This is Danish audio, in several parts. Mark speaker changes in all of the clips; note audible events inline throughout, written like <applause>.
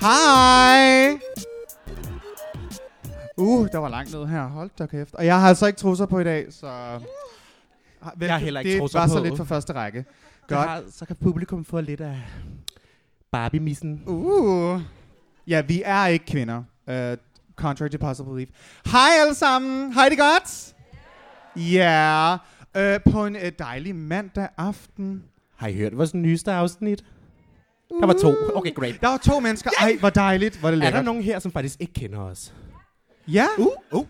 Speaker 1: Hej! Uh, der var langt ned her. Hold da kæft. Og jeg har altså ikke trusser på i dag, så... Vel,
Speaker 2: Jeg har heller ikke
Speaker 1: det
Speaker 2: trusser
Speaker 1: var så
Speaker 2: på.
Speaker 1: lidt for første række. Godt.
Speaker 2: Godt. Så kan publikum få lidt af Barbie-missen.
Speaker 1: Uh. Ja, vi er ikke kvinder. Uh, contrary to possible belief. Hej alle sammen. Hej det godt? Ja. Yeah. Uh, på en uh, dejlig mandag aften.
Speaker 2: Har I hørt vores nyeste afsnit? Uh. Der var to. Okay, great.
Speaker 1: Uh. Der var to mennesker. Ej, hvor dejligt. Hvor er det
Speaker 2: Er
Speaker 1: lækkert.
Speaker 2: der nogen her, som faktisk ikke kender os?
Speaker 1: Ja.
Speaker 2: Uh, uh, uh.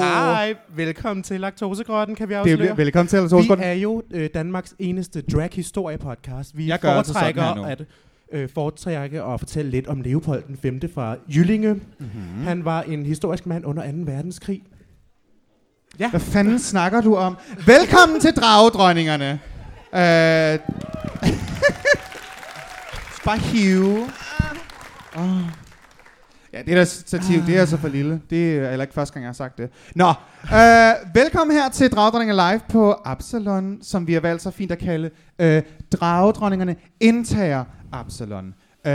Speaker 1: Oh.
Speaker 2: Hej, velkommen til Laktosegrotten, kan vi
Speaker 1: Det
Speaker 2: afsløre.
Speaker 1: bliver, velkommen til, Lars
Speaker 2: vi
Speaker 1: Olsgaard.
Speaker 2: er jo øh, Danmarks eneste drag-historie-podcast. Vi
Speaker 1: Jeg gør altså sådan
Speaker 2: foretrækker
Speaker 1: her nu.
Speaker 2: at øh, foretrække og fortælle lidt om Leopold den 5. fra Jyllinge. Mm-hmm. Han var en historisk mand under 2. verdenskrig.
Speaker 1: Hvad fanden snakker du om? Velkommen til Dragedronningerne. Øh... <laughs> Bare hive. Åh. Ja, det der stativ, det er altså for lille. Det er heller ikke første gang, jeg har sagt det. Nå, øh, velkommen her til Dragedronninger Live på Absalon, som vi har valgt så fint at kalde øh, Dragedronningerne indtager Absalon. Øh,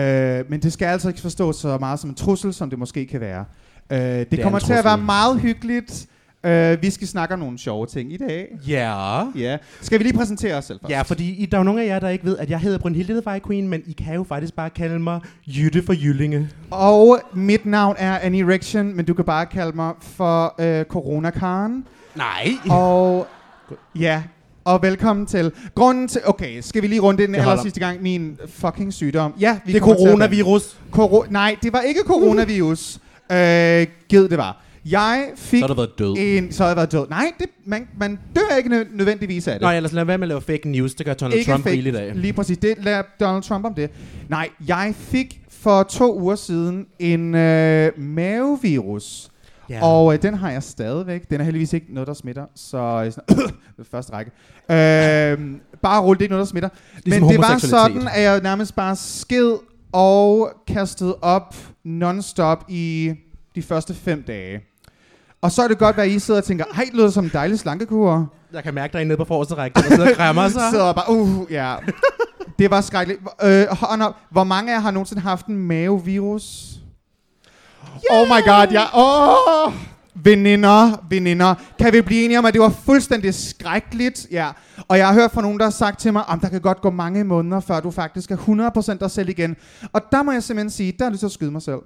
Speaker 1: men det skal altså ikke forstås så meget som en trussel, som det måske kan være. Øh, det,
Speaker 2: Det
Speaker 1: det
Speaker 2: er
Speaker 1: kommer
Speaker 2: en
Speaker 1: til at
Speaker 2: trussel.
Speaker 1: være meget hyggeligt. Øh, vi skal snakke om nogle sjove ting i dag.
Speaker 2: Ja. Yeah.
Speaker 1: Ja. Skal vi lige præsentere os selv først?
Speaker 2: Ja, fordi I, der er jo nogle af jer, der ikke ved, at jeg hedder Brunhilde The Fire Queen, men I kan jo faktisk bare kalde mig Jytte for Jyllinge.
Speaker 1: Og mit navn er Annie Rection, men du kan bare kalde mig for øh, Corona Karen.
Speaker 2: Nej.
Speaker 1: Og ja, og velkommen til. Grunden til, okay, skal vi lige runde den
Speaker 2: Jeg
Speaker 1: aller
Speaker 2: holder.
Speaker 1: sidste gang, min fucking sygdom. Ja, vi
Speaker 2: Det er
Speaker 1: kommer til at-
Speaker 2: coronavirus.
Speaker 1: Coro- nej, det var ikke
Speaker 2: <laughs>
Speaker 1: coronavirus. Øh, gid det var. Jeg fik
Speaker 2: Så har du været død.
Speaker 1: en, så har jeg været død. Nej, det, man, man dør ikke nø- nødvendigvis af det.
Speaker 2: Nå, ellers lad være med at lave fake news. Det gør Donald
Speaker 1: Ikke
Speaker 2: Trump
Speaker 1: fake-
Speaker 2: rigeligt af.
Speaker 1: Lige præcis. Det lad Donald Trump om det. Nej, jeg fik for to uger siden en øh, mavevirus. Ja. Og øh, den har jeg stadigvæk. Den er heldigvis ikke noget, der smitter. Så <coughs> øh, sådan, første række. Øh, bare rulle, det er ikke noget, der smitter.
Speaker 2: Ligesom
Speaker 1: Men det var
Speaker 2: homoseksualitet.
Speaker 1: sådan, at jeg nærmest bare sked og kastede op non-stop i de første fem dage. Og så er det godt, at I sidder og tænker, hej, det lyder som en dejlig slankekur.
Speaker 2: Jeg kan mærke dig nede på forreste række, der sidder og
Speaker 1: <laughs>
Speaker 2: krammer sig.
Speaker 1: Så og bare, uh, ja. Det var skrækkeligt. Hvor- Øh, hånd op. Hvor mange af jer har nogensinde haft en mavevirus? Yeah! Oh my god, jeg... Åh! Veninder, veninder. Kan vi blive enige om, at det var fuldstændig skrækkeligt? Ja. Og jeg har hørt fra nogen, der har sagt til mig, om der kan godt gå mange måneder, før du faktisk er 100% dig selv igen. Og der må jeg simpelthen sige, der er lyst til at skyde mig selv.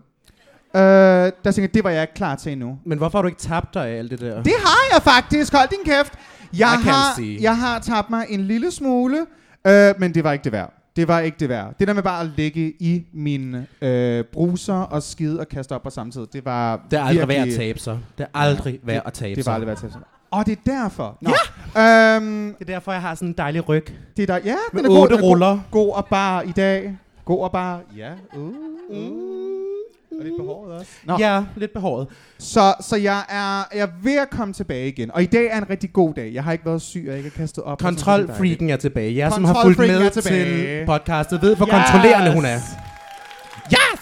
Speaker 1: Øh, der tænker jeg, det var jeg ikke klar til endnu.
Speaker 2: Men hvorfor har du ikke tabt dig af alt det der?
Speaker 1: Det har jeg faktisk. Hold din kæft. Jeg,
Speaker 2: I can
Speaker 1: har,
Speaker 2: see.
Speaker 1: jeg har tabt mig en lille smule, øh, men det var ikke det værd. Det var ikke det værd. Det der med bare at ligge i mine øh, bruser og skide og kaste op på samme tid, det var
Speaker 2: Det er aldrig
Speaker 1: virkelig-
Speaker 2: værd at tabe sig. Det er aldrig værd at tabe
Speaker 1: Det
Speaker 2: sig.
Speaker 1: var aldrig værd at tabe sig. Og det er derfor. Nå. Ja. Øhm,
Speaker 2: Det er derfor, jeg har sådan en dejlig ryg.
Speaker 1: det er der, ja,
Speaker 2: Med
Speaker 1: den er god,
Speaker 2: otte
Speaker 1: den er god-
Speaker 2: ruller.
Speaker 1: God og bar i dag. God og bar. Ja. Uh, uh. Og lidt behåret også. Nå.
Speaker 2: Ja, lidt behåret.
Speaker 1: Så, så jeg, er, jeg er ved at komme tilbage igen. Og i dag er en rigtig god dag. Jeg har ikke været syg, og jeg ikke har kastet op. og sådan noget. Det er dejligt.
Speaker 2: Kontrolfreaken er tilbage. Jeg, som har fulgt
Speaker 1: Kontrolfreaken
Speaker 2: med
Speaker 1: er tilbage.
Speaker 2: til podcastet, ved, hvor
Speaker 1: Yes!
Speaker 2: kontrollerende hun er. Yes!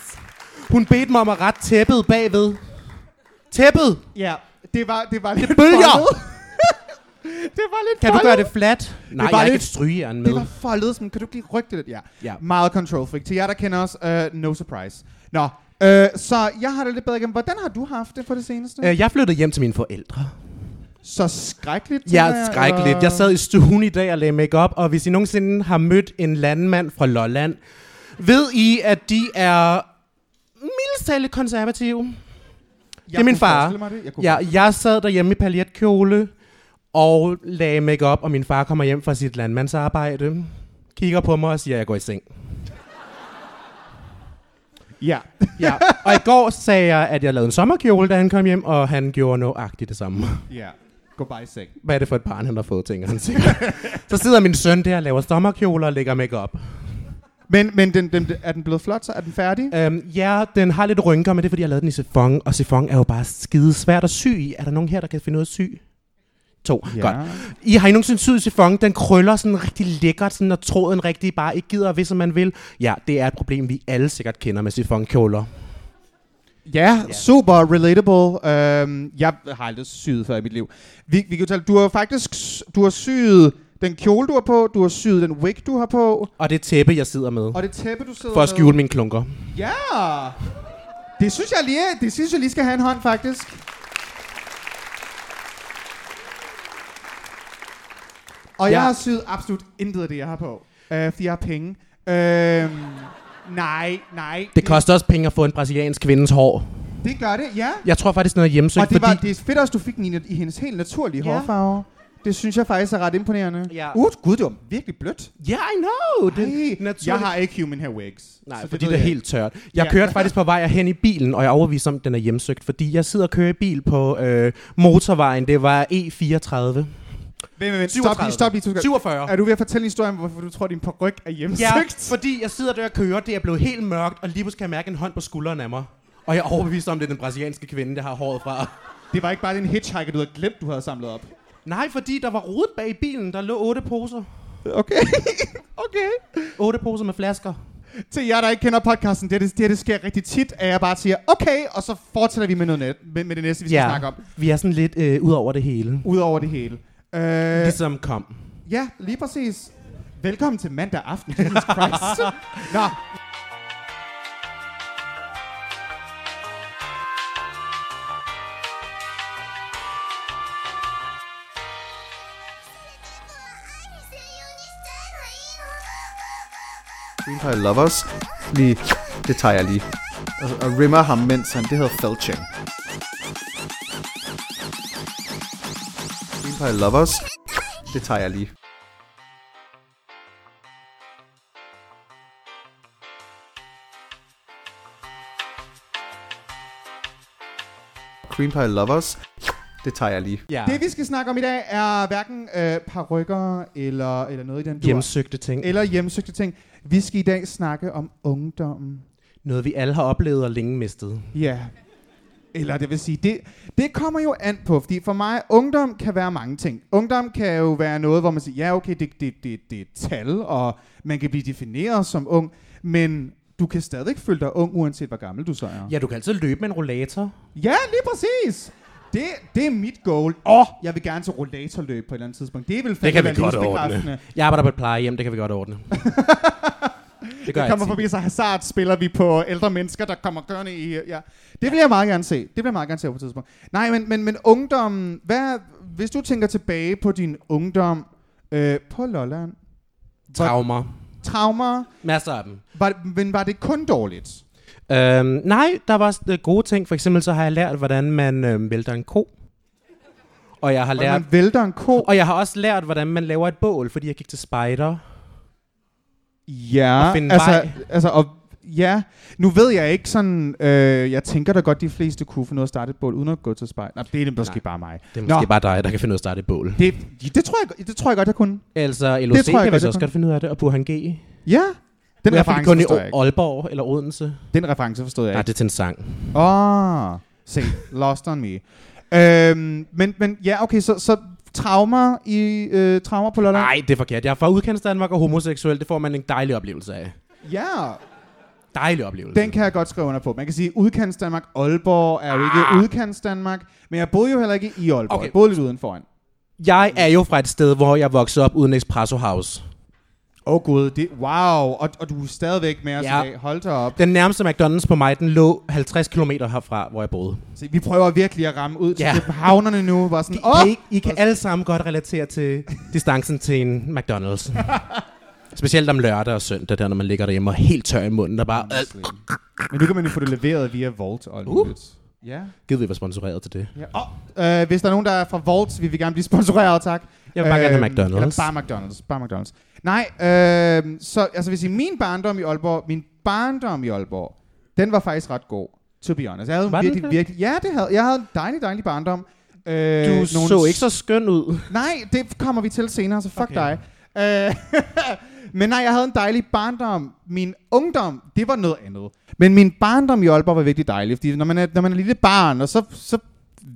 Speaker 2: Hun bedte mig om at rette tæppet bagved. Tæppet!
Speaker 1: Ja, det var, det var lidt
Speaker 2: bølger!
Speaker 1: foldet. <laughs> det var lidt
Speaker 2: Kan du
Speaker 1: foldet.
Speaker 2: gøre det flat? Nej,
Speaker 1: var
Speaker 2: jeg har ikke
Speaker 1: lidt-
Speaker 2: et strygejern med.
Speaker 1: Det var foldet, sådan, kan du ikke lige rykke det lidt? Ja.
Speaker 2: Ja.
Speaker 1: Meget control freak. Til jer, der kender os, uh, no surprise. Nå, øh, så jeg har det lidt bedre igen. Hvordan har du haft det for det seneste?
Speaker 2: Øh, Jeg flyttede hjem til mine forældre.
Speaker 1: så skrækkeligt. tænker
Speaker 2: Ja, skrækkeligt.
Speaker 1: eller?
Speaker 2: Jeg sad i stuen i dag og lagde makeup, og hvis I nogensinde har mødt en landmand fra Lolland, ved I, at de er mildest talt lidt konservative.
Speaker 1: Jeg
Speaker 2: det er min
Speaker 1: kunne
Speaker 2: far.
Speaker 1: forestille Mig det. Jeg kunne
Speaker 2: Ja, jeg sad derhjemme i paljetkjole og lagde makeup, og min far kommer hjem fra sit landmandsarbejde, kigger på mig og siger, at jeg går i seng.
Speaker 1: ja.
Speaker 2: Ja. Og i går sagde jeg, at jeg lavede en sommerkjole, da han kom hjem, og han gjorde nøjagtigt det samme.
Speaker 1: ja. Gå bare i seng.
Speaker 2: Hvad er det for et barn, han har fået, tænker han sikkert. Så sidder min søn der og laver sommerkjoler og lægger makeup.
Speaker 1: Men, men den, den, er den blevet flot, så er den færdig?
Speaker 2: Øhm, ja, den har lidt rynker, men det er, fordi jeg lavede den i sifon, og sifon er jo bare skide svært at sy i. Er der nogen her, der kan finde ud af at sy? To. Ja.
Speaker 1: Ja.
Speaker 2: Øh, Godt. I har I nogensinde syet siphon, den krøller sådan rigtig lækkert, sådan, og tråden rigtig bare ikke gider, hvis man vil. Ja, det er et problem, vi alle sikkert kender med sifonkjoler.
Speaker 1: Ja, yeah, super relatable. Øhm, jeg har aldrig syet før i mit liv. Vi, vi kan jo tale, du har faktisk s- du har syet den kjole, du har på, du har syet den wig, du har på,
Speaker 2: Og det tæppe, jeg sidder med,
Speaker 1: og det tæppe, du sidder
Speaker 2: Uh. for at
Speaker 1: med.
Speaker 2: skjule mine klunker.
Speaker 1: Ja! Det synes jeg lige, det synes jeg lige skal have en hånd, faktisk. Og
Speaker 2: Ja.
Speaker 1: jeg har syet absolut intet af det, jeg har på. Øh, fordi jeg har penge. Øh, nej, nej.
Speaker 2: Det koster også penge at få en brasiliansk kvindes hår.
Speaker 1: Det gør det, ja.
Speaker 2: Jeg tror faktisk, den er hjemsøgt,
Speaker 1: og det,
Speaker 2: fordi...
Speaker 1: var, det er fedt også, du fik den i, i hendes helt naturlige
Speaker 2: Ja.
Speaker 1: ja. hårfarve. Det synes jeg faktisk er ret imponerende.
Speaker 2: Ja.
Speaker 1: Uh, gud, det var virkelig blødt.
Speaker 2: Ja, yeah, I know! Det
Speaker 1: Ej,
Speaker 2: er naturligt.
Speaker 1: jeg har ikke human hair wigs.
Speaker 2: Nej,
Speaker 1: så
Speaker 2: fordi
Speaker 1: ved
Speaker 2: det er
Speaker 1: jeg
Speaker 2: helt tørt. Jeg
Speaker 1: Ja.
Speaker 2: kørte faktisk på vej hen i bilen, og jeg er overbevist om, at den er hjemsøgt, fordi jeg sidder og kører i bil på øh, motorvejen. Det var E E34.
Speaker 1: ikke. Vent, vent, vent. Stop lige, stop lige. to sekunder.
Speaker 2: 47.
Speaker 1: Er du ved at fortælle en historie om, hvorfor du tror, din peruk er
Speaker 2: Ja,
Speaker 1: hjemsøgt?
Speaker 2: fordi jeg sidder der og kører, det er blevet helt mørkt, og lige pludselig kan jeg mærke en hånd på skulderen af mig. Og jeg er overbevist om, at det er den brasilianske kvinde, der har håret fra.
Speaker 1: Det var ikke bare den hitchhiker, du havde glemt, du havde samlet op.
Speaker 2: Nej, fordi der var rodet bag i bilen. Der lå otte poser.
Speaker 1: Okay. <laughs> okay.
Speaker 2: Otte poser med flasker.
Speaker 1: Til jer, der ikke kender podcasten, det, her, det, det, her, det sker rigtig tit, at jeg bare siger, okay, og så fortsætter vi med, noget net, med, med det næste, vi skal snakke om.
Speaker 2: vi er sådan lidt øh, ud over det hele.
Speaker 1: Udover det hele. Øh,
Speaker 2: Ligesom kom.
Speaker 1: Ja, lige præcis. Velkommen til mandag aften, Jesus
Speaker 2: <laughs>
Speaker 1: Christ. Nå.
Speaker 3: Greenfire Lovers. Lige, det tager jeg lige. Og, og rimmer ham, mens han, det hedder felching. Greenfire Lovers. Det tager jeg lige. Cream Pie Lovers. Det tager jeg lige.
Speaker 2: Ja.
Speaker 1: Det vi skal snakke om i dag er hverken øh, parykker eller, eller noget i den dur.
Speaker 2: Hjemsøgte ting.
Speaker 1: Eller hjemsøgte ting. Vi skal i dag snakke om ungdommen.
Speaker 2: Noget, vi alle har oplevet og længe mistet.
Speaker 1: Ja. Eller det vil sige, det, det kommer jo an på, fordi for mig, ungdom kan være mange ting. Ungdom kan jo være noget, hvor man siger, ja okay, det, det, det, det er et tal, og man kan blive defineret som ung, men du kan stadigvæk føle dig ung, uanset hvor gammel du så er.
Speaker 2: Ja, du kan altid løbe med en rollator.
Speaker 1: Ja, lige præcis. Det, det er mit goal. Åh, oh, jeg vil gerne til rollatorløb på et eller andet tidspunkt. Det vil
Speaker 2: Det kan vi godt ordne. Jeg arbejder på et plejehjem, det kan vi godt <laughs> ordne. det gør
Speaker 1: Det
Speaker 2: jeg
Speaker 1: kommer
Speaker 2: tit.
Speaker 1: forbi, så Hazard spiller vi på ældre mennesker, der kommer gørende i... Ja. Det vil jeg meget gerne se. Det vil jeg meget gerne se på et tidspunkt. Nej, men, men, men ungdommen... Hvad, hvis du tænker tilbage på din ungdom øh, på Lolland...
Speaker 2: Traumer.
Speaker 1: Traumer...
Speaker 2: Masser af dem.
Speaker 1: Var, men var det kun dårligt?
Speaker 2: Øhm, nej, der var også øh, gode ting. For eksempel så har jeg lært, hvordan man øh, vælter en ko. Og jeg har
Speaker 1: Ja.
Speaker 2: lært...
Speaker 1: Man vælter en ko...
Speaker 2: Og jeg har også lært, hvordan man laver et bål, fordi jeg gik til spider.
Speaker 1: Ja,
Speaker 2: at finde
Speaker 1: altså,
Speaker 2: vej.
Speaker 1: altså og, ja. Nu ved jeg ikke sådan, øh, jeg tænker da godt, de fleste kunne finde ud af at starte et bål, uden at gå til spejl. Nej, det er det måske
Speaker 2: Nej.
Speaker 1: Nej. bare mig.
Speaker 2: Det er
Speaker 1: Nå.
Speaker 2: måske Nå. bare dig, der kan finde ud af at starte et bål.
Speaker 1: Det, det, tror jeg, det tror jeg godt, jeg kunne.
Speaker 2: Altså, LOC
Speaker 1: Det tror jeg
Speaker 2: kan
Speaker 1: godt,
Speaker 2: vist
Speaker 1: jeg
Speaker 2: også
Speaker 1: kan.
Speaker 2: godt finde ud af det, og Burhan G. Den
Speaker 1: Ja, den
Speaker 2: er kun
Speaker 1: reference
Speaker 2: i
Speaker 1: forstod jeg
Speaker 2: Aal-
Speaker 1: ikke.
Speaker 2: Aalborg eller Odense.
Speaker 1: Den reference forstod jeg
Speaker 2: Nej,
Speaker 1: ikke.
Speaker 2: det er til en sang.
Speaker 1: Åh, oh, se, lost on me. Øhm, men, men ja, okay, så, så traumer, i, øh, traumer på Lolland?
Speaker 2: Nej, det er forkert. Jeg er fra udkantsdanmark og homoseksuel. Det får man en dejlig oplevelse af.
Speaker 1: Ja,
Speaker 2: Dejlig oplevelse.
Speaker 1: den kan jeg godt skrive under på. Man kan sige, udkants Danmark, Aalborg er jo ikke udkants Danmark, men jeg boede jo heller ikke i Aalborg.
Speaker 2: Ah. Okay.
Speaker 1: Jeg boede lidt udenforan.
Speaker 2: Jeg er jo fra et sted, hvor jeg voksede op uden Espresso House.
Speaker 1: Åh oh, gud, det, wow. Og, og du er stadigvæk med os
Speaker 2: Ja.
Speaker 1: ja. i dag. Hold da op.
Speaker 2: Den nærmeste McDonald's på mig, den lå 50 km herfra, hvor jeg boede.
Speaker 1: Se, vi prøver virkelig at ramme ud til
Speaker 2: Ja.
Speaker 1: ja. havnerne nu. Var
Speaker 2: I,
Speaker 1: sådan,
Speaker 2: oh!
Speaker 1: åh,
Speaker 2: kan, ikke, I kan alle sammen godt relatere til distancen til en McDonald's. Specielt om lørdag og søndag, der når man ligger derhjemme og er helt tør i munden, der bare... Øh,
Speaker 1: Men nu kan man jo få det leveret via Volt og uh.
Speaker 2: Uh.
Speaker 1: Ja.
Speaker 2: gider vi være sponsoreret til det.
Speaker 1: ja. Og, øh, hvis der er nogen, der er fra Volt, vil vi gerne blive sponsoreret, tak.
Speaker 2: Jeg vil bare gerne have
Speaker 1: Øhm, Eller
Speaker 2: McDonald's.
Speaker 1: bare McDonald's. Bare McDonald's. Nej, øh, så altså hvis I min barndom i Aalborg, min barndom i Aalborg, den var faktisk ret god, to be honest. Jeg havde
Speaker 2: Var den
Speaker 1: virkelig,
Speaker 2: det?
Speaker 1: virkelig, ja, det havde, jeg havde en dejlig, dejlig barndom. Øh,
Speaker 2: Du så ikke så skøn ud.
Speaker 1: Nej, det kommer vi til senere, så fuck
Speaker 2: Okay.
Speaker 1: okay. dig. Øh, <laughs> men nej, jeg havde en dejlig barndom. Min ungdom, det var noget andet. Men min barndom i Aalborg var virkelig dejlig, fordi når man er, når man er lille barn, og så, så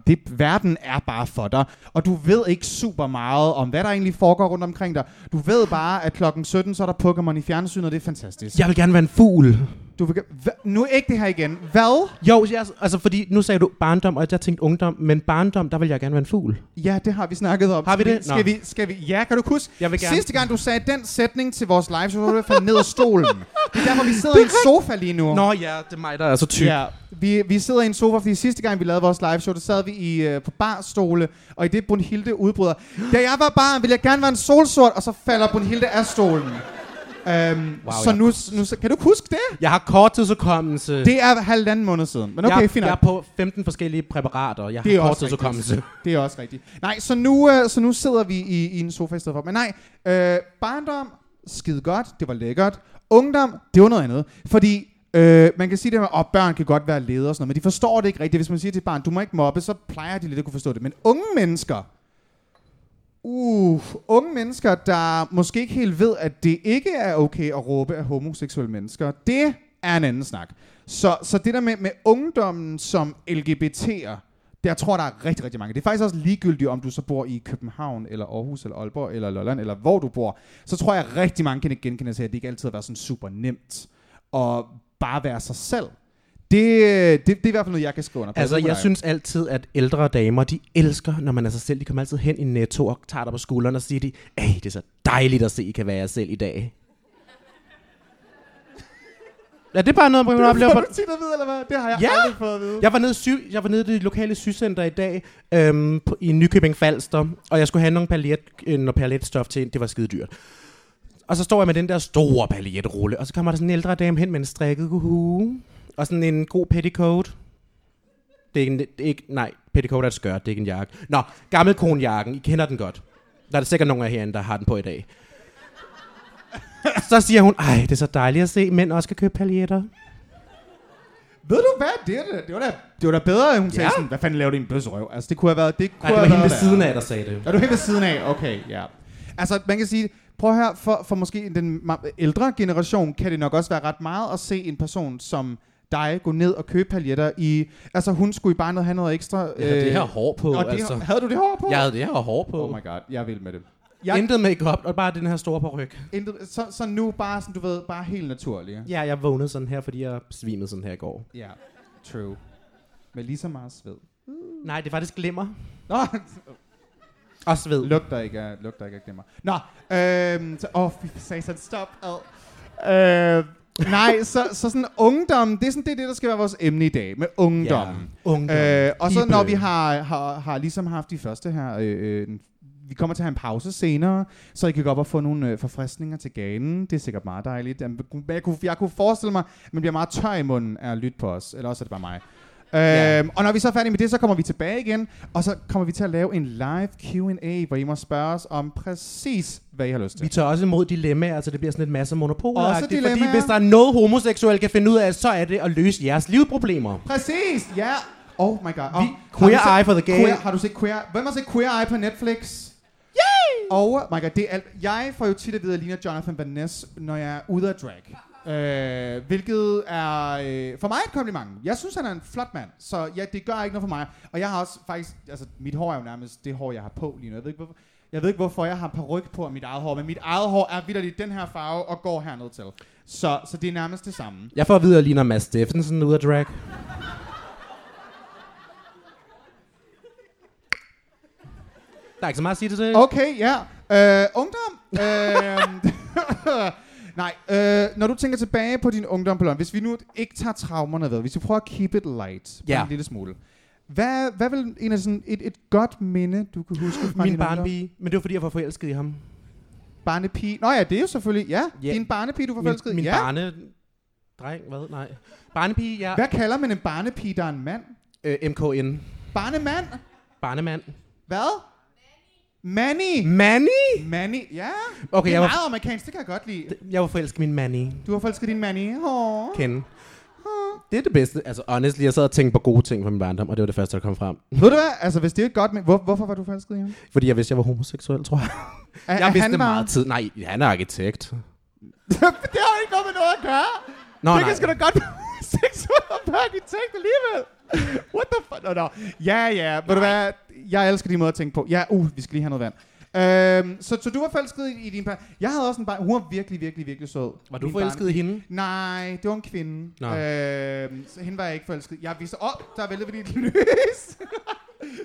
Speaker 1: det, verden er bare for dig, og du ved ikke super meget om, hvad der egentlig foregår rundt omkring dig. Du ved bare, at klokken 17, så er der Pokémon i fjernsynet, og det er fantastisk.
Speaker 2: Jeg vil gerne være en fugl.
Speaker 1: Du vil, ge- hva, nu ikke det her igen. Hvad?
Speaker 2: Jo, jeg, altså fordi nu sagde du barndom, og jeg tænkte ungdom, men barndom, der vil jeg gerne være en fugl.
Speaker 1: Ja, det har vi snakket om.
Speaker 2: Har vi
Speaker 1: Skal
Speaker 2: det?
Speaker 1: Skal
Speaker 2: Nå.
Speaker 1: vi, skal vi, ja, kan du huske?
Speaker 2: Jeg vil gerne.
Speaker 1: Sidste gang, du sagde den sætning til vores live, så var du i hvert fald ned af stolen. Det er derfor, vi sidder i en sofa lige nu.
Speaker 2: Nå ja, det er mig, der er så tyk. Ja.
Speaker 1: Ja, vi, vi sidder i en sofa, fordi sidste gang, vi lavede vores live show, der sad vi i, øh, på barstole, og i det Brunhilde udbryder, da jeg var barn, ville jeg gerne være en solsort, og så falder Brunhilde af stolen. Øhm, wow,
Speaker 2: Wow,
Speaker 1: så
Speaker 2: ja.
Speaker 1: nu, nu, så- kan du huske det?
Speaker 2: Jeg har korttidsudkommelse.
Speaker 1: Det er halvanden måned siden, men okay,
Speaker 2: jeg,
Speaker 1: fint
Speaker 2: jeg
Speaker 1: nok.
Speaker 2: er på 15 forskellige præparater. Jeg
Speaker 1: Det er
Speaker 2: har
Speaker 1: også
Speaker 2: korttidsudkommelse.
Speaker 1: rigtigt. <laughs> Det er også rigtigt. Nej, så nu, øh, så nu sidder vi i, i en sofa i stedet for. Men nej, øh, barndom, skide godt, det var lækkert. Ungdom, det var noget andet. Fordi øh, man kan sige det med, at børn kan godt være ledere og sådan noget, men de forstår det ikke rigtigt. Hvis man siger til et barn, du må ikke mobbe, så plejer de lidt at kunne forstå det. Men unge mennesker, uh, unge mennesker, der måske ikke helt ved, at det ikke er okay at råbe af homoseksuelle mennesker, det er en anden snak. Så, så det der med, med ungdommen som LGBT'er, der tror jeg, der er rigtig, rigtig mange. Det er faktisk også ligegyldigt, om du så bor i København, eller Aarhus, eller Aalborg, eller Lolland, eller hvor du bor. Så tror jeg, at rigtig mange kan ikke genkende til, at det ikke altid har været sådan super nemt at bare være sig selv. Det, det, det er i hvert fald noget, jeg kan skrive under på.
Speaker 2: Altså,
Speaker 1: Det må
Speaker 2: jeg
Speaker 1: dig.
Speaker 2: synes altid, at ældre damer, de elsker, når man er sig selv. De kommer altid hen i Netto og tager dig på skulderen og siger de, Ej, det er så dejligt at se, I kan være jer selv i dag. Ja, det er bare noget, man oplever.
Speaker 1: Får
Speaker 2: på-
Speaker 1: du tit at vide, eller hvad? Det har jeg
Speaker 2: Ja!
Speaker 1: aldrig fået at vide.
Speaker 2: Jeg var nede, i sy jeg var nede i det lokale sycenter i dag øhm, på, i Nykøbing Falster, og jeg skulle have nogle palet, øh, noget paletstof til, det var skide dyrt. Og så står jeg med den der store paletrulle, og så kommer der sådan en ældre dame hen med en strikket hue, og sådan en god petticoat. Det er ikke, en, det er ikke nej, petticoat er et skørt, det er ikke en jakke. Nå, gammel konjakken, I kender den godt. Der er det sikkert nogen af jer herinde, der har den på i dag. Så siger hun, ej, det er så dejligt at se, at mænd også kan købe paljetter.
Speaker 1: Ved du hvad, det, er det, det, var da, det var da bedre, at hun ja. sagde
Speaker 2: Ja.
Speaker 1: sådan, hvad fanden laver din bøsserøv? Altså, det kunne have været... Det kunne
Speaker 2: Nej, det
Speaker 1: have
Speaker 2: var hende ved
Speaker 1: været
Speaker 2: siden af, der sagde det.
Speaker 1: Er du helt ved siden af? Okay, ja. Altså, man kan sige, prøv her for, for måske den ma- ældre generation, kan det nok også være ret meget at se en person som dig gå ned og købe paljetter i... Altså, hun skulle i barnet have noget ekstra... øh,
Speaker 2: Jeg havde det her hår på,
Speaker 1: og det,
Speaker 2: altså.
Speaker 1: Havde du det hår på?
Speaker 2: Jeg havde det her hår på.
Speaker 1: Oh
Speaker 2: Oh
Speaker 1: my god, jeg er vild med det.
Speaker 2: jeg...
Speaker 1: Jeg-
Speaker 2: Intet makeup og bare den her store peruk.
Speaker 1: Intet, så, så nu bare, sådan, du ved, bare helt naturlig.
Speaker 2: Ja, jeg vågnede sådan her, fordi jeg svimede sådan her i går.
Speaker 1: Ja, true. Med lige så meget sved.
Speaker 2: Nej, det var faktisk glimmer.
Speaker 1: Nå,
Speaker 2: Og sved.
Speaker 1: Lugter ikke af, lugter ikke af glimmer. Nå, øhm, så, åh, fy satan, stop. Ad. Øh, nej, så, så sådan ungdom, det er sådan det, er det, der skal være vores emne i dag, med ungdom.
Speaker 2: Ungdom.
Speaker 1: Øh, og så
Speaker 2: Ibe.
Speaker 1: når vi har, har, har ligesom haft de første her, øh, øh, vi kommer til at have en pause senere, så I kan gå op og få nogle øh, forfriskninger til ganen. Det er sikkert meget dejligt. Jamen, Jeg kunne, jeg kunne forestille mig, at man bliver meget tør i munden af at lytte på os, eller også er det bare mig.
Speaker 2: Ja.
Speaker 1: Øhm, og når vi så er færdige med det, så kommer vi tilbage igen, og så kommer vi til at lave en live Q&A, hvor I må spørge os om præcis, hvad I har lyst
Speaker 2: Vi
Speaker 1: til.
Speaker 2: tager også imod dilemmaer, så det bliver sådan et masse monopoler.
Speaker 1: Også dilemmaer.
Speaker 2: Fordi hvis der er noget homoseksuel kan finde ud af, så er det at løse jeres livproblemer.
Speaker 1: Præcis, ja! Oh my god. Og
Speaker 2: Vi-
Speaker 1: har du
Speaker 2: Queer
Speaker 1: set-
Speaker 2: Eye for the gay.
Speaker 1: Queer, har du set Queer Hvem har set Queer Eye på Netflix? Yay! Og, oh my god, det er alt. Jeg får jo tit at vide, at jeg ligner Jonathan Van Ness, når jeg er ude af drag. Øh, hvilket er øh, for mig et kompliment. Jeg synes, han er en flot mand, så ja, det gør ikke noget for mig. Og jeg har også faktisk, altså mit hår er jo nærmest det hår, jeg har på lige nu. Jeg ved ikke, hvorfor, jeg ved ikke, hvorfor jeg har peruk på af mit eget hår, men mit eget hår er vidderligt den her farve og går herned til. Så, så det er nærmest det samme.
Speaker 2: Jeg får at vide, at jeg ligner Mads Steffensen ud af drag. Der er ikke så meget at sige til det.
Speaker 1: Okay, ja. Øh, ungdom. Øh, <laughs> nej, øh, når du tænker tilbage på din ungdom, Ballon, hvis vi nu ikke tager traumerne ved, hvis vi prøver at keep it light
Speaker 2: Ja.
Speaker 1: ja. en lille smule. Hvad, hvad vil en af sådan et, et godt minde, du kan huske fra
Speaker 2: Min
Speaker 1: din ungdom?
Speaker 2: barnpige. Men det var fordi, jeg var forelsket i ham.
Speaker 1: barnepige? Nå ja, det er jo selvfølgelig, ja.
Speaker 2: Ja.
Speaker 1: Yeah. Din barnepige, du var
Speaker 2: Min,
Speaker 1: forelsket. i.
Speaker 2: min
Speaker 1: ja.
Speaker 2: barne... Dreng, hvad? Nej. Barnepige, ja.
Speaker 1: Hvad kalder man en barnepige, der er en mand?
Speaker 2: Øh, MKN.
Speaker 1: Barnemand?
Speaker 2: Barnemand.
Speaker 1: Hvad? Manny.
Speaker 2: Manny?
Speaker 1: Manny, ja.
Speaker 2: Okay,
Speaker 1: det er
Speaker 2: jeg var,
Speaker 1: meget amerikansk, det kan jeg godt lide.
Speaker 2: jeg var forelsket i min Manny.
Speaker 1: Du har forelsket din Manny. Oh.
Speaker 2: Ken. Det er det bedste. Altså, honestly, jeg sad og tænkte på gode ting fra min barndom, og det var det første, der kom frem.
Speaker 1: Ved du hvad? Altså, hvis det er et godt... Men hvor, hvorfor var du forelsket i ham?
Speaker 2: Fordi jeg vidste, jeg var homoseksuel, tror jeg.
Speaker 1: At-
Speaker 2: Jeg
Speaker 1: at
Speaker 2: vidste
Speaker 1: han
Speaker 2: det meget tid. Nej, han er arkitekt.
Speaker 1: <laughs> det har ikke noget med noget at gøre.
Speaker 2: Nå,
Speaker 1: det
Speaker 2: nej.
Speaker 1: <laughs> kan sgu da godt være seksuel og være arkitekt alligevel. What the fuck? Nå, no, no. Ja, ja. Ved du hvad? Jeg elsker de måder at tænke på. Ja, uh, vi skal lige have noget vand. Øhm, så, så du var forelsket i, i din barn. Jeg havde også en barn. Hun var virkelig, virkelig, virkelig sød.
Speaker 2: Var du
Speaker 1: Min
Speaker 2: forelsket i hende?
Speaker 1: barn- Nej, det var en kvinde.
Speaker 2: Nå.
Speaker 1: Øhm, så hende var jeg ikke forelsket. i. Jeg vidste, åh, oh, der væltede vi dit lys.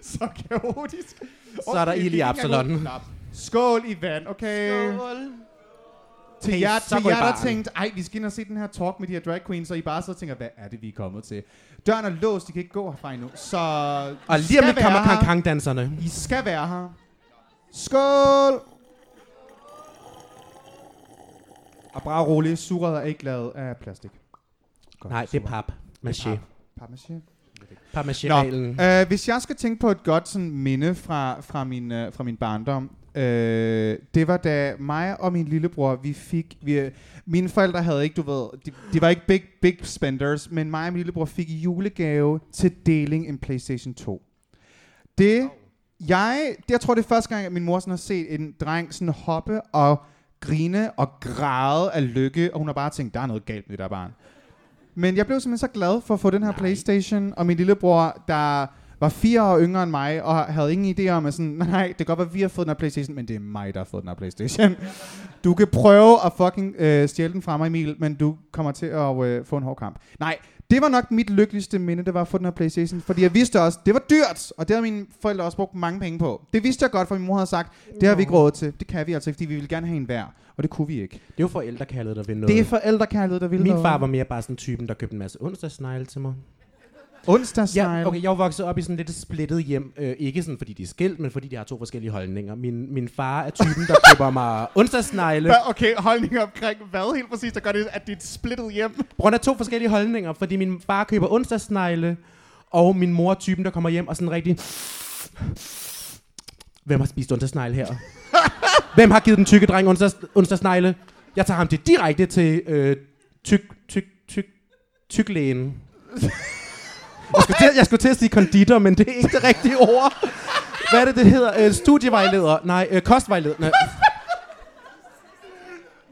Speaker 1: <laughs> så kaotisk.
Speaker 2: Så er der
Speaker 1: vi-
Speaker 2: ild i
Speaker 1: vi kan ikke engang
Speaker 2: Absalon.
Speaker 1: åbne den op. Skål i vand, okay? Til
Speaker 2: Hey,
Speaker 1: jer,
Speaker 2: så
Speaker 1: til
Speaker 2: går I
Speaker 1: jer der
Speaker 2: baren.
Speaker 1: tænkte, ej, vi skal ind og se den her talk med de her drag queens, og I bare sidder og tænker, hvad er det, vi er kommet til? Døren er låst, de kan ikke gå herfra endnu, så...
Speaker 2: Og
Speaker 1: I
Speaker 2: lige
Speaker 1: skal
Speaker 2: om lidt kommer
Speaker 1: være her.
Speaker 2: kankangdanserne.
Speaker 1: I skal være her. Skål! Og bare rolig, surret er ikke lavet af plastik. Godt,
Speaker 2: Nej, det er pap. Maché.
Speaker 1: Papmaché.
Speaker 2: Pap maché
Speaker 1: Nå,
Speaker 2: reglen
Speaker 1: øh, hvis jeg skal tænke på et godt sådan, minde fra, fra, min, øh, fra min barndom, øh, det var da mig og min lillebror, vi fik, vi, øh, mine forældre havde ikke, du ved, de, de var ikke big, big spenders, men mig og min lillebror fik i julegave til deling en Playstation 2. Det, jeg, det, jeg tror, det er første gang, at min mor sådan har set en dreng sådan hoppe og grine og græde af lykke, og hun har bare tænkt, der er noget galt med det der barn. Men jeg blev simpelthen så glad for at få den her
Speaker 2: Nej.
Speaker 1: Nej. Playstation, og min lillebror, der var fire år yngre end mig, og havde ingen idé om, at sådan, nej, det kan godt være, at vi har fået den her Playstation, men det er mig, der har fået den her Playstation. Du kan prøve at fucking øh, stjæle den fra mig, Emil, men du kommer til at øh, få en hård kamp. Nej, det var nok mit lykkeligste minde, det var at få den her Playstation, fordi jeg vidste også, det var dyrt, og det havde mine forældre også brugt mange penge på. Det vidste jeg godt, for min mor havde sagt, det har vi ikke råd til, det kan vi altså ikke, fordi vi vil gerne have en hver, og det kunne vi ikke.
Speaker 2: Det er jo forældrekaldet, der vil noget.
Speaker 1: Det er forældrekærlighed, der ville
Speaker 2: Min
Speaker 1: noget.
Speaker 2: far var mere bare sådan typen, der købte en masse onsdagsnegle til mig.
Speaker 1: Onsdagsnegle.
Speaker 2: Ja, okay, jeg voksede op i sådan lidt et splittet hjem. Øh, ikke sådan, fordi de er skilt, men fordi de har to forskellige holdninger. Min, min far er typen, der køber mig onsdagsnegle.
Speaker 1: Hva- okay, holdning omkring hvad helt præcis, der gør det, at det er et splittet hjem.
Speaker 2: På grund af to forskellige holdninger, fordi min far køber onsdagsnegle, og min mor er typen, der kommer hjem og sådan rigtig... Hvem har spist onsdagsnegle
Speaker 1: <laughs>
Speaker 2: her? Hvem har givet den tykke dreng onsdags, onsdagsnegle? Jeg tager ham til direkte til øh, tyk, tyk, tyk, tyklægen. Jeg skulle, til, jeg skulle til at sige konditor, men det er ikke det rigtige ord. Hvad er det, det hedder? Øh, studievejleder? Nej, øh, kostvejleder. Nej,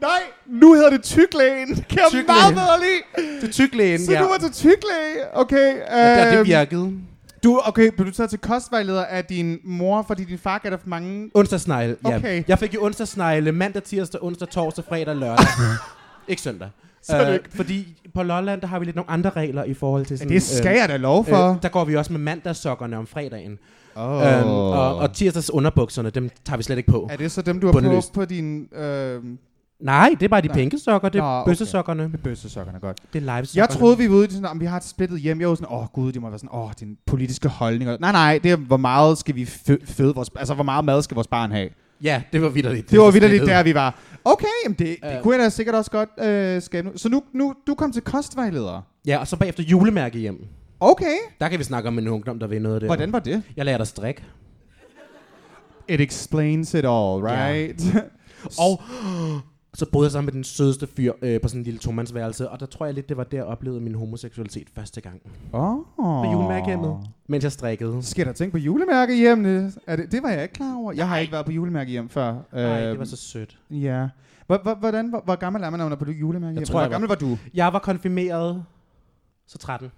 Speaker 1: Nej, nu hedder det tyklægen. Kan jeg
Speaker 2: Tyklægen.
Speaker 1: meget bedre lide.
Speaker 2: til tyklægen,
Speaker 1: Så
Speaker 2: ja.
Speaker 1: du var til tyklæge. Okay,
Speaker 2: Ja, det, har
Speaker 1: øhm,
Speaker 2: det virkede.
Speaker 1: du, okay, blev du taget til kostvejleder af din mor, fordi din far gav dig for mange...
Speaker 2: Onsdagsnegle, ja.
Speaker 1: Okay.
Speaker 2: Jeg fik jo onsdagsnegle mandag, tirsdag, onsdag, torsdag, fredag,
Speaker 1: <laughs>
Speaker 2: lørdag. ikke søndag.
Speaker 1: Så er det
Speaker 2: Øh,
Speaker 1: ikke-
Speaker 2: fordi på Lolland, der har vi lidt nogle andre regler i forhold til sådan...
Speaker 1: Det skal jeg da lov
Speaker 2: øh,
Speaker 1: for.
Speaker 2: der går vi også med mandagssokkerne om fredagen.
Speaker 1: Åh.
Speaker 2: Oh. Øhm, og, og tirsdags underbukserne, dem tager vi slet ikke på.
Speaker 1: er det så dem, du har på,
Speaker 2: bundeløst.
Speaker 1: på din... Øh,
Speaker 2: Nej, det er bare de
Speaker 1: Nå.
Speaker 2: pinke sokker, det er
Speaker 1: Nå, okay.
Speaker 2: bøssesokkerne,
Speaker 1: bøssesokkerne godt.
Speaker 2: det er live
Speaker 1: Jeg troede, vi var ude i sådan, om vi har et splittet hjem. Jeg var sådan, åh gud, det må være sådan, åh, din politiske holdning. Og- Nej, nej, det er, hvor meget skal vi fø- føde vores... Altså, hvor meget mad skal vores barn have?
Speaker 2: Ja, det var vidderligt.
Speaker 1: Det var
Speaker 2: så
Speaker 1: vildt
Speaker 2: splittet.
Speaker 1: der, vi var. Okay, jamen det, det
Speaker 2: Ja.
Speaker 1: kunne jeg da sikkert også godt øh, skabe nu. Så nu, nu, du kom til kostvejleder.
Speaker 2: Ja, og så bagefter julemærke hjem.
Speaker 1: Okay.
Speaker 2: Der kan vi snakke om en ungdom, der vil noget der.
Speaker 1: Hvordan var det?
Speaker 2: Jeg lærer dig strik.
Speaker 1: It explains it all, <laughs> right? Ja.
Speaker 2: Og så boede jeg sammen med den sødeste fyr øh, på sådan en lille tomandsværelse, og der tror jeg lidt, det var der, jeg oplevede min homoseksualitet første gang.
Speaker 1: oh.
Speaker 2: På julemærkehjemmet, mens jeg strikkede.
Speaker 1: Skal der tænke på julemærkehjemmene? Er det, det var jeg ikke klar over. Jeg har ikke været på julemærkehjem før. Øh,
Speaker 2: Nej, det
Speaker 1: øhm.
Speaker 2: var så sødt.
Speaker 1: Ja. Hvor, hvor, hvordan, hvor, hvor gammel er man, når man er på julemærkehjem?
Speaker 2: Jeg tror,
Speaker 1: hvor
Speaker 2: jeg var-
Speaker 1: gammel var du?
Speaker 2: Jeg var konfirmeret, så 13.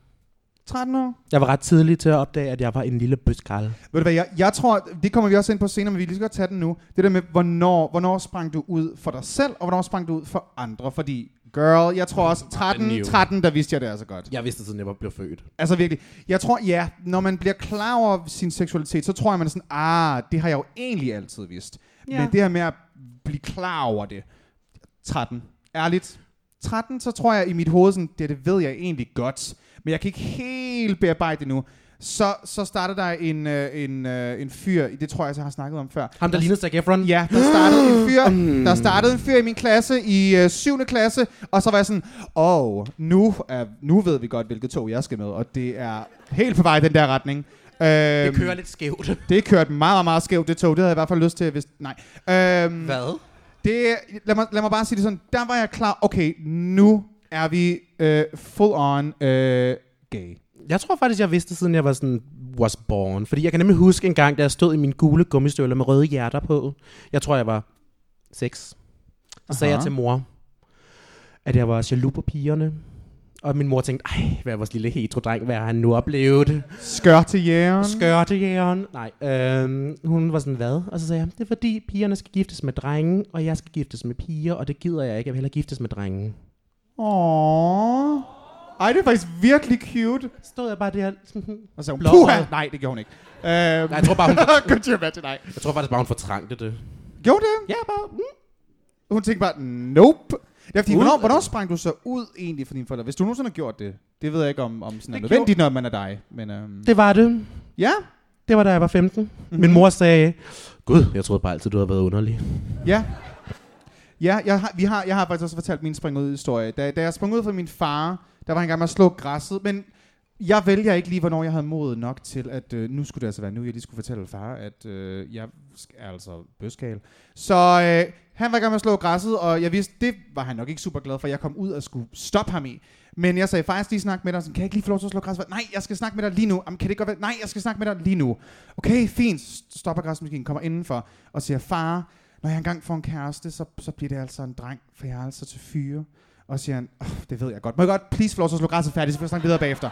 Speaker 1: 13 år?
Speaker 2: Jeg var ret tidlig til at opdage, at jeg var en lille bøskarl.
Speaker 1: Ved du hvad, jeg, jeg tror, det kommer vi også ind på senere, men vi kan lige så godt tage den nu. Det der med, hvornår, hvornår sprang du ud for dig selv, og hvornår sprang du ud for andre. Fordi, girl, jeg tror også, 13,
Speaker 2: knew.
Speaker 1: 13 der vidste jeg det altså godt.
Speaker 2: Jeg vidste, siden jeg var blevet født.
Speaker 1: Altså virkelig. Jeg tror, ja, når man bliver klar over sin seksualitet, så tror jeg, man er sådan, ah, det har jeg jo egentlig altid vidst.
Speaker 2: Ja.
Speaker 1: Ja. Men det her med at blive klar over det, 13. Ærligt. 13, så tror jeg i mit hoved, sådan, det, det ved jeg egentlig godt, men jeg kan ikke helt bearbejde det nu. Så, så starter der en, øh, en, øh, en fyr, det tror jeg, jeg har snakket om før.
Speaker 2: Ham, der lignede Zac Efron?
Speaker 1: Altså- Ja, der startede en fyr, der startede en fyr i min klasse i øh, 7. klasse, og så var jeg sådan, åh, oh, nu, er, nu ved vi godt, hvilket tog jeg skal med, og det er helt på vej i den der retning. Øhm,
Speaker 2: Det kører lidt skævt.
Speaker 1: det kørte meget, meget, meget skævt, det tog. Det havde jeg i hvert fald lyst til, hvis... Nej. Øhm,
Speaker 2: Hvad?
Speaker 1: Det, lad, mig, lad mig bare sige det sådan. Der var jeg klar. Okay, nu er vi øh, full on øh, gay.
Speaker 2: Jeg tror faktisk, jeg vidste, siden jeg var sådan was born. Fordi jeg kan nemlig huske en gang, da jeg stod i mine gule gummistøvler med røde hjerter på. Jeg tror, jeg var seks. Så sagde
Speaker 1: Aha.
Speaker 2: jeg til mor, at jeg var jaloux på pigerne. Og min mor tænkte, ej, hvad er vores lille hetero-dreng, hvad har han nu oplevet?
Speaker 1: Skør til jægeren.
Speaker 2: Skørtejægeren. Nej, øhm, hun var sådan, hvad? Og så sagde jeg, det er fordi pigerne skal giftes med drenge, og jeg skal giftes med piger, og det gider jeg ikke, jeg vil hellere giftes med drenge.
Speaker 1: Åh. Ej, det er faktisk virkelig cute.
Speaker 2: Så stod jeg bare der, <laughs> sådan,
Speaker 1: Og så sagde hun,
Speaker 2: Blåøjet.
Speaker 1: puha! Nej, det gjorde hun ikke. Øh,
Speaker 2: Nej, jeg tror bare, hun,
Speaker 1: <laughs> Could you imagine? Nej.
Speaker 2: jeg tror faktisk bare, hun fortrængte det.
Speaker 1: Gjorde det?
Speaker 2: Ja, bare, mm.
Speaker 1: Hun tænkte bare, nope. Ja, fordi,
Speaker 2: Ud
Speaker 1: hvornår,
Speaker 2: af-
Speaker 1: hvornår sprang du så ud egentlig for dine forældre? Hvis du nogensinde har gjort det. Det ved jeg ikke, om, om sådan er
Speaker 2: Det
Speaker 1: nødvendigt, når man er dig. Men, øhm,
Speaker 2: Det var det.
Speaker 1: ja,
Speaker 2: Det var da jeg var 15. Mm-hmm. Min mor sagde, Gud, jeg troede bare altid, du havde været underlig.
Speaker 1: ja. Ja, jeg har, vi har, jeg har faktisk også fortalt min spring ud historie. Da, da jeg sprang ud fra min far, der var han i gang med at slå græsset, men jeg vælger ikke lige, hvornår jeg havde mod nok til, at øh, nu skulle det altså være nu, jeg lige skulle fortælle far, at øh, jeg sk- er altså bøskal. Så øh, han var i gang med at slå græsset, og jeg vidste, det var han nok ikke super glad for, jeg kom ud og skulle stoppe ham i. Men jeg sagde faktisk lige snak med dig, sådan, kan jeg ikke lige få lov til at slå græsset? Nej, jeg skal snakke med dig lige nu. Jamen, kan det godt være? Nej, jeg skal snakke med dig lige nu. Okay, fint. S- Stopper græsmaskinen, kommer indenfor og siger, far, når jeg engang får en kæreste, så, så bliver det altså en dreng, for jeg er altså til fyre. Og siger han, oh, det ved jeg godt. Må jeg godt please få lov til at slå græsset færdigt, så vi jeg snakke videre bagefter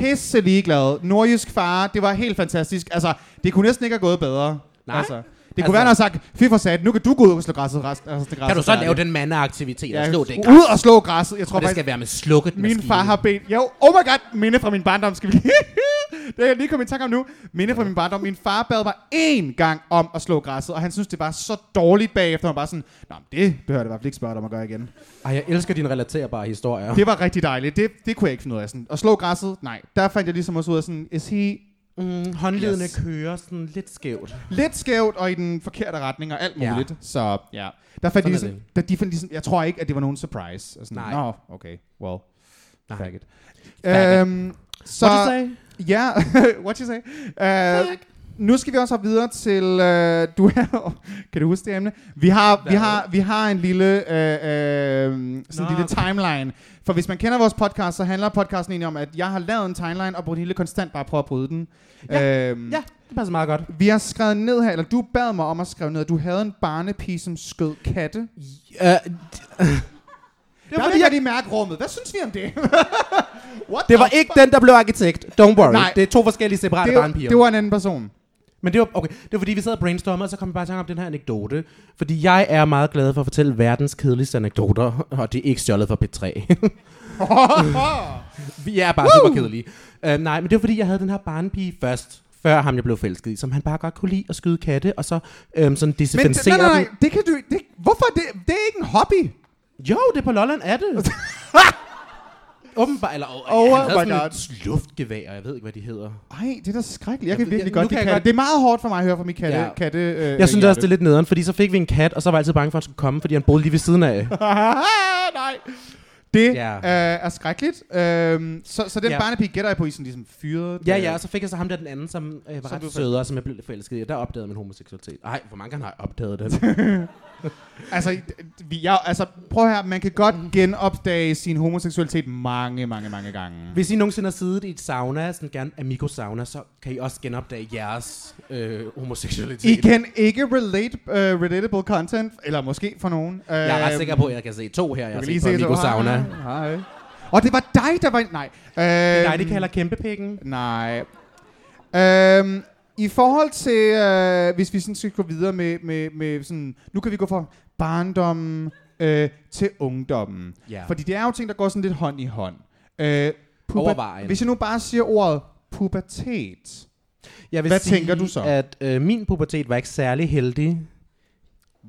Speaker 1: pisse ligeglad. Nordjysk far, det var helt fantastisk. Altså, det kunne næsten ikke have gået bedre.
Speaker 2: Nej.
Speaker 1: Altså, det kunne være, han har sagt, fy for sat, nu kan du gå ud og slå græsset. Rest, altså, det græsset
Speaker 2: Kan du så
Speaker 1: færdigt."
Speaker 2: lave den mandeaktivitet ja, og
Speaker 1: Ja,
Speaker 2: slå det
Speaker 1: ud og slå græsset. Jeg tror
Speaker 2: Og det
Speaker 1: faktisk,
Speaker 2: skal være med slukket
Speaker 1: min
Speaker 2: maskine.
Speaker 1: far har bedt... Jo, oh my god, minde fra min barndom skal vi lige... <laughs> det er jeg lige kommet i tanke om nu. Minde fra min barndom. Min far bad mig én gang om at slå græsset, og han synes, det var så dårligt bagefter. Han var bare sådan, Nå, men det behøver det i hvert fald ikke spørge dig om at gøre igen.
Speaker 2: Ej, jeg elsker dine relaterbare historier.
Speaker 1: Det var rigtig dejligt. Det, det kunne jeg ikke finde ud af. Sådan. At slå græsset, nej. Der fandt jeg ligesom også ud af sådan, is he
Speaker 2: Mm, håndledene
Speaker 1: Yes.
Speaker 2: yes. kører sådan lidt skævt.
Speaker 1: lidt skævt og i den forkerte retning og alt
Speaker 2: Ja.
Speaker 1: muligt. Så ja, der fandt de,
Speaker 2: er
Speaker 1: ligesom, der, de fandt ligesom, jeg tror ikke, at det var nogen surprise. Og sådan,
Speaker 2: Nej.
Speaker 1: Nå, okay, well,
Speaker 2: Nej.
Speaker 1: faggot.
Speaker 2: Faggot.
Speaker 1: Øhm, så,
Speaker 2: Så... What you say?
Speaker 1: <laughs> Ja, what you say? Uh, nu skal vi også hoppe videre til øh, du er, <laughs> kan du huske det emne? Vi har vi
Speaker 2: Hvad?
Speaker 1: har vi har en lille øh, øh, sådan en
Speaker 2: Nå.
Speaker 1: lille timeline. For hvis man kender vores podcast, så handler podcasten egentlig om at jeg har lavet en timeline og Brunhilde konstant bare prøver at bryde den. Ja. Øhm,
Speaker 2: Ja, Øh, det passer meget godt.
Speaker 1: vi har skrevet ned her, eller du bad mig om at skrive ned, at du havde en barnepige, som skød katte. Det
Speaker 2: <laughs> Uh, det,
Speaker 1: var
Speaker 2: var,
Speaker 1: jeg
Speaker 2: fordi,
Speaker 1: vil
Speaker 2: jeg,
Speaker 1: godt lige mærke rummet. Hvad synes vi om det? <laughs> What
Speaker 2: det var
Speaker 1: the
Speaker 2: ikke den, der blev arkitekt. Don't
Speaker 1: Nej.
Speaker 2: worry. Nej. Det er to forskellige
Speaker 1: fuck?
Speaker 2: separate
Speaker 1: det,
Speaker 2: barnpiger.
Speaker 1: var, det var en anden
Speaker 2: <laughs>
Speaker 1: person.
Speaker 2: Men det var, okay, det var fordi, vi sad og brainstormede, og så kom vi bare i tanke om den her anekdote. Fordi jeg er meget glad for at fortælle verdens kedeligste anekdoter, og det er ikke stjålet fra P3. <laughs> vi er bare super kedelige. Uh, nej, men det var fordi, jeg havde den her barnpige først, før ham jeg blev forelsket i, som han bare godt kunne lide at skyde katte, og så øhm, sådan
Speaker 1: Men det, nej,
Speaker 2: desinficere
Speaker 1: nej, nej,
Speaker 2: dem.
Speaker 1: det kan du det, Hvorfor er det? Det er ikke en hobby.
Speaker 2: Jo, det er på Lolland, er det.
Speaker 1: <laughs>
Speaker 2: Åbenbart, eller
Speaker 1: Oh
Speaker 2: oh, ja, han
Speaker 1: my
Speaker 2: havde sådan
Speaker 1: God.
Speaker 2: et luftgevær, jeg ved ikke, hvad de hedder.
Speaker 1: Ej, det er da skrækkeligt. Jeg kan
Speaker 2: ved-
Speaker 1: virkelig
Speaker 2: jeg- nu
Speaker 1: godt
Speaker 2: kan
Speaker 1: lide
Speaker 2: jeg
Speaker 1: katte.
Speaker 2: godt-
Speaker 1: Det er meget hårdt for mig at høre fra min katte.
Speaker 2: Ja.
Speaker 1: katte øh,
Speaker 2: Jeg synes også, det er lidt nederen, fordi så fik vi en kat, og så var jeg altid bange for, at han skulle komme, fordi han boede lige ved siden af.
Speaker 1: lidt... <laughs> nej. Det
Speaker 2: Ja.
Speaker 1: øh, er skrækkeligt. Øhm, så, så den
Speaker 2: Ja.
Speaker 1: barnepige gætter jeg på, I sådan ligesom fyrede.
Speaker 2: Ja,
Speaker 1: øh,
Speaker 2: ja, og så fik jeg så ham der den anden, som øh, var
Speaker 1: Som
Speaker 2: som
Speaker 1: du
Speaker 2: ret sødere, som jeg blev lidt forelsket i, og der opdagede jeg min homoseksualitet. Nej, hvor mange gange har jeg opdaget det?
Speaker 1: Altså, i- d- vi, jeg, altså, prøv her, man kan godt
Speaker 2: Mhm.
Speaker 1: genopdage sin homoseksualitet mange, mange, mange gange.
Speaker 2: Hvis I nogensinde har siddet i et sauna, sådan gerne Amigo sauna, så kan I også genopdage jeres øh, homoseksualitet.
Speaker 1: I kan ikke relate, uh, relatable content, eller måske for nogen. Uh,
Speaker 2: Jeg er ret sikker på, at jeg kan se to her, jeg har set på Amigo sauna.
Speaker 1: Hej, hej. Og det var dig, der var... Nej. Uh,
Speaker 2: Det er dig, de kalder kæmpepikken.
Speaker 1: Nej. Øhm, I forhold til, øh, hvis vi sådan skal gå videre med, med, med sådan, nu kan vi gå fra barndommen øh, til ungdommen.
Speaker 2: Ja.
Speaker 1: Fordi det er jo ting, der går sådan lidt hånd i hånd. Øh, puber-
Speaker 2: Overvejen.
Speaker 1: hvis jeg nu bare siger ordet pubertet.
Speaker 2: Jeg vil
Speaker 1: Hvad
Speaker 2: sige,
Speaker 1: tænker du så?
Speaker 2: at øh, min pubertet var ikke særlig heldig.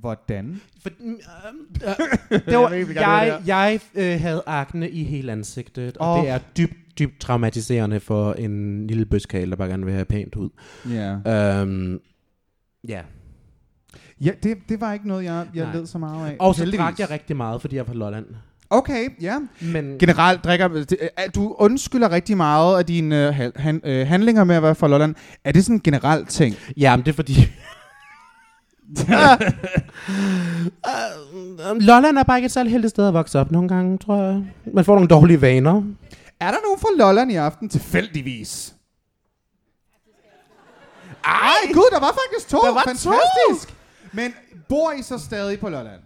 Speaker 1: Hvordan?
Speaker 2: For, mm,
Speaker 1: <laughs>
Speaker 2: øh, øh, det var,
Speaker 1: Jeg ved ikke, hvad det er,
Speaker 2: jeg jeg øh, havde akne i hele ansigtet, og
Speaker 1: Åh.
Speaker 2: oh. det er dybt, dybt traumatiserende for en lille bøskal, der bare gerne vil have pænt ud.
Speaker 1: Yeah.
Speaker 2: Øhm, ja.
Speaker 1: Ja, det, det var ikke noget, jeg, jeg
Speaker 2: Nej.
Speaker 1: led så meget af.
Speaker 2: Og så
Speaker 1: Heldigvis.
Speaker 2: drak jeg rigtig meget, fordi jeg er fra Lolland.
Speaker 1: Okay, ja.
Speaker 2: Men
Speaker 1: Generelt drikker... det- øh, Du undskylder rigtig meget af dine øh, han- han, øh, handlinger med at være fra Lolland. Er det sådan en generel ting?
Speaker 2: ja, men det er fordi... Øh, <laughs> Lolland er bare ikke et særlig heldigt sted at vokse op nogle gange, tror jeg. Man får nogle dårlige vaner.
Speaker 1: Er der nogen fra Lolland i aften? Tilfældigvis. Ej, gud, der var faktisk to.
Speaker 2: Der var to.
Speaker 1: Fantastisk. Men bor I så stadig på Lolland?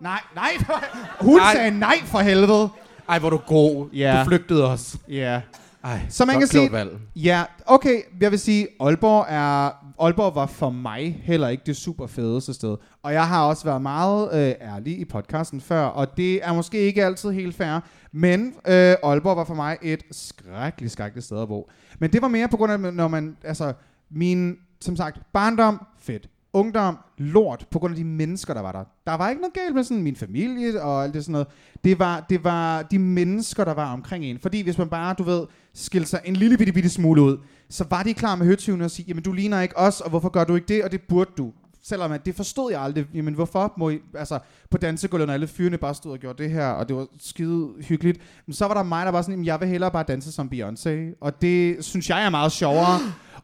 Speaker 1: Nej. Nej, nej. Hun nej.
Speaker 2: Nej.
Speaker 1: sagde nej for helvede.
Speaker 2: Ej, hvor er du god.
Speaker 1: Ja.
Speaker 2: Du flygtede os.
Speaker 1: Ja.
Speaker 2: Ej,
Speaker 1: Så man
Speaker 2: godt
Speaker 1: kan
Speaker 2: klogt
Speaker 1: sige-
Speaker 2: valg.
Speaker 1: Ja, okay, jeg vil sige, Aalborg er Aalborg var for mig heller ikke det super fedeste sted. Og jeg har også været meget øh, ærlig i podcasten før, og det er måske ikke altid helt fair, men øh, Aalborg var for mig et skrækkeligt, skrækkeligt sted at bo. Men det var mere på grund af, når man, altså, min, som sagt, barndom, fedt. Ungdom, lort, på grund af de mennesker, der var der. Der var ikke noget galt med sådan min familie og alt det sådan noget. Det var, det var de mennesker, der var omkring en. Fordi hvis man bare, du ved, skilte sig en lille bitte, bitte smule ud, så var de klar med høtyvene og sige, jamen du ligner ikke os, og hvorfor gør du ikke det, og det burde du. Selvom at det forstod jeg aldrig, jamen hvorfor må I, altså på dansegulvet, når alle fyrene bare stod og gjorde det her, og det var skide hyggeligt, men så var der mig, der var sådan, jamen jeg vil hellere bare danse som Beyoncé, og det synes jeg er meget sjovere.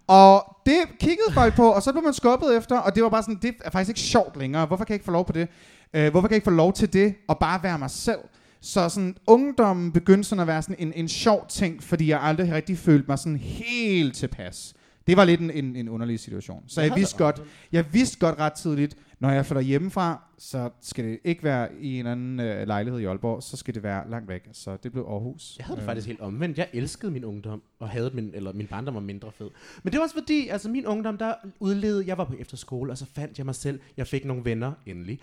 Speaker 1: Og det kiggede folk på, og så blev man skubbet efter, og det var bare sådan, det er faktisk ikke sjovt længere, hvorfor kan jeg ikke få lov på det? Øh, hvorfor kan jeg ikke få lov til det, og bare være mig selv? Så sådan, ungdommen begyndte sådan at være sådan en, en sjov ting, fordi jeg aldrig rigtig følte mig sådan helt tilpas. Det var lidt en, en, en underlig situation. Så jeg vidste, godt, jeg vidste godt ret tidligt, når jeg flytter hjemmefra, så skal det ikke være i en eller anden øh, lejlighed i Aalborg, så skal det være langt væk. Så det blev Aarhus.
Speaker 2: Jeg havde det
Speaker 1: Øh,
Speaker 2: faktisk helt omvendt. Jeg elskede min ungdom, og havde min, eller min barndom var mindre fed. Men det var også fordi, altså min ungdom, der udlevede, jeg var på efterskole, og så fandt jeg mig selv. Jeg fik nogle venner, endelig.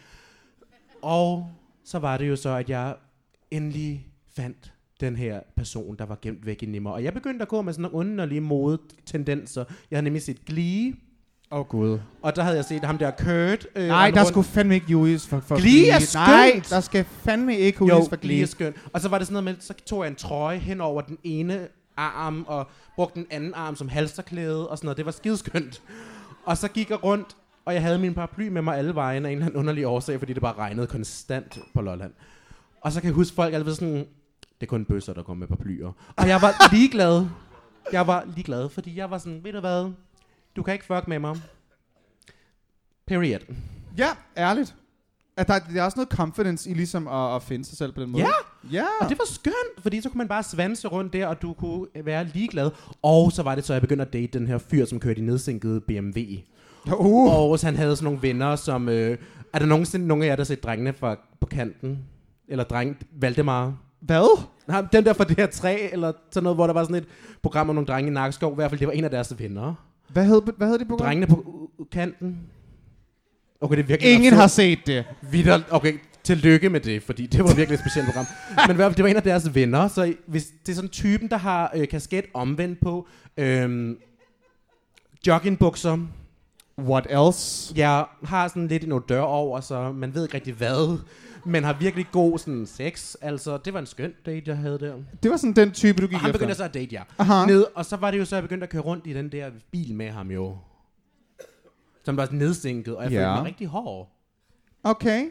Speaker 2: Og så var det jo så, at jeg endelig fandt den her person, der var gemt væk i mig. Og jeg begyndte at gå med sådan nogle underlige modetendenser. Jeg havde nemlig set Glee,
Speaker 1: Åh oh, gud.
Speaker 2: og der havde jeg set ham der Kurt. Øh,
Speaker 1: Nej,
Speaker 2: rende
Speaker 1: der
Speaker 2: rundt.
Speaker 1: skulle fandme ikke Julius for, for
Speaker 2: Glee er
Speaker 1: Nej,
Speaker 2: skønt.
Speaker 1: der skal fandme ikke
Speaker 2: Jo,
Speaker 1: Julius for
Speaker 2: lige
Speaker 1: Glee.
Speaker 2: er skønt. Og så var det sådan noget med, så tog jeg en trøje hen over den ene arm, og brugte den anden arm som halsterklæde, og sådan noget. Det var skideskønt. Og så gik jeg rundt, og jeg havde min paraply med mig alle vejen af en eller anden underlig årsag, fordi det bare regnede konstant på Lolland. Og så kan jeg huske folk altid sådan, det er kun bøsser, der kommer med paraplyer. Og jeg <laughs> var ligeglad. Jeg var ligeglad, fordi jeg var sådan, ved du hvad, du kan ikke fuck med mig. Period.
Speaker 1: Ja, ærligt. At der, der er også noget confidence i ligesom at, at finde sig selv på den måde.
Speaker 2: Ja!
Speaker 1: Ja!
Speaker 2: Og det var skønt, fordi så kunne man bare svanse rundt der, og du kunne øh, være ligeglad. Og så var det så, jeg begyndte at date den her fyr, som kørte i nedsænkede BMW.
Speaker 1: Uh.
Speaker 2: Og så han havde sådan nogle venner, som... Øh, er der nogensinde nogen af jer, der har set drengene fra, på kanten? Eller dreng Valdemar?
Speaker 1: Hvad?
Speaker 2: Nej, den der fra det her træ, eller sådan noget, hvor der var sådan et program om nogle drenge i Nakskov. I hvert fald, det var en af deres venner.
Speaker 1: Hvad hed, hvad hed det program?
Speaker 2: Drengene på u- u- kanten. Okay, det er virkelig
Speaker 1: Ingen
Speaker 2: absurd.
Speaker 1: har set det.
Speaker 2: Vidder, okay, tillykke med det, fordi det var virkelig et specielt program. Men i hvert fald, det var en af deres venner, så I- hvis det er sådan typen, der har øh, kasket omvendt på, øh, joggingbukser,
Speaker 1: What else?
Speaker 2: ja, har sådan lidt en odør over, så man ved ikke rigtig hvad, men har virkelig god sådan, sex. Altså, det var en skøn date, jeg havde der.
Speaker 1: Det var sådan den type, du gik
Speaker 2: Og han
Speaker 1: efter.
Speaker 2: begyndte så at date jer.
Speaker 1: Aha.
Speaker 2: Ned, og så var det jo så, at jeg begyndte at køre rundt i den der bil med ham jo. Som var nedsænket, og jeg
Speaker 1: Ja.
Speaker 2: følte mig rigtig hård.
Speaker 1: Okay,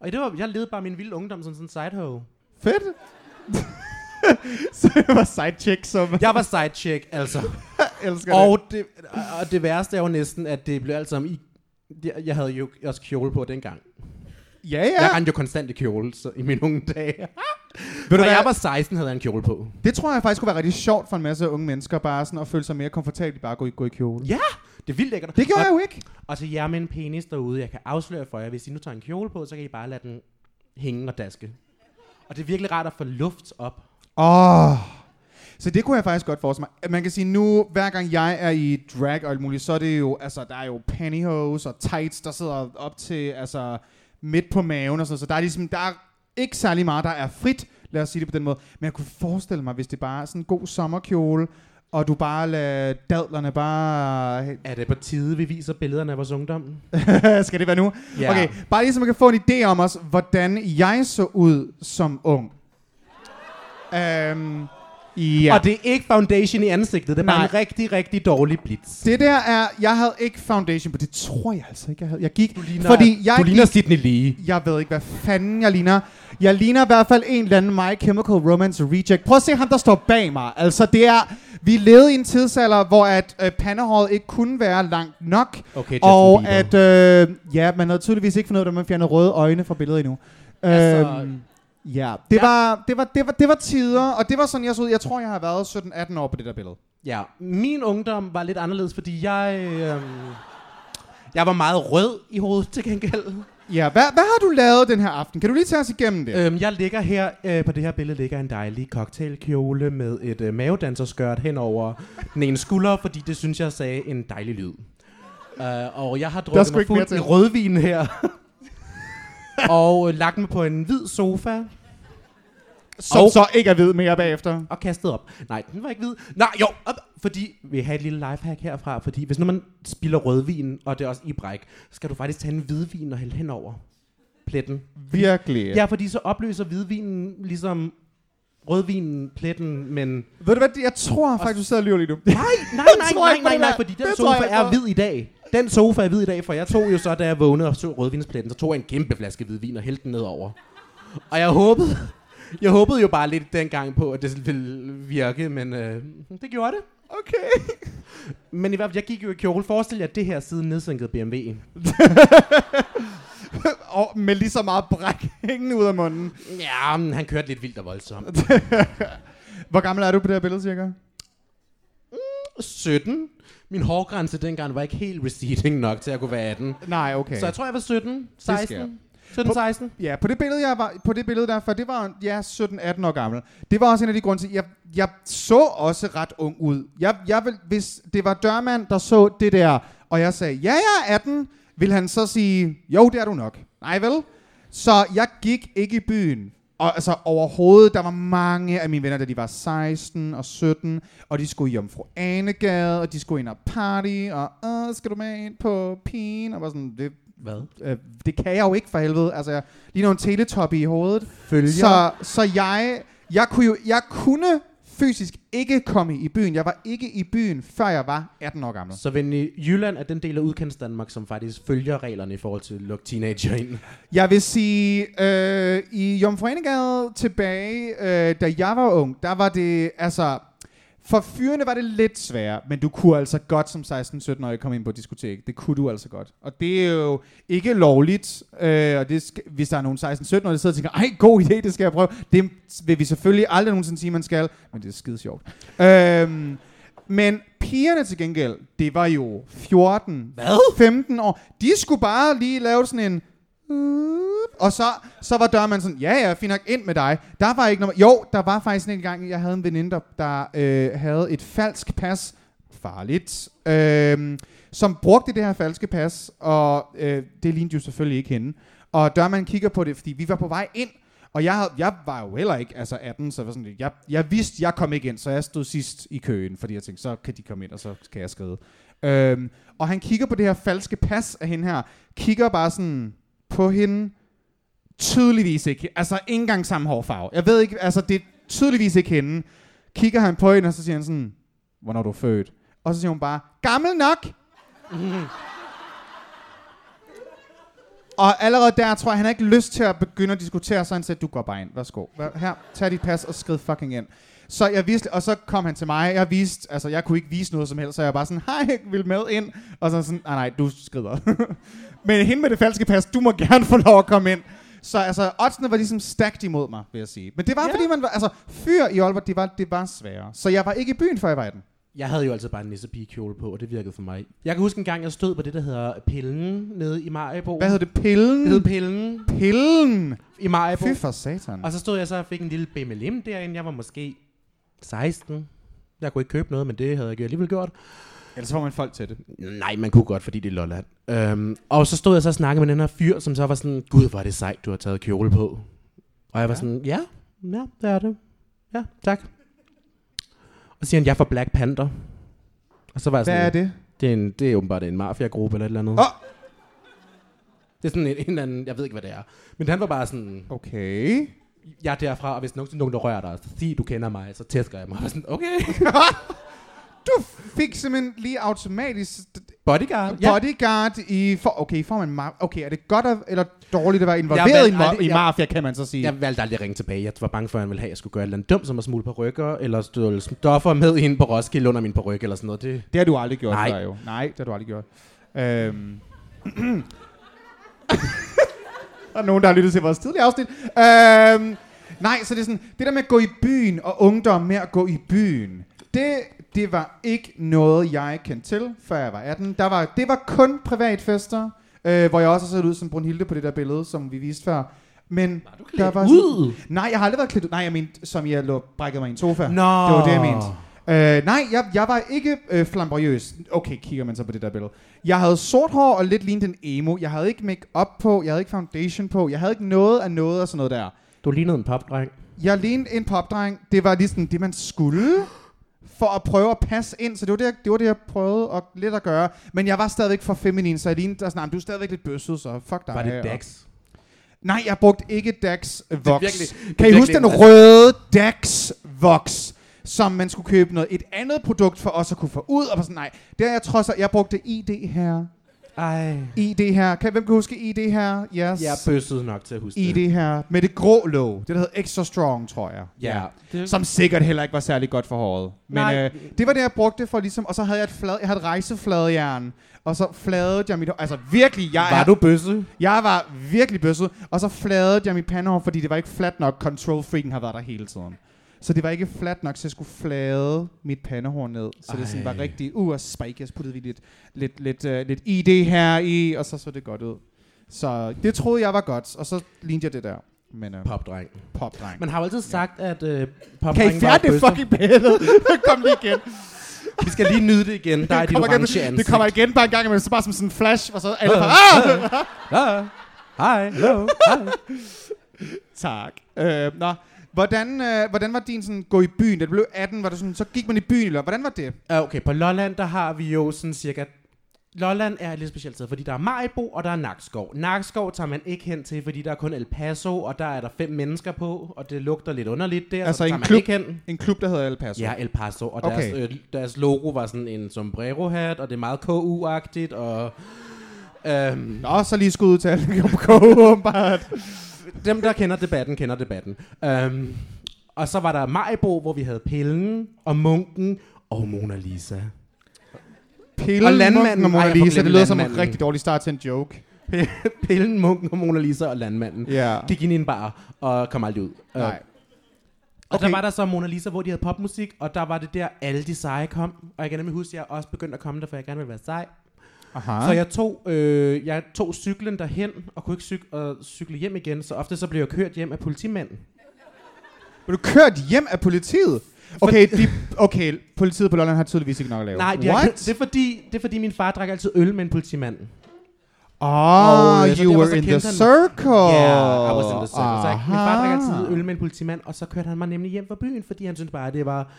Speaker 2: Og det var, jeg levede bare min vilde ungdom som sådan en sidehoe.
Speaker 1: fedt. <laughs> så det var sidechick, som jeg
Speaker 2: Jeg var sidechick, altså.
Speaker 1: elsker det.
Speaker 2: Og det, og det værste er jo næsten, at det blev alt sammen i... det- Jeg havde jo også kjole på dengang.
Speaker 1: Ja,
Speaker 2: Jeg
Speaker 1: ja.
Speaker 2: rendte jo konstant i kjole så, i mine unge dage.
Speaker 1: Ved
Speaker 2: Når
Speaker 1: du
Speaker 2: jeg
Speaker 1: hvad?
Speaker 2: var 16, havde jeg en kjole på.
Speaker 1: Det tror jeg faktisk kunne være rigtig sjovt for en masse unge mennesker, bare sådan at føle sig mere komfortabelt, bare at gå i, gå i kjole.
Speaker 2: Ja, det er vildt lækkert.
Speaker 1: Det gjorde
Speaker 2: og,
Speaker 1: jeg jo ikke.
Speaker 2: Og til jer med en penis derude, jeg kan afsløre for jer, hvis I nu tager en kjole på, så kan I bare lade den hænge og daske. Og det er virkelig rart at få luft op.
Speaker 1: Åh. Oh. Så det kunne jeg faktisk godt forestille mig. Man kan sige nu, hver gang jeg er i drag og alt muligt, så er det jo, altså, der er jo pantyhose og tights, der sidder op til, altså, midt på maven og sådan noget. Så der er ligesom, der er ikke særlig meget, der er frit, lad os sige det på den måde. Men jeg kunne forestille mig, hvis det bare er sådan en god sommerkjole, og du bare lader dadlerne bare... <laughs>
Speaker 2: Er det på tide, vi viser billederne af vores ungdom?
Speaker 1: Skal det være nu?
Speaker 2: Ja.
Speaker 1: Okay, bare lige så man kan få en idé om os, hvordan jeg så ud som ung. Øhm, ja.
Speaker 2: Ja. Og det er ikke foundation i ansigtet, det er bare
Speaker 1: Nej.
Speaker 2: en rigtig, rigtig dårlig blitz.
Speaker 1: Det der er, jeg havde ikke foundation på, det tror jeg altså ikke, jeg havde. Jeg gik,
Speaker 2: Du ligner,
Speaker 1: fordi jeg
Speaker 2: du ligner
Speaker 1: gik,
Speaker 2: Sidney Lee.
Speaker 1: jeg ved ikke, hvad fanden jeg ligner. Jeg ligner i hvert fald en eller anden My Chemical Romance reject. Prøv at se ham, der står bag mig. Altså, det er, vi levede i en tidsalder, hvor at øh, pandehåret ikke kunne være langt nok.
Speaker 2: Okay, Justin
Speaker 1: og
Speaker 2: Bieber.
Speaker 1: at, øh, ja, man havde tydeligvis ikke fundet ud af, at man fjernede røde øjne fra billedet endnu.
Speaker 2: Altså-
Speaker 1: Øhm, ja, det,
Speaker 2: Ja.
Speaker 1: Var, det, var, det, var, det var tider, og det var sådan, jeg så ud. Jeg tror, jeg har været 17-18 år på det der billede.
Speaker 2: Ja, min ungdom var lidt øhm, anderledes, fordi jeg... Øh, jeg var meget rød i hovedet til gengæld.
Speaker 1: Ja, hvad, hvad har du lavet den her aften? Kan du lige tage os igennem det?
Speaker 2: Øhm, jeg ligger her, øh, på det her billede ligger en dejlig cocktailkjole med et øh, mavedanserskørt hen over den ene skulder, fordi det synes jeg sagde en dejlig lyd. Uh, og jeg har drukket
Speaker 1: sgu
Speaker 2: mig
Speaker 1: ikke mere
Speaker 2: fuld i
Speaker 1: til. <laughs>
Speaker 2: rødvin her. og øh, lagt mig på en hvid sofa
Speaker 1: som
Speaker 2: og-
Speaker 1: så ikke er ved mere bagefter.
Speaker 2: og kastet op. Nej, den var ikke hvid. Nej, jo, op, fordi vi har et lille lifehack herfra, fordi hvis nu man spiller rødvin, og det er også i bræk, så skal du faktisk tage en hvidvin og hælde hen over pletten.
Speaker 1: Virkelig.
Speaker 2: Ja, fordi så opløser hvidvinen ligesom rødvinen, pletten, men... Nej,
Speaker 1: Ved du hvad, jeg tror faktisk, du sidder og lyver lige nu. tror
Speaker 2: nej, nej,
Speaker 1: jeg
Speaker 2: nej,
Speaker 1: ikke på
Speaker 2: nej,
Speaker 1: det
Speaker 2: nej,
Speaker 1: der.
Speaker 2: fordi den
Speaker 1: Det tror
Speaker 2: sofa
Speaker 1: jeg
Speaker 2: er
Speaker 1: ikke på.
Speaker 2: hvid i dag. Den sofa er hvid i dag, for jeg tog jo så, da jeg vågnede og så rødvinspletten, så tog jeg en kæmpe flaske hvidvin og hældte den ned over. Og jeg håbede, jeg håbede jo bare lidt dengang på, at det ville virke, men øh, det gjorde det.
Speaker 1: <laughs> Okay.
Speaker 2: Men i hvert fald, jeg gik jo i kjole. Forestil jer det her siden nedsænket BMW.
Speaker 1: Og med lige så meget bræk hængende ud af munden.
Speaker 2: Ja, men han kørte lidt vildt og voldsomt.
Speaker 1: Hvor gammel er du på det her billede, cirka?
Speaker 2: 17. Min hårgrænse dengang var ikke helt receding nok til at kunne være 18.
Speaker 1: Nej, okay.
Speaker 2: Så jeg tror, jeg var 17,
Speaker 1: sker.
Speaker 2: 16. 17, 16.
Speaker 1: Ja, på det billede, jeg var, på det billede der, for det var, jeg er 17-18 år gammel. Det var også en af de grunde til, jeg, jeg så også ret ung ud. Jeg, jeg vil, hvis det var dørmand, der så det der, og jeg sagde, ja, jeg er 18, vil han så sige, jo, det er du nok. Nej, vel? Så jeg gik ikke i byen. Og altså overhovedet, der var mange af mine venner, da de var 16 og 17, og de skulle i Jomfru Anegade, og de skulle ind og party, og Åh, skal du med ind på pigen? Og var sådan, det
Speaker 2: Hvad?
Speaker 1: øh, det kan jeg jo ikke for helvede. Altså, jeg ligner en teletop i hovedet.
Speaker 2: Følger.
Speaker 1: Så, så jeg, jeg kunne jo, jeg kunne fysisk ikke komme i byen. Jeg var ikke i byen, før jeg var 18 år gammel.
Speaker 2: Så ven i Jylland er den del af udkants Danmark, som faktisk følger reglerne i forhold til at lukke teenager ind.
Speaker 1: Jeg vil sige, øh, i Jomfruanegade tilbage, øh, da jeg var ung, der var det, altså... For fyrene var det lidt sværere, men du kunne altså godt som 16-17-årig komme ind på et diskotek. Det kunne du altså godt. Og det er jo ikke lovligt, øh, og det skal, hvis der er nogen 16-17-årige, der sidder og tænker, ej, god idé, det skal jeg prøve. Det vil vi selvfølgelig aldrig nogensinde sige, man skal, men det er skide sjovt. Øhm, men pigerne til gengæld, det var jo 14,
Speaker 2: Hvad?
Speaker 1: 15 år. De skulle bare lige lave sådan en... Og så, så var dørmanden sådan, ja ja, fint nok, ind med dig. Der var ikke noget... Jo, der var faktisk en gang, jeg havde en veninde, der, der øh, havde et falsk pas. Farligt. Øh, som brugte det her falske pas, og øh, det lignede jo selvfølgelig ikke hende. Og dørmanden kigger på det, fordi vi var på vej ind, og jeg, havde, jeg var jo heller ikke altså 18, så var sådan, lidt- jeg, jeg vidste, jeg kom ikke ind, så jeg stod sidst i køen, fordi jeg tænkte, så kan de komme ind, og så kan jeg skride. Øhm, og han kigger på det her falske pas af hende her, kigger bare sådan på hende, tydeligvis ikke, altså ikke engang samme hårfarve. Jeg ved ikke, altså det er tydeligvis ikke hende. Kigger han på hende, og så siger han sådan, hvornår er du født? Og så siger hun bare, gammel nok! Og allerede der tror jeg, han har ikke lyst til at begynde at diskutere, så han sagde, du går bare ind, værsgo. Vær- Her, tag dit pas og skrid fucking ind. Så jeg viste, og så kom han til mig, jeg viste, altså jeg kunne ikke vise noget som helst, så jeg var bare sådan, hej, jeg vil med ind, og så sådan, nej, nej, du skrider. <laughs> Men hende med det falske pas, du må gerne få lov at komme ind. Så altså, oddsene var ligesom stacked imod mig, vil jeg sige. Men det var,
Speaker 2: Ja.
Speaker 1: fordi man var, altså, fyr i Aalborg, det var, det var sværere. Så jeg var ikke i byen, før jeg var i den.
Speaker 2: Jeg havde jo altid bare en nissepigekjole på, og det virkede for mig. Jeg kan huske en gang, jeg stod på det, der hedder Pillen nede i Majbo.
Speaker 1: Hvad hed det? Pillen?
Speaker 2: Det hed Pillen
Speaker 1: Pillen?
Speaker 2: i Majbo.
Speaker 1: Fy for satan.
Speaker 2: Mm. Og så stod jeg så og fik en lille BMLM derinde. Jeg var måske 16. Jeg kunne ikke købe noget, men det havde jeg alligevel gjort.
Speaker 1: Ellers får man folk til det. Altså,
Speaker 2: Nej, man kunne godt, fordi det er Lolland. Øhm, og så stod jeg så og snakkede med den her fyr, som så var sådan, gud, hvor er det sejt, du har taget kjole på. Og jeg var
Speaker 1: Ja.
Speaker 2: sådan, ja, ja, det er det. Ja, tak. Og så siger han, jeg er fra Black Panther. Og så var jeg
Speaker 1: Hvad
Speaker 2: sådan,
Speaker 1: er det?
Speaker 2: Det er, en, det er åbenbart en mafiagruppe eller et eller andet.
Speaker 1: Åh!
Speaker 2: Det er sådan en, en eller anden, jeg ved ikke, hvad det er. Men han var bare sådan,
Speaker 1: Okay.
Speaker 2: jeg er derfra, og hvis nogen, nogen der rører dig, så sig, du kender mig, så tæsker jeg mig. Jeg var sådan, okay.
Speaker 1: Du fik simpelthen lige automatisk
Speaker 2: Bodyguard.
Speaker 1: ja. bodyguard i... For, okay, får man ma- okay, er det godt at- eller dårligt at være involveret
Speaker 2: valgte
Speaker 1: i, ma-
Speaker 2: aldrig-
Speaker 1: i
Speaker 2: jeg-
Speaker 1: mafia, kan man så sige?
Speaker 2: Jeg valgte aldrig at ringe tilbage. Jeg var bange for, at han ville have, at jeg skulle gøre et eller andet dumt, som at smule rykker, eller stjåle stoffer med ind på Roskilde under min paryk, eller sådan noget. Det,
Speaker 1: Det har du aldrig gjort
Speaker 2: Nej.
Speaker 1: før, jo. Nej, det har du aldrig gjort. Øhm. <clears throat> der er nogen, der har lyttet til vores tidligere afsnit. Øhm. Nej, så det er sådan, det der med at gå i byen, og ungdom med at gå i byen, det, det var ikke noget, jeg kendte til, før jeg var 18. Der var, det var kun privatfester, Øh, hvor jeg også har set ud som Brunhilde på det der billede, som vi viste før. Men
Speaker 2: Var du
Speaker 1: der
Speaker 2: klædt
Speaker 1: var sådan-
Speaker 2: ud?
Speaker 1: Nej, jeg har aldrig været klædt ud. Nej, jeg mente, som jeg lå brækket mig i en sofa.
Speaker 2: Nå.
Speaker 1: Det var det, jeg mente. Øh, nej, jeg, jeg var ikke øh, flamboyøs. Okay, kigger man så på det der billede. Jeg havde sort hår og lidt lignede en emo. Jeg havde ikke make-up på, jeg havde ikke foundation på, jeg havde ikke noget af noget og sådan noget der.
Speaker 2: Du lignede en popdreng.
Speaker 1: Jeg lignede en popdreng. Det var ligesom det, man skulle for at prøve at passe ind. Så det var det, jeg, det, var det, jeg prøvede at, lidt at gøre. Men jeg var stadigvæk for feminin, så jeg lignede der sådan, "Nah, men du er stadigvæk lidt bøsset, så fuck dig.
Speaker 2: Var det
Speaker 1: Og-
Speaker 2: Dax?
Speaker 1: Nej, jeg brugte ikke Dax Vox.
Speaker 2: virkelig-
Speaker 1: kan I
Speaker 2: virkelig
Speaker 1: huske den
Speaker 2: en-
Speaker 1: røde Dax Vox, som man skulle købe noget et andet produkt for os at kunne få ud? Og var sådan, nej, det er jeg trods alt, jeg brugte ID her.
Speaker 2: Ej.
Speaker 1: ID her. Kan, hvem kan huske ID her? Yes.
Speaker 2: Jeg er bøsset nok til at huske det.
Speaker 1: ID her. Med det grå låg. Det der hed Extra Strong, tror jeg.
Speaker 2: Ja. Det,
Speaker 1: Som sikkert heller ikke var særlig godt for håret. Men
Speaker 2: Nej.
Speaker 1: øh, det var det, jeg brugte for ligesom... Og så havde jeg et, flad, jeg havde et rejsefladejern. Og så fladede jeg mit hår. Altså virkelig, jeg
Speaker 2: var
Speaker 1: er
Speaker 2: du bøsse?
Speaker 1: jeg var virkelig bøsset, og så fladede jeg mit pandehår, fordi det var ikke fladt nok. Control freaken har været der hele tiden. Så det var ikke fladt nok, så jeg skulle flade mit pandehår ned. Så Ej. det sådan var
Speaker 2: Ej.
Speaker 1: rigtig, uh, og spike, jeg puttede lige lidt, lidt, lidt, uh, lidt ID her i, og så så det godt ud. Så det troede jeg var godt, og så lignede jeg det der. Men uh,
Speaker 2: Popdreng.
Speaker 1: pop, dreng.
Speaker 2: Man har jo altid sagt, at øh,
Speaker 1: Kan I
Speaker 2: popdreng var
Speaker 1: fjerne det
Speaker 2: bøsser.
Speaker 1: fucking billede? <laughs> Kom lige igen.
Speaker 2: Vi skal lige nyde det
Speaker 1: <laughs>
Speaker 2: igen. Der er dit
Speaker 1: kommer
Speaker 2: orange Øh.
Speaker 1: igen,
Speaker 2: ansigt.
Speaker 1: det kommer igen bare en gang imellem, så bare som sådan en flash, og så alle bare, ah!
Speaker 2: Ah, hej, hello, hej.
Speaker 1: Tak. Øh, nå. Hvordan, øh, hvordan var din sådan, gå i byen? Da du blev 18, var du sådan, så gik man i byen, eller hvordan var det?
Speaker 2: Ah, Okay, på Lolland, der har vi jo sådan cirka... Lolland er et lidt specielt sted, fordi der er Majbo, og der er Nakskov. Nakskov tager man ikke hen til, fordi der er kun El Paso, og der er der fem mennesker på, og det lugter lidt underligt der,
Speaker 1: Altså
Speaker 2: så der
Speaker 1: en
Speaker 2: tager man
Speaker 1: klub?
Speaker 2: ikke hen.
Speaker 1: En klub, der hedder El Paso.
Speaker 2: Ja, El Paso, og
Speaker 1: Okay.
Speaker 2: okay. deres, øh, deres logo var sådan en sombrero-hat, og det er meget KU-agtigt, og... Øhm,
Speaker 1: Nå, så lige skud ud til alle om koge, åbenbart.
Speaker 2: dem, der kender debatten, kender debatten. Um, og så var der Majbo, hvor vi havde Pillen og Munken og Mona Lisa. <laughs>
Speaker 1: Pille,
Speaker 2: Og landmanden.
Speaker 1: Munken og
Speaker 2: Ej,
Speaker 1: Mona
Speaker 2: jeg får
Speaker 1: Lisa, det
Speaker 2: glemt
Speaker 1: lyder som en
Speaker 2: landmanden.
Speaker 1: rigtig dårlig start til en joke.
Speaker 2: Pillen, Munken og Mona Lisa og Landmanden.
Speaker 1: Ja.
Speaker 2: Gik ind i en bar og kom aldrig ud. Øh,
Speaker 1: Nej.
Speaker 2: Og okay.
Speaker 1: Okay.
Speaker 2: der var der så Mona Lisa, hvor de havde popmusik, og der var det der, alle de seje kom. Og jeg kan nemlig huske, at jeg også begyndte at komme der, for jeg gerne ville være sej.
Speaker 1: Aha.
Speaker 2: Så jeg tog, øh, jeg tog cyklen derhen, og kunne ikke cyk- og cykle hjem igen, så ofte så blev jeg kørt hjem af politimanden.
Speaker 1: Blev du kørt hjem af politiet? Okay, de, okay, politiet på Lolland har tydeligvis ikke nok at lave.
Speaker 2: Nej, det er,
Speaker 1: What?
Speaker 2: det, er fordi, det er fordi, min far drak altid øl med en politimand.
Speaker 1: Oh,
Speaker 2: Og, øh, så
Speaker 1: you
Speaker 2: derfor så
Speaker 1: were in the
Speaker 2: kendte han-
Speaker 1: circle.
Speaker 2: Ja, yeah, I was in the circle. Så jeg, min far drak altid
Speaker 1: Aha.
Speaker 2: øl med en politimand, og så kørte han mig nemlig hjem fra byen, fordi han syntes bare, at det var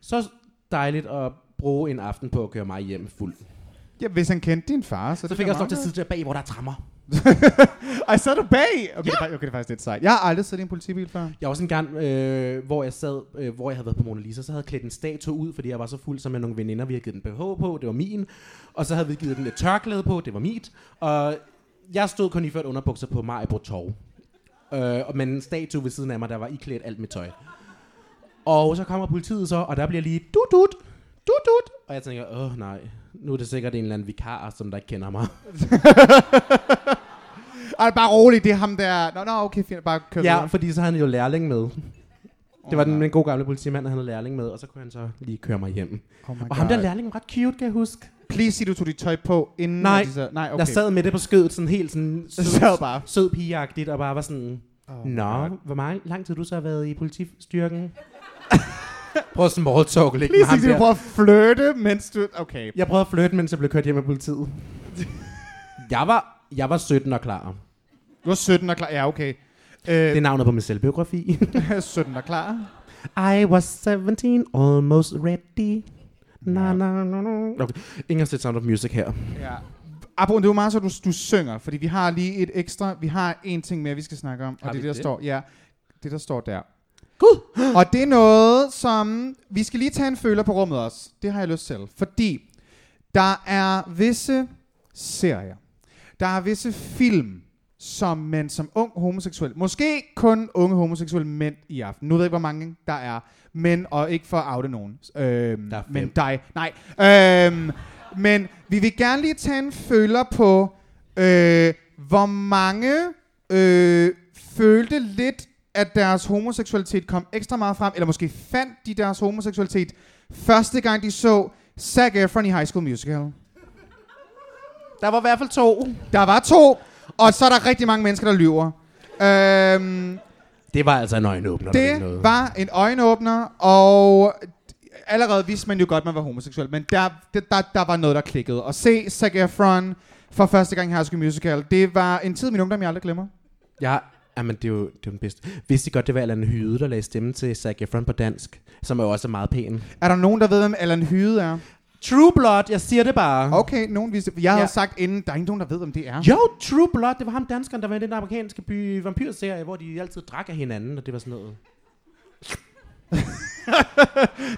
Speaker 2: så dejligt at bruge en aften på at køre mig hjem fuld.
Speaker 1: Ja, hvis han kendte din far, så,
Speaker 2: Så fik jeg også lov til at sidde der bag, hvor der er trammer.
Speaker 1: Ej, så er du bag! Okay, ja. det, er, fak- okay, det er faktisk lidt sejt. Jeg har aldrig siddet i en politibil
Speaker 2: <laughs>
Speaker 1: før.
Speaker 2: Jeg var også en gang, øh, hvor jeg sad, øh, hvor jeg havde været på Mona Lisa, så havde jeg klædt en statue ud, fordi jeg var så fuld sammen med nogle veninder. Vi havde givet den BH på, det var min. Og så havde vi givet den et tørklæde på, det var mit. Og jeg stod kun i ført underbukser på Majbo Torv. Øh, og- men en statue ved siden af mig, der var iklædt alt mit tøj. Og så kommer politiet så, og der bliver lige dut dut, dut dut. Og jeg tænker, åh nej, nu er det sikkert en eller anden vikar, som der ikke kender mig.
Speaker 1: Ej, bare rolig, det er ham der... Nå, nå, okay, fint, bare kør
Speaker 2: Ja,
Speaker 1: videre.
Speaker 2: fordi så havde han jo lærling med. Det var
Speaker 1: Oh
Speaker 2: den,
Speaker 1: my-
Speaker 2: den gode gamle politimand, han havde lærling med, og så kunne han så lige køre mig hjem.
Speaker 1: Oh my
Speaker 2: Og ham der
Speaker 1: God.
Speaker 2: lærling var ret cute, kan jeg huske.
Speaker 1: Please sig, du tog dit tøj på, inden...
Speaker 2: Nej,
Speaker 1: at de så- nej, okay.
Speaker 2: Okay. Jeg sad med det på skødet, sådan helt sådan
Speaker 1: Så
Speaker 2: sød, <laughs>
Speaker 1: sad bare.
Speaker 2: sød pigeagtigt, og bare var sådan,
Speaker 1: Oh
Speaker 2: oh,
Speaker 1: my
Speaker 2: Nå,
Speaker 1: God.
Speaker 2: hvor meget, lang tid har du så har været i politistyrken? <laughs> Prøv at small talk lidt med
Speaker 1: Please
Speaker 2: ham
Speaker 1: sig, du
Speaker 2: der.
Speaker 1: prøver at flytte, mens du... Okay.
Speaker 2: Jeg prøvede at flytte, mens jeg blev kørt hjem af politiet. <laughs> jeg, var, jeg var 17 og klar.
Speaker 1: Du var 17 og klar. Ja, okay.
Speaker 2: Det er
Speaker 1: Øh,
Speaker 2: navnet på min <laughs> selvbiografi.
Speaker 1: <laughs> 17 og klar.
Speaker 2: I was 17, almost ready. Na, na, na, na. Okay, ingen set Sound of Music her.
Speaker 1: Ja. Apropos, det er jo meget så, du, du synger, fordi vi har lige et ekstra, vi har en ting mere, vi skal snakke om, og
Speaker 2: Har
Speaker 1: det er det,
Speaker 2: vi
Speaker 1: der
Speaker 2: det?
Speaker 1: står, ja, det der står der.
Speaker 2: Gud!
Speaker 1: og det er noget, som, vi skal lige tage en føler på rummet også, det har jeg lyst til, fordi der er visse serier, der er visse film, som man som ung homoseksuel, måske kun unge homoseksuelle mænd i aften, nu ved jeg ikke, hvor mange der er, men, og ikke for at oute nogen, øhm,
Speaker 2: Der er
Speaker 1: men
Speaker 2: fem.
Speaker 1: dig, nej, øhm, men vi vil gerne lige tage en føler på, øh, hvor mange øh, følte lidt, at deres homoseksualitet kom ekstra meget frem, eller måske fandt de deres homoseksualitet første gang, de så Zac Efron i High School Musical.
Speaker 2: Der var i hvert fald to.
Speaker 1: Der var to, og så er der rigtig mange mennesker, der lyver. Øhm,
Speaker 2: Det var altså en øjenåbner. der ikke
Speaker 1: det
Speaker 2: noget.
Speaker 1: var en øjenåbner, og allerede vidste man jo godt, man var homoseksuel, men der, der, der, der var noget, der klikkede. Og se Zac Efron for første gang i High School Musical, det var en tid i min ungdom, jeg aldrig glemmer.
Speaker 2: Ja, jamen, det er jo det er jo den bedste. Vidste I godt, det var Allan Hyde, der lagde stemme til Zac Efron på dansk, som er jo også meget pæn.
Speaker 1: Er der nogen, der ved, hvem Allan Hyde er?
Speaker 2: True Blood, jeg siger det bare.
Speaker 1: Okay, nogen vidste. Jeg havde
Speaker 2: Ja.
Speaker 1: sagt inden, der er ikke nogen, der ved, hvem det er.
Speaker 2: Oh. Jo, True Blood, det var ham danskeren, der var i den amerikanske by vampyrserie, hvor de altid drak af hinanden, og det var sådan noget.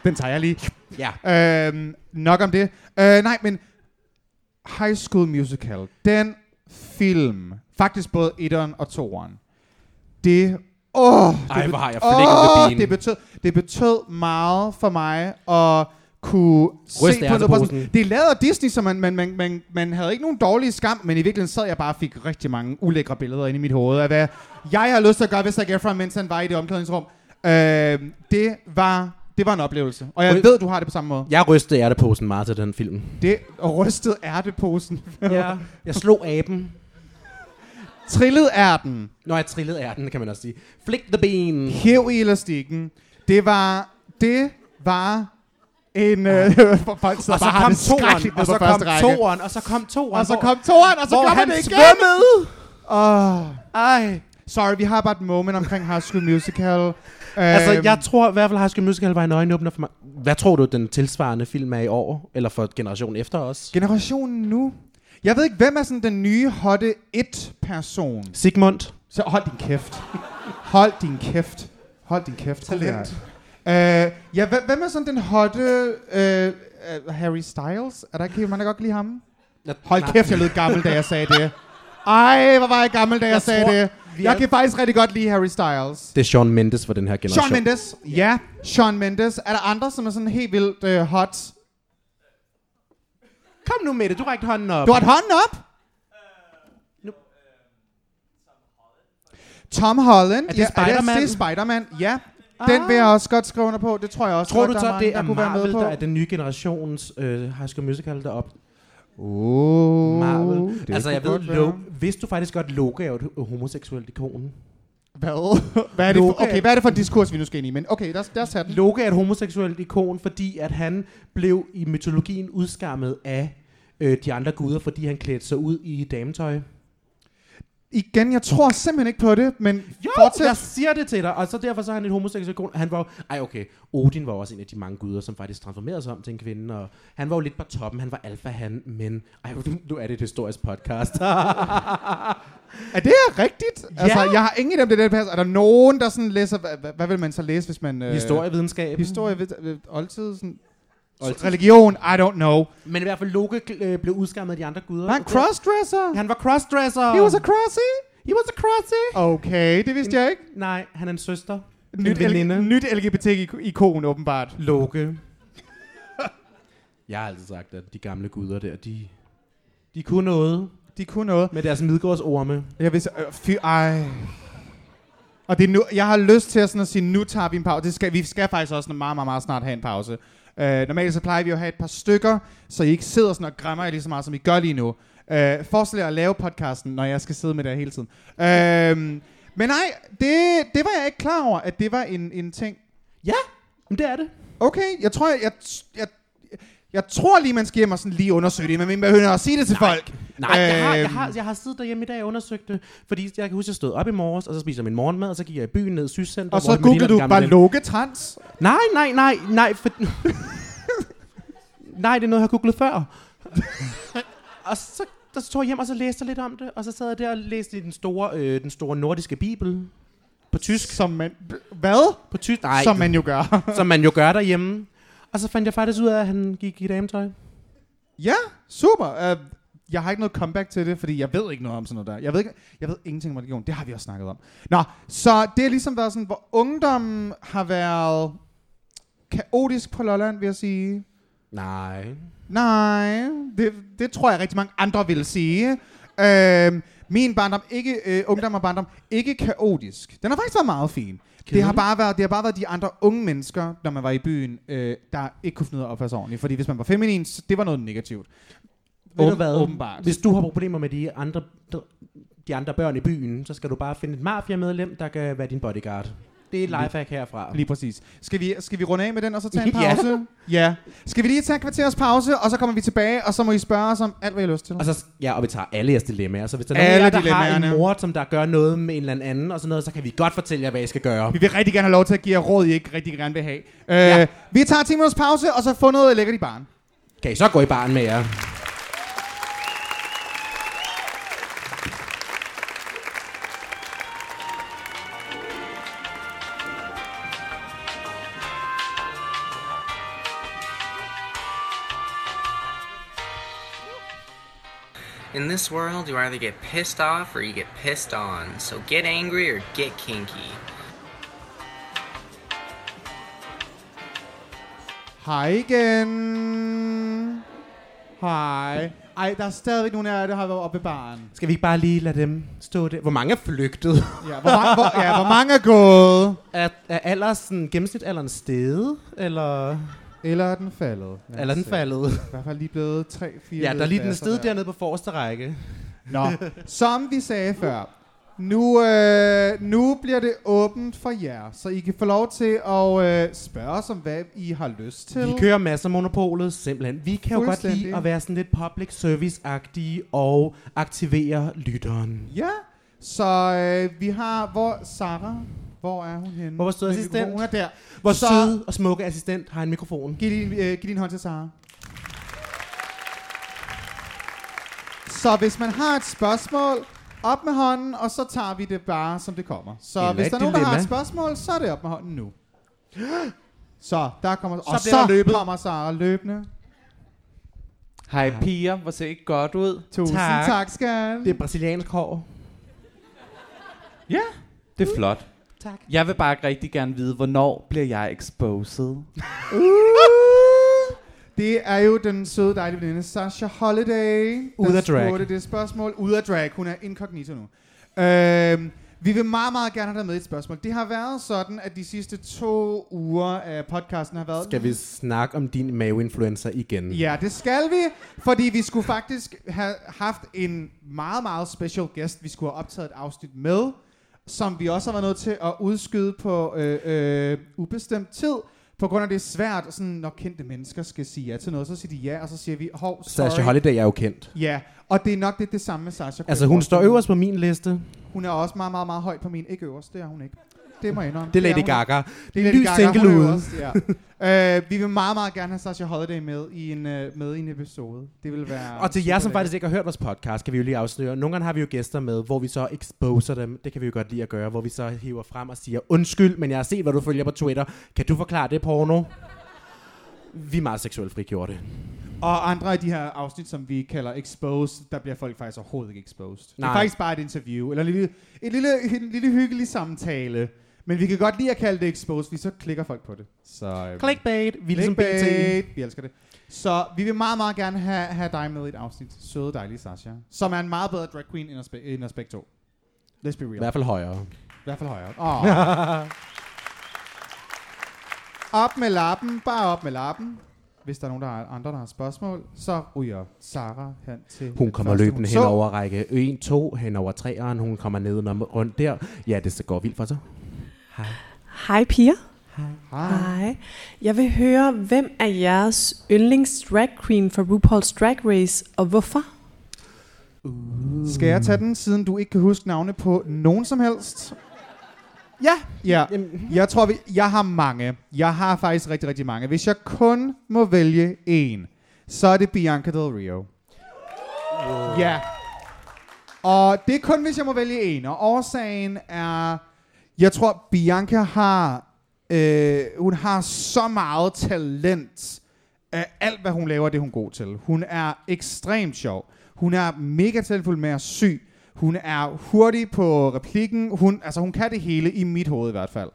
Speaker 1: Den tager jeg lige.
Speaker 2: Ja.
Speaker 1: Øhm, nok om det. Øh, nej, men High School Musical, den film, faktisk både etteren og toeren, det... Åh, det
Speaker 2: Ej,
Speaker 1: bet-
Speaker 2: hvor har jeg flækket med benen.
Speaker 1: det betød, det betød meget for mig at kunne
Speaker 2: Ryst
Speaker 1: se på noget.
Speaker 2: ærteposen.
Speaker 1: sådan- Det er lavet af Disney, så man, man, man, man, man havde ikke nogen dårlige skam, men i virkeligheden sad jeg bare og fik rigtig mange ulækre billeder inde i mit hoved af, hvad jeg har lyst til at gøre, hvis Zac Efron, mens han var i det omklædningsrum. Øh, det var det var en oplevelse. Og jeg
Speaker 2: Ry-
Speaker 1: ved, du har det på samme måde.
Speaker 2: Jeg rystede ærteposen meget til den film.
Speaker 1: Det og rystede <laughs> ærteposen.
Speaker 2: Ja. <laughs> Jeg slog aben.
Speaker 1: Trillede ærten.
Speaker 2: Når jeg trillede ærten, kan man også sige. Flick the bean.
Speaker 1: Hæv i elastikken. Det var... Det var en... Øh, <laughs> hvor folk sidder
Speaker 2: Og så
Speaker 1: bare har
Speaker 2: kom
Speaker 1: det skrækkeligt
Speaker 2: toeren,
Speaker 1: ned
Speaker 2: og så
Speaker 1: på
Speaker 2: kom
Speaker 1: første række.
Speaker 2: toeren, og så kom toeren.
Speaker 1: Og så
Speaker 2: hvor-
Speaker 1: kom toeren, og så
Speaker 2: hvor
Speaker 1: kom
Speaker 2: han
Speaker 1: det igen.
Speaker 2: svømmede.
Speaker 1: Åh.
Speaker 2: Ej.
Speaker 1: Sorry, vi har bare et moment omkring High School Musical. øhm,
Speaker 2: Altså, jeg tror i hvert fald, High School Musical var en øjenåbner for mig. Hvad tror du, den tilsvarende film er i år? Eller for generationen efter os?
Speaker 1: Generationen nu. Jeg ved ikke, hvem er sådan den nye hotte et-person?
Speaker 2: Sigmund.
Speaker 1: Så hold din kæft. Hold din kæft. Hold din kæft.
Speaker 2: Talent.
Speaker 1: Øh, ja, hvem, hvem er sådan den hotte øh, øh, Harry Styles? Er der ikke helt- man kan godt lide ham? Hold Nej. kæft, jeg lød gammel, da jeg sagde det. Ej, hvor var jeg gammel, da jeg, jeg sagde
Speaker 2: tror,
Speaker 1: det.
Speaker 2: vi
Speaker 1: Jeg
Speaker 2: er-
Speaker 1: kan faktisk rigtig godt lide Harry Styles.
Speaker 2: Det er Sean Mendes for den her generation.
Speaker 1: Sean Mendes. Ja, Sean Mendes. Er der andre, som er sådan helt vildt øh, hot?
Speaker 2: Kom nu med det, du rækte hånden op.
Speaker 1: Du har et hånd op.
Speaker 2: Nu.
Speaker 1: Tom Holland.
Speaker 2: Er det
Speaker 1: ja,
Speaker 2: Spider-Man?
Speaker 1: Er det, det er Spider-Man, ja. Den vil jeg også godt skrive under på. Det tror jeg også
Speaker 2: Tror
Speaker 1: godt,
Speaker 2: du
Speaker 1: der
Speaker 2: så,
Speaker 1: mange,
Speaker 2: det er
Speaker 1: der kunne være med
Speaker 2: Marvel,
Speaker 1: på.
Speaker 2: der er den nye generations øh, High School Musical derop?
Speaker 1: Oh,
Speaker 2: Marvel.
Speaker 1: det
Speaker 2: altså,
Speaker 1: kunne
Speaker 2: jeg ved,
Speaker 1: godt være.
Speaker 2: Lo- vidste du faktisk godt, Loke er jo et ho- homoseksuelt ikon?
Speaker 1: Hvad? hvad er det for,
Speaker 2: Loke er-
Speaker 1: okay, hvad er det for en diskurs, vi nu skal ind i? Men okay, lad os, lad os tage den.
Speaker 2: Loke er et homoseksuelt ikon, fordi at han blev i mytologien udskammet af øh, de andre guder, fordi han klædte sig ud i dametøj.
Speaker 1: Igen, jeg tror simpelthen ikke på det, men
Speaker 2: Jo,
Speaker 1: fortsæt.
Speaker 2: jeg siger det til dig. Og så derfor så er han et homoseksuel ikon. Han var jo, ej okay, Odin var også en af de mange guder, som faktisk transformerede sig om til en kvinde. Og han var jo lidt på toppen, han var alfa han, men ej, nu- nu er det et historisk
Speaker 1: <laughs>
Speaker 2: podcast.
Speaker 1: Er det her rigtigt? Ja. Altså, jeg har ingen af dem, det der passer. Er der nogen, der sådan læser... Hvad, hvad, hvad vil man så læse, hvis man... Øh,
Speaker 2: Historievidenskab.
Speaker 1: Historie ved, ved oldtid, sådan...
Speaker 2: Oldtid.
Speaker 1: Religion, I don't know.
Speaker 2: men i hvert fald Loke øh, blev udskammet af de andre guder.
Speaker 1: Var han crossdresser?
Speaker 2: Han var crossdresser.
Speaker 1: He was a crossy?
Speaker 2: He was a crossy.
Speaker 1: Okay, det vidste jeg ikke.
Speaker 2: Nej, han er en søster.
Speaker 1: Nyt,
Speaker 2: en veninde.
Speaker 1: L- nyt LGBT-ikon, åbenbart.
Speaker 2: Loke. Jeg har altid sagt, at de gamle guder der, de, de kunne noget
Speaker 1: De kunne noget.
Speaker 2: med deres midgårdsorme.
Speaker 1: Jeg vidste... Øh, fy, ej. Og det er nu, jeg har lyst til at, sådan at sige, nu tager vi en pause. Det skal, vi skal faktisk også meget, meget, meget snart have en pause. Øh, normalt så plejer vi jo at have et par stykker, så I ikke sidder sådan og græmmer jer lige så meget, som I gør lige nu. Øh, forestil jer at lave podcasten, når jeg skal sidde med det hele tiden. Øh, men nej, det, det var jeg ikke klar over, at det var en, en ting.
Speaker 2: Ja, men det er det.
Speaker 1: Okay, jeg tror, jeg, jeg, jeg, jeg tror lige, man skal hjem og sådan lige undersøge det, men man behøver at sige det til nej, folk.
Speaker 2: Nej, jeg, har, jeg,
Speaker 1: Øhm.
Speaker 2: har, jeg har siddet derhjemme i dag og undersøgt det, fordi jeg kan huske, at jeg stod op i morges, og så spiste jeg min morgenmad, og så gik jeg i byen ned i Syscenter.
Speaker 1: Øhm, Og
Speaker 2: hvor
Speaker 1: så
Speaker 2: jeg mødte en af
Speaker 1: googlede
Speaker 2: de
Speaker 1: du
Speaker 2: gamle
Speaker 1: bare
Speaker 2: venner.
Speaker 1: Loke Trans.
Speaker 2: Nej, nej, nej, nej. For... <laughs> nej, det er noget, jeg har googlet før. <laughs> og så, der tog jeg hjem, og så læste jeg lidt om det, og så sad jeg der og læste i den store, øh, den store nordiske bibel. På tysk.
Speaker 1: Som man... Hvad?
Speaker 2: På tysk. Nej,
Speaker 1: Som man jo gør.
Speaker 2: som man jo gør derhjemme. Og så fandt jeg faktisk ud af, at han gik i dametøj.
Speaker 1: <laughs> ja, super. Uh, jeg har ikke noget comeback til det, fordi jeg ved ikke noget om sådan noget der. Jeg ved, ikke, jeg ved ingenting om religion. Det har vi også snakket om. Nå, så det har ligesom været sådan, hvor ungdommen har været kaotisk på Lolland, vil jeg sige.
Speaker 2: Nej.
Speaker 1: Nej, det, det tror jeg rigtig mange andre vil sige. Øhm, min barndom, ikke øh, ungdom og barndom, ikke kaotisk. Den har faktisk været meget fin. Det har,
Speaker 2: Kedelig.
Speaker 1: bare været, det har bare været de andre unge mennesker, når man var i byen, øh, der ikke kunne finde ud af at opføre sig ordentligt. Fordi hvis man var feminin, så det var noget negativt.
Speaker 2: Ved du
Speaker 1: Åben-
Speaker 2: hvad?
Speaker 1: åbenbart.
Speaker 2: Hvis du har problemer med de andre, de andre børn i byen, så skal du bare finde et mafiamedlem, der kan være din bodyguard. Det er et lifehack herfra.
Speaker 1: Lige præcis. Skal vi, skal vi runde af med den, og så tage en
Speaker 2: <laughs> Ja.
Speaker 1: pause? ja. ja. Skal vi lige tage en kvarters pause, og så kommer vi tilbage, og så må I spørge os om alt, hvad I har lyst til.
Speaker 2: Og så, ja, og vi tager alle jeres dilemmaer. Så hvis der er
Speaker 1: Alle
Speaker 2: nogen af jer, der har en
Speaker 1: dilemmaerne.
Speaker 2: mor, som der gør noget med en eller anden, og sådan noget, så kan vi godt fortælle jer, hvad I skal gøre.
Speaker 1: Vi vil rigtig gerne have lov til at give jer råd, I ikke rigtig gerne vil have. Øh,
Speaker 2: Ja.
Speaker 1: Vi tager 10 minutters pause, og så få noget lækkert i baren.
Speaker 2: Kan I så gå i barn med jer?
Speaker 4: In this world, you either get pissed off or you get pissed on. So get angry or get kinky.
Speaker 1: Hej igen. Hej. Ej, der er stadigvæk nogle af jer, der har været oppe i baren.
Speaker 2: Skal vi ikke bare lige lade dem stå der? Hvor mange er flygtet? <laughs>
Speaker 1: Ja, hvor, mange, hvor, ja, hvor mange er gået?
Speaker 2: er, er alders, sådan, gennemsnitalderen steget? Eller,
Speaker 1: Eller er den faldet? Lad os
Speaker 2: eller er den
Speaker 1: se.
Speaker 2: faldet?
Speaker 1: I hvert fald lige blevet 3-4.
Speaker 2: Ja, der er lige den er steget dernede på forreste række.
Speaker 1: Nå, som vi sagde før, nu, øh, nu bliver det åbent for jer, så I kan få lov til at øh, spørge os om, hvad I har lyst til.
Speaker 2: Vi kører masser af monopolet, simpelthen. Vi kan jo godt lide
Speaker 1: Fuldstændig.
Speaker 2: at være sådan lidt public service-agtige og aktivere lytteren.
Speaker 1: Ja, så øh, vi har, hvor Sara, hvor er hun henne?
Speaker 2: Hvor var søde
Speaker 1: Med
Speaker 2: assistent?
Speaker 1: mikrofonen? Hun er der.
Speaker 2: Hvor
Speaker 1: Så-
Speaker 2: så... søde og smukke assistent har en mikrofon.
Speaker 1: Giv din, øh, giv din hånd til Sara. Så hvis man har et spørgsmål, op med hånden, og så tager vi det bare, som det kommer. Så
Speaker 2: Eller
Speaker 1: hvis
Speaker 2: et
Speaker 1: der er nogen, der har et
Speaker 2: dilemma.
Speaker 1: spørgsmål, så er det op med hånden nu. <gasps> Så der kommer, og
Speaker 2: bliver
Speaker 1: så
Speaker 2: der løbet.
Speaker 1: kommer Sara løbende.
Speaker 5: Hej piger, hvor ser I godt ud?
Speaker 1: Tusind tak,
Speaker 2: Tak.
Speaker 1: tak skal.
Speaker 2: Det er brasiliansk hår.
Speaker 5: Ja, det er flot.
Speaker 2: Mm. Tak.
Speaker 5: Jeg vil bare rigtig gerne vide, hvornår bliver jeg exposed?
Speaker 1: Det er jo den søde, dejlige veninde Sasha Holiday.
Speaker 2: Ude
Speaker 1: der
Speaker 2: af drag.
Speaker 1: spurgte det spørgsmål. Ude af drag. Hun er incognito nu. Øhm, vi vil meget, meget gerne have dig med i et spørgsmål. Det har været sådan, at de sidste to uger af podcasten har været...
Speaker 2: Skal vi snakke om din maveinfluencer igen?
Speaker 1: Ja, det skal vi, fordi vi skulle faktisk have haft en meget, meget special guest, vi skulle have optaget et afsnit med, som vi også har været nødt til at udskyde på øh, øh, ubestemt tid, på grund af det er svært, sådan, når kendte mennesker skal sige ja til noget, så siger de ja, og så siger vi, hov, sorry.
Speaker 2: Sasha Holiday er jo kendt.
Speaker 1: Ja, og det er nok lidt det samme med Sasha. kunne
Speaker 2: Altså,
Speaker 1: jeg
Speaker 2: hun står
Speaker 1: forestille mig.
Speaker 2: øverst på min liste.
Speaker 1: Hun er også meget, meget, meget højt på min. Ikke øverst, det er hun ikke. Det må jeg indrømme.
Speaker 2: Det er Lady
Speaker 1: hun ikke.
Speaker 2: Gaga.
Speaker 1: Det er Lady
Speaker 2: Ny
Speaker 1: Gaga,
Speaker 2: single
Speaker 1: hun er
Speaker 2: ude.
Speaker 1: øverst,
Speaker 2: <laughs>
Speaker 1: Ja. øh, vi vil meget, meget gerne have Sasha Holiday med i en, øh, med i en episode. Det vil være...
Speaker 2: Og til jer,
Speaker 1: super
Speaker 2: som
Speaker 1: lækkert.
Speaker 2: faktisk ikke har hørt vores podcast, kan vi jo lige afsløre. Nogle gange har vi jo gæster med, hvor vi så exposer dem. Det kan vi jo godt lide at gøre, hvor vi så hiver frem og siger, undskyld, men jeg har set, hvad du følger på Twitter. Kan du forklare det, porno? Vi er meget seksuelt frigjorte.
Speaker 1: Og andre af de her afsnit, som vi kalder exposed, der bliver folk faktisk overhovedet ikke exposed. Nej. Det er
Speaker 2: Nej.
Speaker 1: faktisk bare et interview, eller en lille, en lille, en lille hyggelig samtale. Men vi kan godt lide at kalde det exposed, fordi så klikker folk på det. Så, øhm,
Speaker 2: Clickbait. Vi er ligesom BT.
Speaker 1: Clickbait. Vi elsker det. Så vi vil meget, meget gerne have, have dig med i et afsnit. Søde, dejlige Sasha. Som er en meget bedre drag queen end Aspe- end Aspect 2. Let's be real.
Speaker 2: I hvert fald højere.
Speaker 1: I hvert fald højere. Oh. <laughs> op med lappen. Bare op med lappen. Hvis der er nogen der har andre, der har spørgsmål, så ryger Sara hen til...
Speaker 2: Hun
Speaker 1: den
Speaker 2: kommer
Speaker 1: første,
Speaker 2: løbende
Speaker 1: hun
Speaker 2: hen
Speaker 1: så.
Speaker 2: over række 1, 2, hen over 3'eren. Hun kommer ned og rundt der. Ja, det så går vildt for sig.
Speaker 6: Hej piger.
Speaker 1: Hej.
Speaker 6: Hej. Jeg vil høre, hvem er jeres yndlings drag queen for RuPaul's Drag Race, og hvorfor?
Speaker 1: Skal jeg tage den, siden du ikke kan huske navne på nogen som helst? Ja. Ja. Jeg tror, vi, jeg har mange. Jeg har faktisk rigtig, rigtig mange. Hvis jeg kun må vælge en, så er det Bianca Del Rio. Ja. Og det er kun, hvis jeg må vælge en. Og årsagen er, jeg tror, Bianca har, øh, hun har så meget talent af alt, hvad hun laver, det er hun god til. Hun er ekstremt sjov. Hun er mega talentfuld med at sy. Hun er hurtig på replikken. Hun, altså, hun kan det hele, i mit hoved i hvert fald.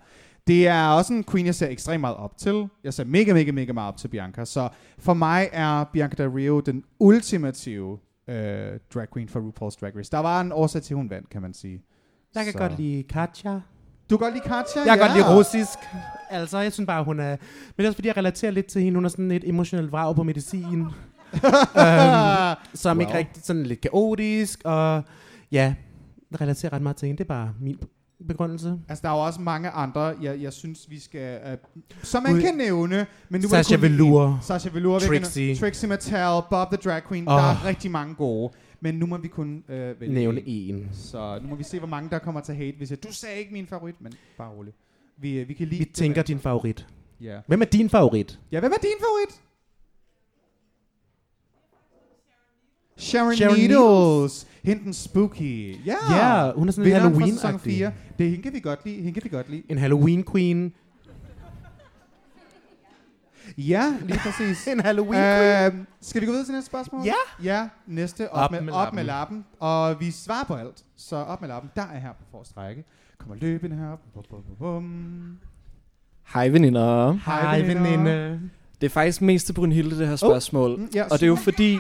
Speaker 1: Det er også en queen, jeg ser ekstremt meget op til. Jeg ser mega, mega, mega meget op til Bianca. Så for mig er Bianca Del Rio den ultimative øh, drag queen for RuPaul's Drag Race. Der var en årsag til, at hun vandt, kan man sige.
Speaker 2: Jeg kan
Speaker 1: Så.
Speaker 2: så. godt lide Katja.
Speaker 1: Du kan godt lide Katja?
Speaker 2: Jeg kan
Speaker 1: ja.
Speaker 2: godt lide russisk.
Speaker 1: <laughs>
Speaker 2: Altså, jeg synes bare, hun er... Men det er også fordi, jeg relaterer lidt til hende. Hun er sådan et emotionelt vrag på medicin. øhm, som wow. ikke
Speaker 1: Wow.
Speaker 2: rigtig sådan lidt kaotisk, og ja, relaterer ret meget til hende. Det er bare min begrundelse.
Speaker 1: Altså, der er jo også mange andre, jeg, jeg synes, vi skal... Uh, som man
Speaker 2: Ud-
Speaker 1: kan nævne, men nu var det
Speaker 2: Sasha
Speaker 1: kun én.
Speaker 2: Velour.
Speaker 1: Sasha Velour, vi kan-
Speaker 2: Trixie.
Speaker 1: Trixie Mattel, Bob the Drag Queen.
Speaker 2: Åh.
Speaker 1: Der er rigtig mange gode. Men nu må vi kun øh, vælge
Speaker 2: Nævne
Speaker 1: én.
Speaker 2: en.
Speaker 1: Så nu må vi se, hvor mange der kommer til at hate, hvis jeg... Du sagde ikke min favorit, men bare rolig. Vi, øh, vi kan lide...
Speaker 2: Vi
Speaker 1: dem
Speaker 2: tænker
Speaker 1: alle
Speaker 2: din favorit.
Speaker 1: sammen. Ja.
Speaker 2: Hvem er din favorit?
Speaker 1: ja, hvem er din favorit? Sharon,
Speaker 2: Sharon
Speaker 1: Needles. Hende den spooky. Ja.
Speaker 2: Ja, hun er sådan en
Speaker 1: Vinderen fra sæson
Speaker 2: Halloween-agtig.
Speaker 1: 4. Det er hende kan vi godt lide. Hende kan vi godt lide.
Speaker 2: En Halloween queen.
Speaker 1: Ja, lige præcis.
Speaker 2: <laughs> En Halloween
Speaker 1: øh, skal vi gå videre til næste spørgsmål?
Speaker 2: Ja.
Speaker 1: Ja, næste. Op, op, med, med, op lappen. med lappen. Og vi svarer på alt. Så op med lappen. Der er her på forreste række. Kommer løbende herop. Bum, bum, bum, bum.
Speaker 7: Hej veninder.
Speaker 2: Hej, veninde.
Speaker 7: Det er faktisk mest til Brynhilde, det her
Speaker 5: Oh.
Speaker 7: spørgsmål.
Speaker 1: Mm, ja,
Speaker 7: Og det er jo fordi...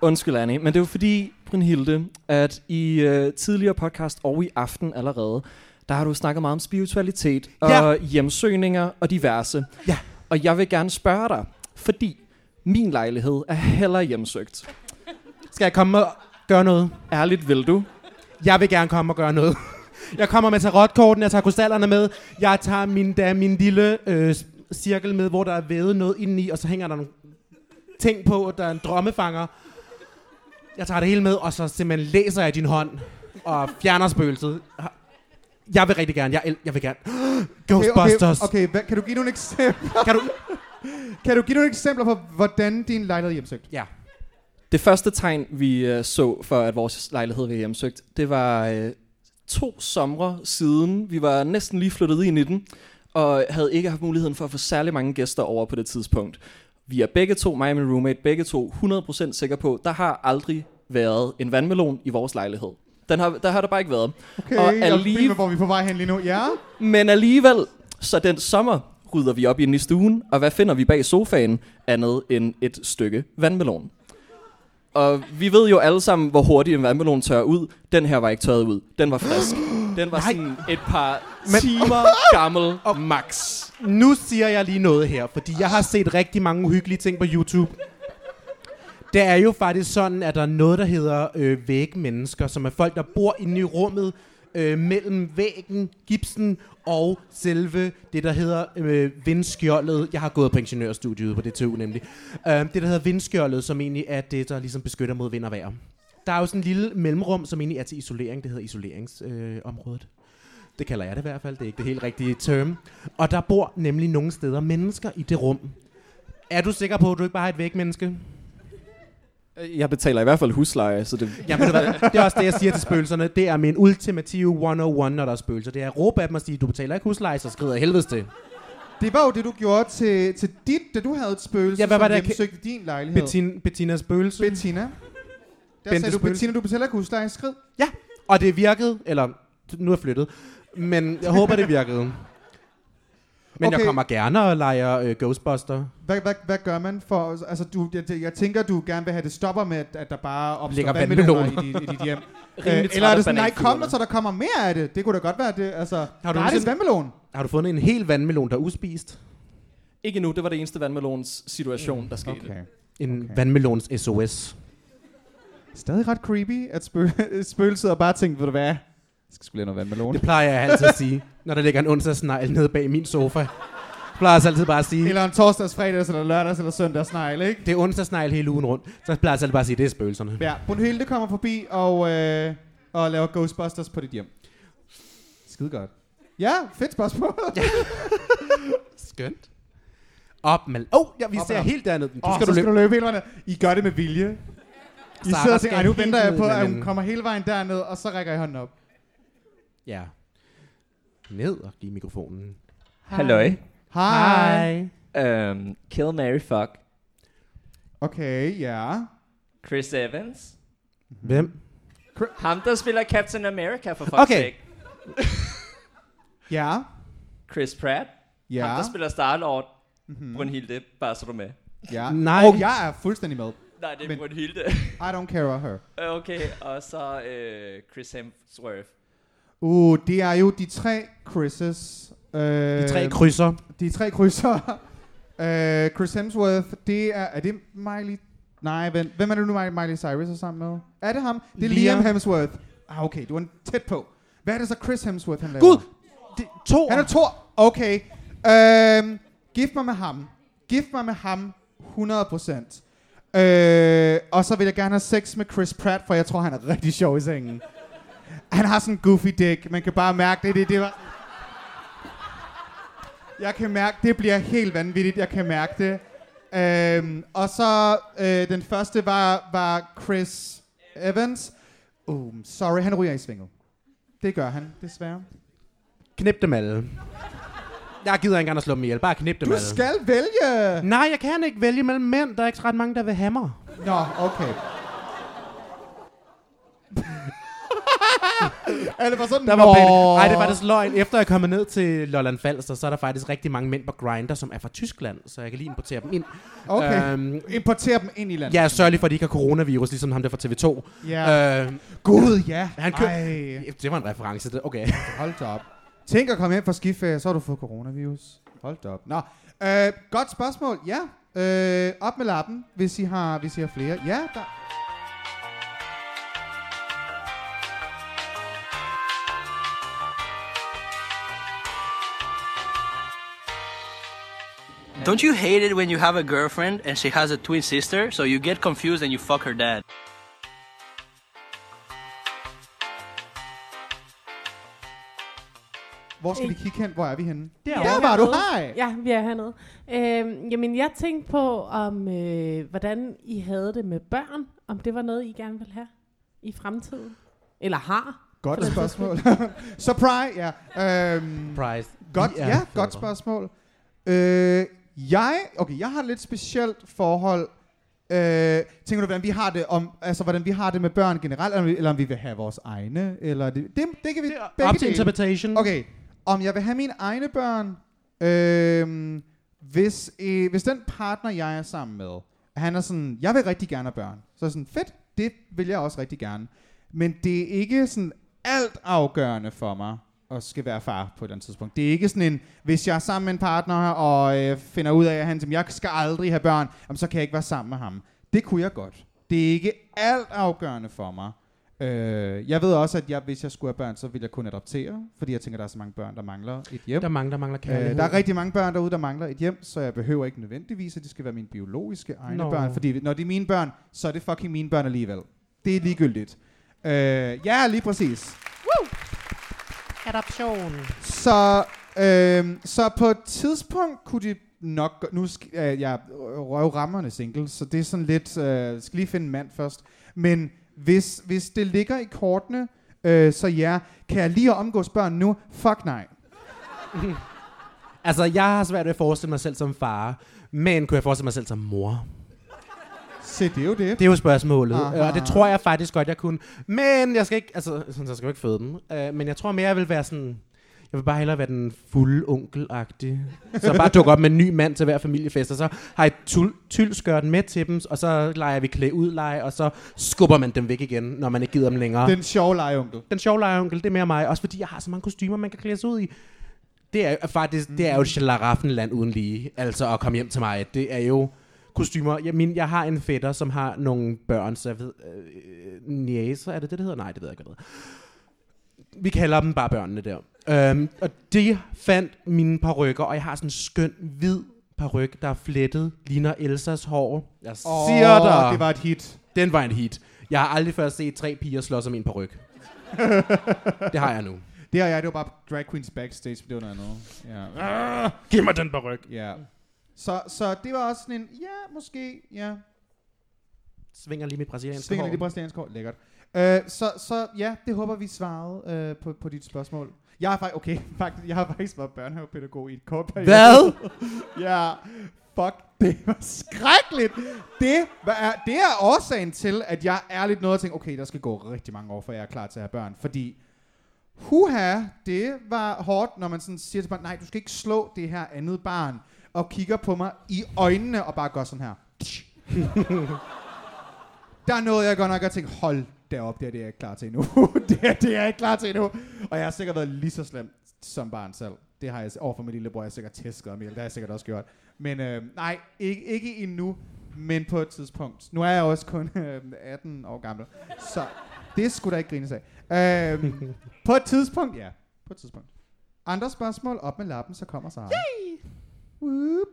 Speaker 7: Undskyld, Annie, men det er jo fordi, Brynhilde, at i øh, tidligere podcast og i aften allerede, der har du snakket meget om spiritualitet og
Speaker 2: Ja.
Speaker 7: hjemsøgninger og diverse.
Speaker 2: Ja.
Speaker 7: Og jeg vil gerne spørge dig, fordi min lejlighed er heller hjemsøgt.
Speaker 2: Skal jeg komme og gøre noget?
Speaker 7: Ærligt vil du?
Speaker 2: Jeg vil gerne komme og gøre noget. Jeg kommer med tarotkorten, jeg tager krystallerne med, jeg tager min, der, min lille øh, s- cirkel med, hvor der er vævet noget indeni, og så hænger der nogle ting på, og der er en drømmefanger. Jeg tager det hele med, og så simpelthen læser jeg din hånd, og fjerner spøgelset. Jeg vil rigtig gerne, jeg, el- jeg vil gerne. <gasps> Ghostbusters.
Speaker 1: Okay, okay, okay. Hvad, kan du give nogle eksempler? <laughs>
Speaker 2: Kan du...
Speaker 1: Kan du give nogle eksempler på, hvordan din lejlighed er hjemsøgt?
Speaker 2: Ja.
Speaker 7: Det første tegn, vi øh, så for, at vores lejlighed var hjemsøgt, det var øh, to somre siden. Vi var næsten lige flyttet ind i den, og havde ikke haft muligheden for at få særlig mange gæster over på det tidspunkt. Vi er begge to, mig og min roommate, begge to 100% sikre på, der har aldrig været en vandmelon i vores lejlighed. Den har, der har der bare ikke været.
Speaker 1: Okay,
Speaker 7: Og
Speaker 1: jeg er
Speaker 7: alligevel-
Speaker 1: lige... hvor vi er på vej hen lige nu. Ja.
Speaker 7: Men alligevel, så den sommer rydder vi op ind i stuen, og hvad finder vi bag sofaen andet end et stykke vandmelon? Og vi ved jo alle sammen, hvor hurtigt en vandmelon tørrer ud. Den her var ikke tørret ud. Den var frisk. Den var sådan et par timer gammel max.
Speaker 2: Nu siger jeg lige noget her, fordi jeg har set rigtig mange uhyggelige ting på YouTube. Det er jo faktisk sådan, at der er noget, der hedder øh, vægmennesker, som er folk, der bor inde i rummet øh, mellem væggen, gipsen og selve det, der hedder øh, vindskjoldet. Jeg har gået på ingeniørstudiet på DTU nemlig. Øh, det, der hedder vindskjoldet, som egentlig er det, der ligesom beskytter mod vind og vejr. Der er jo sådan en lille mellemrum, som egentlig er til isolering. Det hedder isoleringsområdet. Øh, området. det kalder jeg det i hvert fald. Det er ikke det helt rigtige term. Og der bor nemlig nogle steder mennesker i det rum. Er du sikker på, at du ikke bare er et vægmenneske?
Speaker 7: Jeg betaler i hvert fald husleje, så det...
Speaker 2: Ja, ved du hvad? Det er også det, jeg siger til spøgelserne. Det er min ultimative 101, når der er spøgelser. Det er at råbe af dem og sige, du betaler ikke husleje, så skrider jeg helvedes til.
Speaker 1: Det var jo det, du gjorde til, til dit, da du havde et spøgelse,
Speaker 2: Ja, hvad var
Speaker 1: som
Speaker 2: det, jeg
Speaker 1: hjemsøgte din lejlighed.
Speaker 2: Bettin, Bettinas spøgelse.
Speaker 1: Bettina. Der
Speaker 2: Bente
Speaker 1: sagde du,
Speaker 2: spøgelse.
Speaker 1: Bettina, du betaler ikke husleje. Skrid.
Speaker 2: Ja, og det virkede. Eller, nu er jeg flyttet. Men jeg håber, det virkede. Men okay. jeg
Speaker 1: Okay.
Speaker 2: kommer gerne og leger øh, Ghostbuster.
Speaker 1: Hvad, hvad, hvad gør man for... Altså, du, jeg, jeg tænker, du gerne vil have, det stopper med, at, at der bare opstår
Speaker 2: Ligger
Speaker 1: vandmeloner i,
Speaker 2: vandmeloner.
Speaker 1: dit- i dit
Speaker 2: <laughs>
Speaker 1: hjem.
Speaker 7: Rimelig
Speaker 1: Øh,
Speaker 7: træt
Speaker 1: eller er
Speaker 7: af
Speaker 1: det sådan, nej,
Speaker 7: bananfluerne."
Speaker 1: kom der, så der kommer mere af det. Det kunne da godt være, det, altså... Har du gratis
Speaker 2: nogensinde-
Speaker 1: vandmelon.
Speaker 2: Har du fundet en hel vandmelon, der er uspist?
Speaker 7: Ikke endnu, det var det eneste vandmelons situation, der skete. Okay.
Speaker 1: Okay.
Speaker 2: En okay.
Speaker 1: Okay.
Speaker 2: vandmelons SOS.
Speaker 1: Stadig ret creepy, at spø- <laughs> spøgelset har bare tænkt, ved du hvad? Jeg skal skulle have noget vandmelon.
Speaker 2: Det plejer jeg altid at sige, når der ligger en onsdagsnegl nede bag min sofa. Jeg plejer altså altid bare at sige,
Speaker 1: Eller en torsdags, fredags, eller lørdags, eller søndags snegl, ikke?
Speaker 2: det er onsdagsnegl hele ugen rundt. Så jeg plejer altså altid bare at sige, det er spøgelserne.
Speaker 1: Ja, Brunhilde kommer forbi og, øh, og laver Ghostbusters på dit hjem. Skide godt. Ja, fedt spørgsmål. <laughs> Ja,
Speaker 2: Skønt. Op med... Åh, oh, ja, vi
Speaker 1: Op med
Speaker 2: ser
Speaker 1: op.
Speaker 2: helt dernede. Du
Speaker 1: oh,
Speaker 2: skal du løbe.
Speaker 1: skal du løbe hele vejen ned. I gør det med vilje. I
Speaker 2: Sarah
Speaker 1: sidder og
Speaker 2: skal
Speaker 1: tænker, "Ej, nu
Speaker 2: helt
Speaker 1: venter jeg
Speaker 2: ned
Speaker 1: på,
Speaker 2: med
Speaker 1: at hun
Speaker 2: den."
Speaker 1: kommer hele vejen derned, og så rækker jeg hånden op.
Speaker 2: Ja. Ned og give mikrofonen.
Speaker 8: Halløj.
Speaker 1: Hej.
Speaker 8: Øhm, Kill Mary Fuck.
Speaker 1: Okay, ja.
Speaker 8: Chris Evans.
Speaker 2: Hvem?
Speaker 8: Ham, der spiller Captain America, for fuck's
Speaker 2: Okay.
Speaker 8: sake.
Speaker 1: Ja.
Speaker 8: Chris Pratt. Ja. Ham,
Speaker 1: Ja. Mhm.
Speaker 8: der spiller Star-Lord. Mm-hmm. Brunhilde, bare så du med.
Speaker 1: ja.
Speaker 2: Nej.
Speaker 1: Og jeg er fuldstændig med.
Speaker 8: Nej, det er
Speaker 1: Men-
Speaker 8: Men... Brunhilde.
Speaker 1: I don't care about her.
Speaker 8: <laughs> okay, og så øh, Chris Hemsworth.
Speaker 1: Uh, det er jo de tre Chris's. Øh, de
Speaker 2: Tre krydser.
Speaker 1: <laughs> Øh, De tre krydser. Uh, Chris Hemsworth, det er... Er det Miley Nej, vent. Hvem er det nu, Mi- Miley Cyrus er sammen med? Er det ham? Det er
Speaker 2: Liam.
Speaker 1: Liam Hemsworth. Ah, okay, du er tæt på. Hvad er det så Chris Hemsworth, han laver?
Speaker 2: Gud! Det, to.
Speaker 1: Han er Thor. Okay. Øhm, gift mig med ham. Gift mig med ham 100%. Øh, og så vil jeg gerne have sex med Chris Pratt, for jeg tror, han er rigtig sjov i sengen. Han har sådan en goofy dick. Man kan bare mærke det. det, det var... Jeg kan mærke, det bliver helt vanvittigt. Jeg kan mærke det. Øhm, og så øh, den første var, var Chris Evans. Oh, sorry, han ryger i svinget. Det gør han, desværre.
Speaker 2: Knip dem alle. Jeg gider ikke engang at slå dem ihjel. Bare knip dem
Speaker 1: Du
Speaker 2: alle.
Speaker 1: skal vælge!
Speaker 2: Nej, jeg kan ikke vælge mellem mænd. Der er ikke ret mange, der vil have mig.
Speaker 1: Nå, <laughs> okay. Eller var sådan,
Speaker 2: Der var
Speaker 1: Nå.
Speaker 2: Nej, det var det løgn. Efter jeg kom ned til Lolland Falster, så er der faktisk rigtig mange mænd på Grinder, som er fra Tyskland, så jeg kan lige importere dem ind.
Speaker 1: Okay.
Speaker 2: Øhm,
Speaker 1: Importer dem ind i landet.
Speaker 2: jeg er sørgelig for, at de ikke har coronavirus, ligesom ham der fra TV2.
Speaker 1: ja.
Speaker 2: Øhm,
Speaker 1: Gud, ja.
Speaker 2: han køb-
Speaker 1: kø-
Speaker 2: det var en reference. det-
Speaker 1: <laughs>
Speaker 2: Okay.
Speaker 1: Hold da op. Tænk at komme hjem fra skiferie, så har du fået coronavirus. Hold da op. Nå, øh, godt spørgsmål. Ja, øh, op med lappen, hvis I har, hvis I har flere. Ja, der...
Speaker 9: Don't you hate it when you have a girlfriend and she has a twin sister, so you get confused and you fuck her dad?
Speaker 1: Hvor skal vi kigge hen? Hvor er vi henne?
Speaker 6: Der,
Speaker 1: Der var du. Hej!
Speaker 6: Ja, vi er hernede. Øhm, jamen, jeg tænkte på, om øh, hvordan I havde det med børn. Om det var noget, I gerne ville have i fremtiden. Eller har.
Speaker 1: Godt
Speaker 6: For den
Speaker 1: spørgsmål. <laughs> Surprise, ja. Øhm,
Speaker 2: Price.
Speaker 1: Godt,
Speaker 2: I
Speaker 1: ja,
Speaker 2: er
Speaker 1: ja
Speaker 2: fædre.
Speaker 1: godt spørgsmål. Øh, jeg, okay, jeg har et lidt specielt forhold. Øh, tænker du, hvordan vi har det om, altså, hvordan vi har det med børn generelt, eller om vi, eller om vi vil have vores egne, eller det, det, det kan vi
Speaker 2: Op
Speaker 1: begge
Speaker 2: til
Speaker 1: dele.
Speaker 2: interpretation.
Speaker 1: Okay, om jeg vil have mine egne børn, øh, hvis, øh, hvis den partner, jeg er sammen med, han er sådan, jeg vil rigtig gerne have børn. Så er jeg sådan, fedt, det vil jeg også rigtig gerne. Men det er ikke sådan alt afgørende for mig, at skal være far på et eller andet tidspunkt. Det er ikke sådan en, hvis jeg er sammen med en partner, og øh, finder ud af, at han, som jeg skal aldrig have børn, jamen, så kan jeg ikke være sammen med ham. Det kunne jeg godt. Det er ikke alt afgørende for mig. Øh, jeg ved også, at jeg, hvis jeg skulle have børn, så ville jeg kun adoptere, fordi jeg tænker, at der er så mange børn, der mangler et hjem.
Speaker 2: Der mangler, mangler kærlighed.
Speaker 1: Øh, der er rigtig mange børn derude, der mangler et hjem, så jeg behøver ikke nødvendigvis, at de skal være mine biologiske egne
Speaker 2: Nå.
Speaker 1: no. børn. Fordi når det er mine børn, så er det fucking mine børn alligevel. Det er ligegyldigt. Øh, ja, lige præcis.
Speaker 2: adoption.
Speaker 1: Så, øhm, så på et tidspunkt kunne de nok... gå- Nu sk- øh, jeg er røvrammerne single, så det er sådan lidt... Øh, skal lige finde en mand først. Men hvis, hvis det ligger i kortene, øh, så ja, kan jeg lige omgås børn nu? Fuck nej.
Speaker 2: Altså, jeg har svært ved at forestille mig selv som far, men kunne jeg forestille mig selv som mor?
Speaker 1: Se, det er jo det.
Speaker 2: Det er jo spørgsmålet,
Speaker 1: Aha.
Speaker 2: og det tror jeg faktisk godt, jeg kunne. Men jeg skal ikke, altså, sådan, så skal jeg jo ikke føde dem. Øh, men jeg tror mere, jeg vil være sådan... Jeg vil bare hellere være den fulde onkelagtige. Så bare dukke op med en ny mand til hver familiefest, og så har jeg tul- tyldskørten med til dem, og så leger vi klæde ud leje, og så skubber man dem væk igen, når man ikke gider dem længere. Den,
Speaker 1: Den sjove legeonkel.
Speaker 2: den sjove lejeonkel, det er mere mig, også fordi jeg har så mange kostymer, man kan klæde sig ud i. Det er faktisk, det er jo et slaraffenland uden lige, altså at komme hjem til mig. Det er jo kostymer. Jeg, min, jeg har en fætter, som har nogle børn, så jeg ved, øh, næser, er det det, det hedder? Nej, det ved jeg ikke, hvad det hedder. Vi kalder dem bare børnene der. Øhm, og de fandt mine parrykker, og jeg har sådan en skøn, hvid paryk, der er flettet, ligner Elsas hår. Jeg siger oh, dig,
Speaker 1: det var et hit. <laughs>
Speaker 2: den var en hit. Jeg har aldrig før set tre piger slås om en paryk. det har jeg nu.
Speaker 1: Det her, ja, det var bare drag queens backstage, men det var noget andet. Ja.
Speaker 2: Giv mig den paryk.
Speaker 1: ja. Så, så det var også sådan en, ja, måske, ja.
Speaker 2: Svinger lige mit brasilianske
Speaker 1: Svinger
Speaker 2: hår.
Speaker 1: lidt i brasiliansk hår. Lækkert. Øh, så, så ja, det håber vi svarede øh, på, på dit spørgsmål. Jeg har faktisk, okay, <laughs> faktisk, jeg har faktisk været børnehavepædagog i et kort periode.
Speaker 2: Hvad?
Speaker 1: <laughs> ja, fuck, det var skrækkeligt. Det, hvad er, det er årsagen til, at jeg ærligt nåede at tænke, okay, der skal gå rigtig mange år, for jeg er klar til at have børn. Fordi, huha, det var hårdt, når man sådan siger til barnet, nej, du skal ikke slå det her andet barn, og kigger på mig i øjnene og bare gør sådan her. Der nåede jeg godt nok at tænke, hold derop, det er det, er jeg ikke klar til endnu. <laughs> det er det, er jeg ikke klar til endnu. Og jeg har sikkert været lige så slem som barn selv. Det har jeg overfor min lillebror, jeg har sikkert tæsket ham ihjel. Det har jeg sikkert også gjort. Men øh, nej, ikke, ikke endnu. Men på et tidspunkt. Nu er jeg også kun øh, 18 år gammel. Så det skulle da ikke grines af. Øh, på et tidspunkt, ja. På et tidspunkt. Andre spørgsmål, op med lappen, så kommer Sara. Whoop.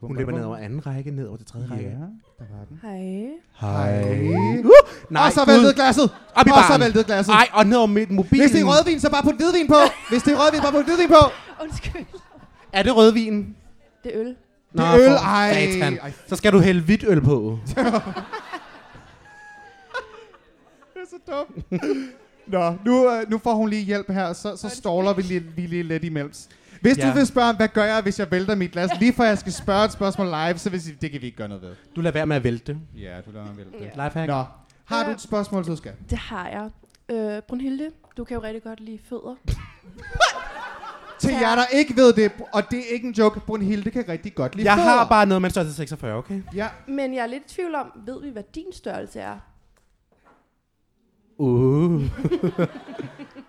Speaker 2: Hun løber ned over anden række, ned over det tredje
Speaker 1: Ja,
Speaker 2: række.
Speaker 1: der var den.
Speaker 6: Hej.
Speaker 1: Hej.
Speaker 2: Nej,
Speaker 1: og så
Speaker 2: Gud.
Speaker 1: væltede glasset.
Speaker 2: Op i
Speaker 1: og så
Speaker 2: baren.
Speaker 1: væltede glasset.
Speaker 2: Nej, og ned over mit mobil.
Speaker 1: Hvis det er rødvin, så bare put hvidvin på. Hvis det er rødvin, bare put hvidvin på.
Speaker 10: Undskyld.
Speaker 2: <laughs> Er det rødvin?
Speaker 10: Det er øl.
Speaker 1: Det er øl.
Speaker 2: for
Speaker 1: Ej.
Speaker 2: satan.
Speaker 1: Ej.
Speaker 2: Så skal du hælde hvidt øl på.
Speaker 1: Det er så dumt. <laughs> Nå, nu, øh, nu får hun lige hjælp her, så, så ståler vi lige, vi lige lidt imens. Hvis ja.
Speaker 2: Ja.
Speaker 1: du vil spørge, hvad gør jeg, hvis jeg vælter mit glas? Lige før jeg skal spørge et spørgsmål live, så vil jeg sige, det kan vi ikke gøre noget ved.
Speaker 2: Du lader være med at vælte.
Speaker 1: Ja, du lader mig vælte.
Speaker 10: Ja.
Speaker 2: Lifehack.
Speaker 1: Nå, har du et spørgsmål, så skal?
Speaker 10: Det har jeg. Øh, Brunhilde, du kan jo rigtig godt lide fødder.
Speaker 1: Til jer, der ikke ved det, og det er ikke en joke, Brunhilde kan rigtig godt lide
Speaker 2: Jeg
Speaker 1: fødder.
Speaker 2: har bare noget med en størrelse 46, okay?
Speaker 1: Ja,
Speaker 10: Men jeg er lidt i tvivl om, ved vi, hvad din størrelse er?
Speaker 2: Uh. <laughs>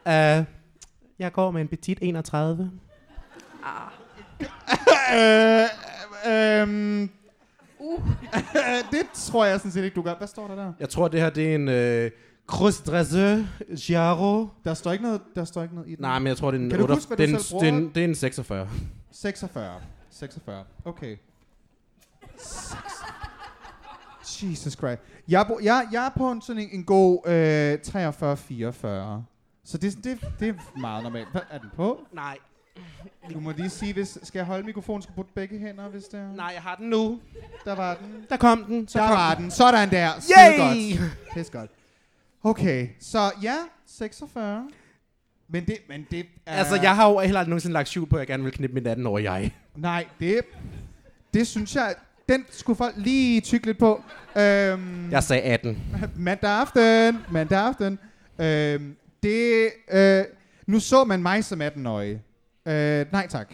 Speaker 2: uh. Jeg går med en petit 31.
Speaker 1: Øh, øhm, uh. <laughs> det tror jeg sådan set ikke, du gør. Hvad står der der?
Speaker 2: Jeg tror, det her det er en øh, Cruz Dresse Giaro.
Speaker 1: Der står ikke noget, der står ikke noget i den.
Speaker 2: Nej, men jeg tror, det er en,
Speaker 1: Kan du
Speaker 2: 8,
Speaker 1: huske, hvad du
Speaker 2: det, er en,
Speaker 1: selv bruger?
Speaker 2: det, er en, det er en 46.
Speaker 1: 46. 46. Okay. Seks- Jesus Christ. Jeg, bo, jeg, jeg er på en, sådan en, en god øh, 43-44. Så det, er sådan- det, det er meget normalt. Hvad er den på?
Speaker 2: Nej,
Speaker 1: Du må lige sige, hvis, skal jeg holde mikrofonen, skal jeg putte begge hænder, hvis det er?
Speaker 2: nej, jeg har den nu.
Speaker 1: Der var den.
Speaker 2: Der kom den. Så
Speaker 1: der
Speaker 2: kom
Speaker 1: var den. Sådan der.
Speaker 2: Yay!
Speaker 1: Skide godt. Pisse godt. Okay, så ja, 46. Men det, men det er...
Speaker 2: Altså, jeg har jo heller aldrig nogensinde lagt skjul på, at jeg gerne vil knippe min 18 over jeg.
Speaker 1: Nej, det... Det synes jeg... Den skulle folk lige tykke lidt på. Øhm,
Speaker 2: Jeg sagde 18.
Speaker 1: Mandag aften. Mandag aften. Øhm, det... Øh, nu så man mig som 18-årig. Øh, nej tak.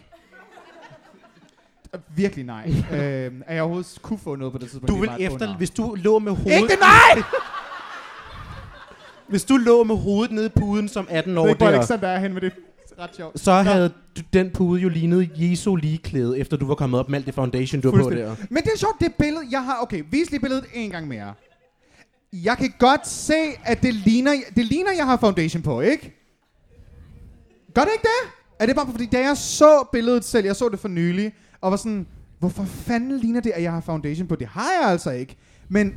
Speaker 1: Virkelig nej. øhm, at jeg overhovedet kunne få noget på det tidspunkt.
Speaker 2: Du
Speaker 1: det er
Speaker 2: vil
Speaker 1: bare et
Speaker 2: efter,
Speaker 1: under.
Speaker 2: hvis du lå med hovedet...
Speaker 1: Ikke det, nej!
Speaker 2: Hvis du lå med hovedet nede i puden som 18 år
Speaker 1: Jeg ved ikke, hvor
Speaker 2: der,
Speaker 1: Alexander er hen med det. Det er ret sjovt.
Speaker 2: så havde du, den pude jo lignet Jesu ligeklæde, efter du var kommet op med alt det foundation, du var på der.
Speaker 1: Fuldstændig. Men det er sjovt, det billede, jeg har... Okay, vis lige billedet en gang mere. Jeg kan godt se, at det ligner, det ligner, jeg har foundation på, ikke? Gør det ikke det? Er det bare fordi, da jeg så billedet selv, jeg så det for nylig, og var sådan, hvorfor fanden ligner det, at jeg har foundation på? Det har jeg altså ikke. Men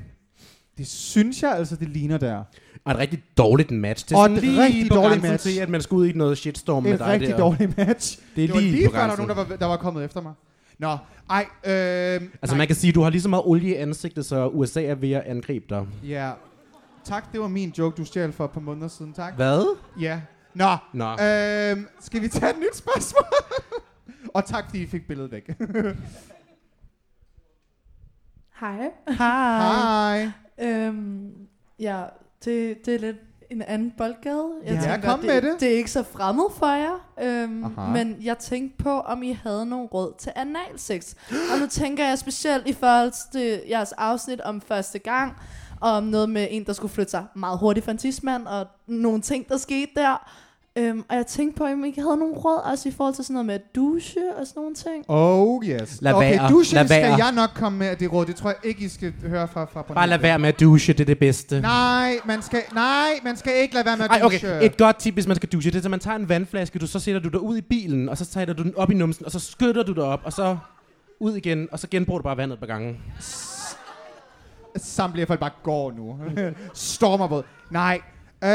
Speaker 1: det synes jeg altså, det ligner der.
Speaker 2: Og et rigtig dårligt match. Det er
Speaker 1: Og
Speaker 2: sådan
Speaker 1: et
Speaker 2: lige
Speaker 1: rigtig
Speaker 2: på
Speaker 1: dårligt
Speaker 2: grænsen
Speaker 1: match.
Speaker 2: til, at man skal ud i noget shitstorm med
Speaker 1: En
Speaker 2: dig
Speaker 1: rigtig
Speaker 2: der.
Speaker 1: dårlig match.
Speaker 2: Det er
Speaker 1: det var
Speaker 2: lige
Speaker 1: lige
Speaker 2: på
Speaker 1: før, der var
Speaker 2: grænsen.
Speaker 1: nogen, der var, der var kommet efter mig. Nå, ej, øh,
Speaker 2: Altså, man kan sige, at du har lige så meget olie i ansigtet, så USA er ved at angribe dig.
Speaker 1: Ja. Tak, det var min joke, du stjal for et par måneder siden. Tak.
Speaker 2: Hvad? Øh.
Speaker 1: Ja. Nå.
Speaker 2: Nå.
Speaker 1: Øhm, skal vi tage et nyt spørgsmål? <laughs> Og tak, fordi I fik billedet væk.
Speaker 11: Hej.
Speaker 1: Hej.
Speaker 11: Øhm, ja, det, det er lidt en anden boldgade.
Speaker 1: Ja, kom
Speaker 11: det,
Speaker 1: med det.
Speaker 11: Det er ikke så fremmed for jer. Øhm,
Speaker 1: Aha.
Speaker 11: men jeg tænkte på, om I havde nogle råd til analsex. Og nu tænker jeg specielt i forhold til jeres afsnit om første gang, og om noget med en, der skulle flytte sig meget hurtigt fra en tidsmand, og nogle ting, der skete der. Øhm, og jeg tænkte på, om I ikke havde nogle råd, også i forhold til sådan noget med at dusche og sådan nogle ting.
Speaker 1: Oh yes.
Speaker 2: Lad
Speaker 1: okay,
Speaker 2: være.
Speaker 1: douchen
Speaker 2: Lad
Speaker 1: skal
Speaker 2: være.
Speaker 1: jeg nok komme med det råd. Det tror jeg ikke, I skal høre fra. fra
Speaker 2: Bare lad være med at douche, det er det bedste.
Speaker 1: Nej, man skal, nej, man skal ikke lade være med at
Speaker 2: Ej, okay.
Speaker 1: douche.
Speaker 2: Et godt tip, hvis man skal douche, det er, at man tager en vandflaske, du, så sætter du dig ud i bilen, og så tager du den op i numsen, og så skytter du dig op, og så ud igen, og så genbruger du bare vandet et par gange.
Speaker 1: samtlige folk bare går nu. <laughs> Stormer både. Nej. Øh,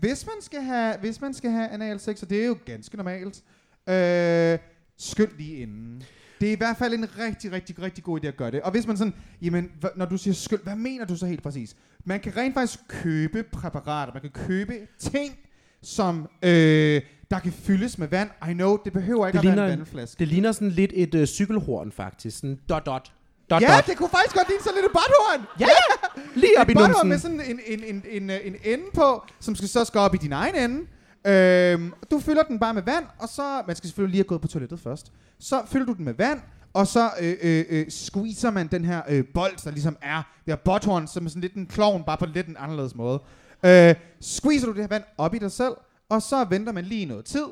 Speaker 1: hvis, man skal have, hvis man skal have anal sex, og det er jo ganske normalt, øh, skyld lige inden. Det er i hvert fald en rigtig, rigtig, rigtig god idé at gøre det. Og hvis man sådan, jamen, hva- når du siger skyld, hvad mener du så helt præcis? Man kan rent faktisk købe præparater, man kan købe ting, som øh, der kan fyldes med vand. I know, det behøver ikke
Speaker 2: Det
Speaker 1: det at
Speaker 2: ligner,
Speaker 1: være en
Speaker 2: en,
Speaker 1: vandflaske.
Speaker 2: det ligner sådan lidt et øh, cykelhorn, faktisk. Sådan dot, dot. Dot,
Speaker 1: Ja,
Speaker 2: dot.
Speaker 1: det kunne faktisk godt ligne sådan lidt et butthorn.
Speaker 2: Ja, lige op i
Speaker 1: et butthorn med
Speaker 2: numsen.
Speaker 1: sådan en, en, en, en, øh, en ende på, som skal så skal op i din egen ende. Øhm, du fylder den bare med vand, og så... Man skal selvfølgelig lige have gået på toilettet først. Så fylder du den med vand, og så øh, øh, øh, squeezer man den her øh, bold, der ligesom er det her butthorn, som er sådan lidt en klovn, bare på lidt en anderledes måde. Øh, squeezer du det her vand op i dig selv, og så venter man lige noget tid,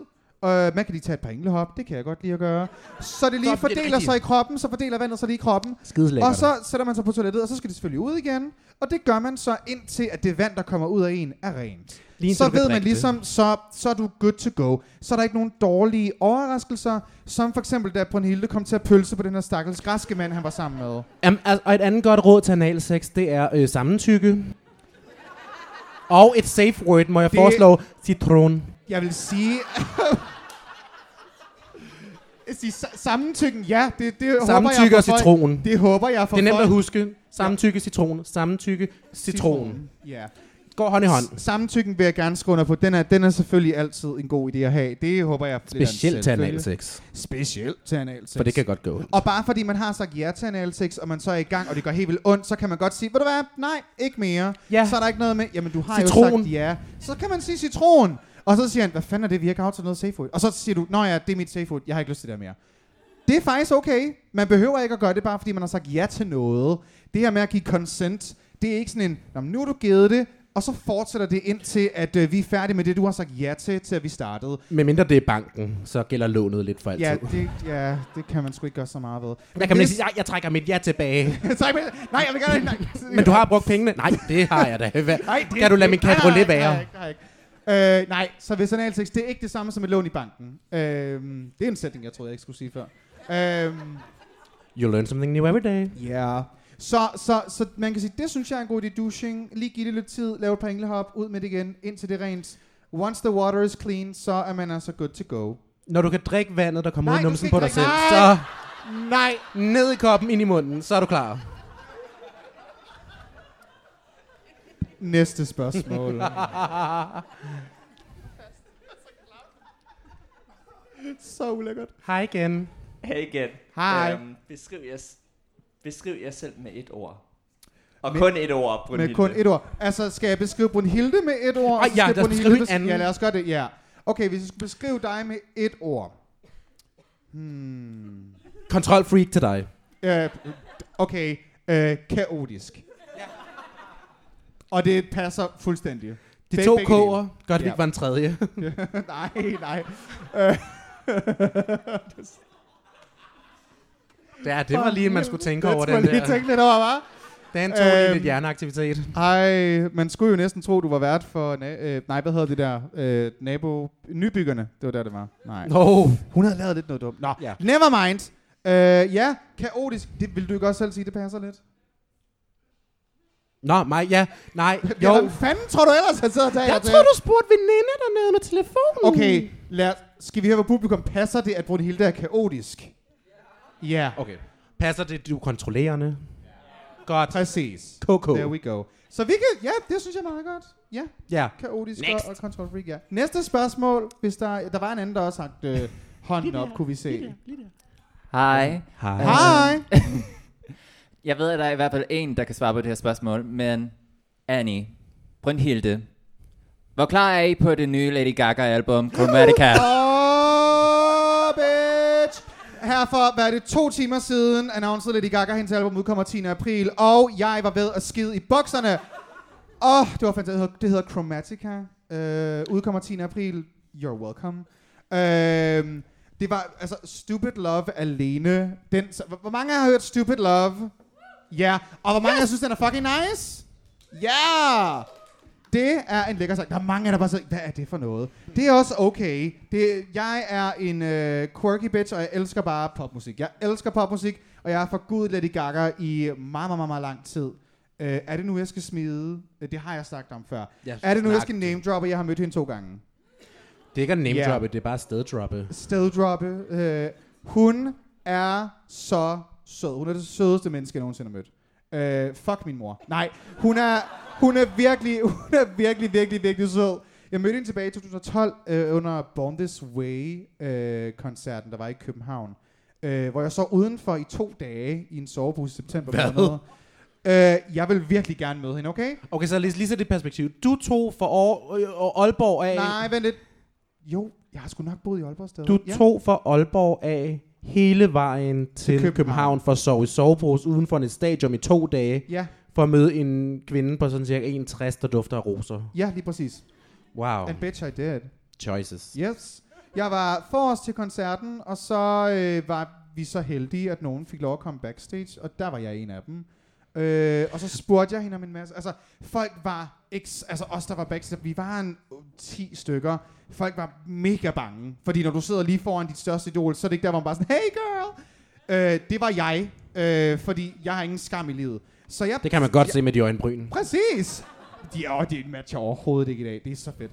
Speaker 1: Øh, man kan lige tage et par englehop, det kan jeg godt lide at gøre. Så det lige
Speaker 2: Kroppen, det er
Speaker 1: fordeler
Speaker 2: rigtigt.
Speaker 1: sig i kroppen, så fordeler vandet sig lige i kroppen.
Speaker 2: Skidelækkert.
Speaker 1: Og så sætter man sig på toilettet, og så skal det selvfølgelig ud igen. Og det gør man så indtil, at det vand, der kommer ud af en, er rent.
Speaker 2: Lige indtil
Speaker 1: så
Speaker 2: du kan
Speaker 1: ved man
Speaker 2: drikke det.
Speaker 1: ligesom, så, så er du good to go. Så er der ikke nogen dårlige overraskelser, som for eksempel, da Brunhilde kom til at pølse på den her stakkels græske mand, han var sammen med.
Speaker 2: Jamen, al- og et andet godt råd til analsex, det er øh, sammentykke. Og et safe word, må jeg
Speaker 1: Det-
Speaker 2: det... foreslå. Citron.
Speaker 1: Jeg vil sige... <laughs> Jeg vil sige, sa- Sammentykken, ja, det, det håber jeg
Speaker 2: Samtykke
Speaker 1: for
Speaker 2: og
Speaker 1: folk-
Speaker 2: citron.
Speaker 1: Det håber jeg for
Speaker 2: Det er nemt
Speaker 1: folk.
Speaker 2: at huske. Samtykke, citron. Samtykke, citron.
Speaker 1: Ja.
Speaker 2: Går hånd i hånd.
Speaker 1: S- Samtykken vil jeg gerne skrive under på. Den er, den er selvfølgelig altid en god idé at have. Det håber jeg... bliver en
Speaker 2: Specielt til
Speaker 1: selvfølge.
Speaker 2: analsex.
Speaker 1: Specielt til analsex.
Speaker 2: For det kan godt gå.
Speaker 1: Og bare fordi man har sagt ja til analsex, og man så er i gang, og det gør helt vildt ondt, så kan man godt sige, ved du hvad, nej, ikke mere. Ja. Så er der ikke noget med, jamen du har jo
Speaker 2: Citron.
Speaker 1: sagt ja. Så kan man sige citron. Og så siger han, hvad fanden er det, vi har ikke aftalt noget safe food. Og så siger du, nå ja, det er mit safe food, jeg har ikke lyst til det her mere. Det er faktisk okay. Man behøver ikke at gøre det, bare fordi man har sagt ja til noget. Det her med at give consent, det er ikke sådan en, "Nå, men nu har du givet det, og så fortsætter det indtil, at øh, vi er færdige med det, du har sagt ja til, til at vi startede.
Speaker 2: Med mindre det er banken, så gælder lånet lidt for altid. <laughs>
Speaker 1: Ja det, ja, det kan man sgu ikke gøre så meget ved.
Speaker 2: Der kan man ikke sige, "Ej, jeg trækker mit ja tilbage. <laughs>
Speaker 1: <laughs> tak, men, nej, jeg vil gerne... Nej,
Speaker 2: Men du har brugt pengene? Nej, det har jeg da. Hvad?
Speaker 1: Nej, det-
Speaker 2: kan du lade min
Speaker 1: nej, nej,
Speaker 2: cabriolet
Speaker 1: nej,
Speaker 2: være?
Speaker 1: Nej, nej, nej. Øh, nej, så hvis analsex, det er ikke det samme som et lån i banken. Øh, det er en sætning, jeg troede, jeg ikke skulle sige før. Øh,
Speaker 2: You learn something new every day.
Speaker 1: yeah. så, så, så man kan sige, det synes jeg er en god idé, douching. Lige give det lidt tid, lave et par englehop, ud med det igen, indtil det er rent. Once the water is clean, så er man altså good to go.
Speaker 2: Når du kan drikke vandet, der kommer ud
Speaker 1: Nej,
Speaker 2: af
Speaker 1: du
Speaker 2: numsen
Speaker 1: skal ikke
Speaker 2: på dig selv,
Speaker 1: drikke-
Speaker 2: så
Speaker 1: Nej.
Speaker 2: ned i koppen, ind i munden, så er du klar.
Speaker 1: Næste
Speaker 2: <laughs>
Speaker 1: spørgsmål. Så ulækkert.
Speaker 2: Hej igen.
Speaker 8: Hej igen.
Speaker 1: Hej.
Speaker 8: Øhm, beskriv, jer, s- beskriv jer selv med et ord. Og
Speaker 1: Med-
Speaker 8: med, kun et ord, Brunhilde.
Speaker 1: Med kun et ord. Altså, skal jeg beskrive Brunhilde med et ord?
Speaker 2: Ej,
Speaker 1: og så
Speaker 2: ja,
Speaker 1: skal
Speaker 2: lad os
Speaker 1: Brunhilde
Speaker 2: beskrive en
Speaker 1: bes-
Speaker 2: anden.
Speaker 1: Ja, lad os gøre det, ja. Okay, hvis jeg skulle beskrive dig med et ord. Hmm.
Speaker 2: Kontrol freak til dig.
Speaker 1: Øh, okay, øh, kaotisk. Og det passer fuldstændig.
Speaker 2: De
Speaker 1: Beg-
Speaker 2: to
Speaker 1: begge dele.
Speaker 2: K'er. Godt, at vi ikke var en
Speaker 1: <laughs>
Speaker 2: tredje. <laughs>
Speaker 1: nej, nej. Øh.
Speaker 2: Ja, det var lige, at man skulle tænke
Speaker 1: Det
Speaker 2: over
Speaker 1: skulle
Speaker 2: den
Speaker 1: man lige Øhm.
Speaker 2: der.
Speaker 1: tænke lidt over, hva'?
Speaker 2: Dan tog lige lidt hjerneaktivitet.
Speaker 1: Ej, man skulle jo næsten tro, du var vært for... Na- øh, nej, hvad hedder det der? Øh, nabo... Nybyggerne. Det var der, det var. Nej.
Speaker 2: Nå.
Speaker 1: Hun havde lavet lidt noget dumt. Nå,
Speaker 2: Ja.
Speaker 1: never mind. Øh, ja, kaotisk. Det vil du ikke også selv sige, det passer lidt?
Speaker 2: Nå, mig,
Speaker 1: <laughs>
Speaker 2: ja. Nej,
Speaker 1: Jo.
Speaker 2: jo.
Speaker 1: Hvad fanden tror du ellers, han sidder og tager jer
Speaker 2: Jeg
Speaker 1: til?
Speaker 2: tror, du spurgte veninde dernede med telefonen.
Speaker 1: Okay, lad, skal vi høre, hvor publikum passer det, at Brunhilde er kaotisk? Ja.
Speaker 2: Okay. Passer det, du er kontrollerende? Godt.
Speaker 1: Præcis.
Speaker 2: KK.
Speaker 1: There we go. Så vi kan, ja, det synes jeg er meget godt. Ja,
Speaker 2: Ja.
Speaker 1: kaotisk
Speaker 2: Next.
Speaker 1: og, og control freak, ja. Næste spørgsmål, hvis der, der var en anden, der også har sagt øh, hånden op, kunne vi se.
Speaker 5: Hej.
Speaker 2: Hej.
Speaker 1: Hej.
Speaker 5: jeg ved, at der er i hvert fald en, der kan svare på det her spørgsmål, men Annie, Brynhilde, hvor klar er I på det nye Lady Gaga-album, Chromatica?
Speaker 1: Åh, bitch! Her for, hvad er det, to timer siden, annoncerede Lady Gaga, hendes album udkommer 10. april, og jeg var ved at skide i bukserne. Åh, det var fantastisk. Det hedder- Det hedder Chromatica. Øh, udkommer 10. april. You're welcome. Øh, det var, altså, Stupid Love alene. Den, så, hvor hvor mange af jer har hørt Stupid Love? Ja. Yeah. Og hvor mange af jer synes, den er fucking nice? Ja! Yeah! Det er en lækker sang. Der er mange, der bare siger, hvad er det for noget? Det er også okay. Det, jeg er en øh, quirky bitch, og jeg elsker bare popmusik. Jeg elsker popmusik, og jeg har forgudet Lady Gaga i meget, meget, meget, meget lang tid. Øh, er det nu, jeg skal smide? Øh, Det har jeg sagt om før.
Speaker 2: Jeg
Speaker 1: er det nu, jeg
Speaker 2: snak-
Speaker 1: skal name droppe? Jeg har mødt hende to gange.
Speaker 2: Det er ikke at name
Speaker 1: Ja.
Speaker 2: droppe, det er bare steddroppe.
Speaker 1: Steddroppe. Øh, hun er så sød. Hun er det sødeste menneske, jeg nogensinde har mødt. Øh, fuck min mor. Nej, hun er, hun er virkelig, <laughs> hun er virkelig, virkelig, virkelig sød. Jeg mødte hende tilbage i 2012 øh, under Born This Way-koncerten, der var i København. Øh, hvor jeg så udenfor i to dage i en sovepose i september
Speaker 2: Hvad?
Speaker 1: måned. Øh, jeg vil virkelig gerne møde hende, okay?
Speaker 2: Okay, så lige, lige så det perspektiv. Du tog for Aar- øh, og Aalborg af.
Speaker 1: Nej, vent lidt. Jo, jeg har sgu nok boet i Aalborg stadig.
Speaker 2: Du tog for Aalborg af hele vejen til, til
Speaker 1: København.
Speaker 2: København. København for at sove i sovepose uden for et stadion i to dage.
Speaker 1: Ja.
Speaker 2: For at møde en kvinde på sådan cirka 61, der dufter af roser.
Speaker 1: Ja, lige præcis.
Speaker 2: Wow.
Speaker 1: And bitch, I did.
Speaker 2: Choices.
Speaker 1: Yes. Jeg var forrest til koncerten, og så øh, var vi så heldige, at nogen fik lov at komme backstage, og der var jeg en af dem. Øh, og så spurgte jeg hende om en masse. Altså, folk var ikke... Altså, os der var backstage, vi var en 10 stykker. Folk var mega bange. Fordi når du sidder lige foran dit største idol, så er det ikke der, hvor man bare sådan, hey girl! Øh, det var jeg. Øh, fordi jeg har ingen skam i livet. Så jeg,
Speaker 2: Det kan man godt se med de øjenbryn.
Speaker 1: Præcis! De, åh, det matcher overhovedet ikke i dag. Det er så fedt.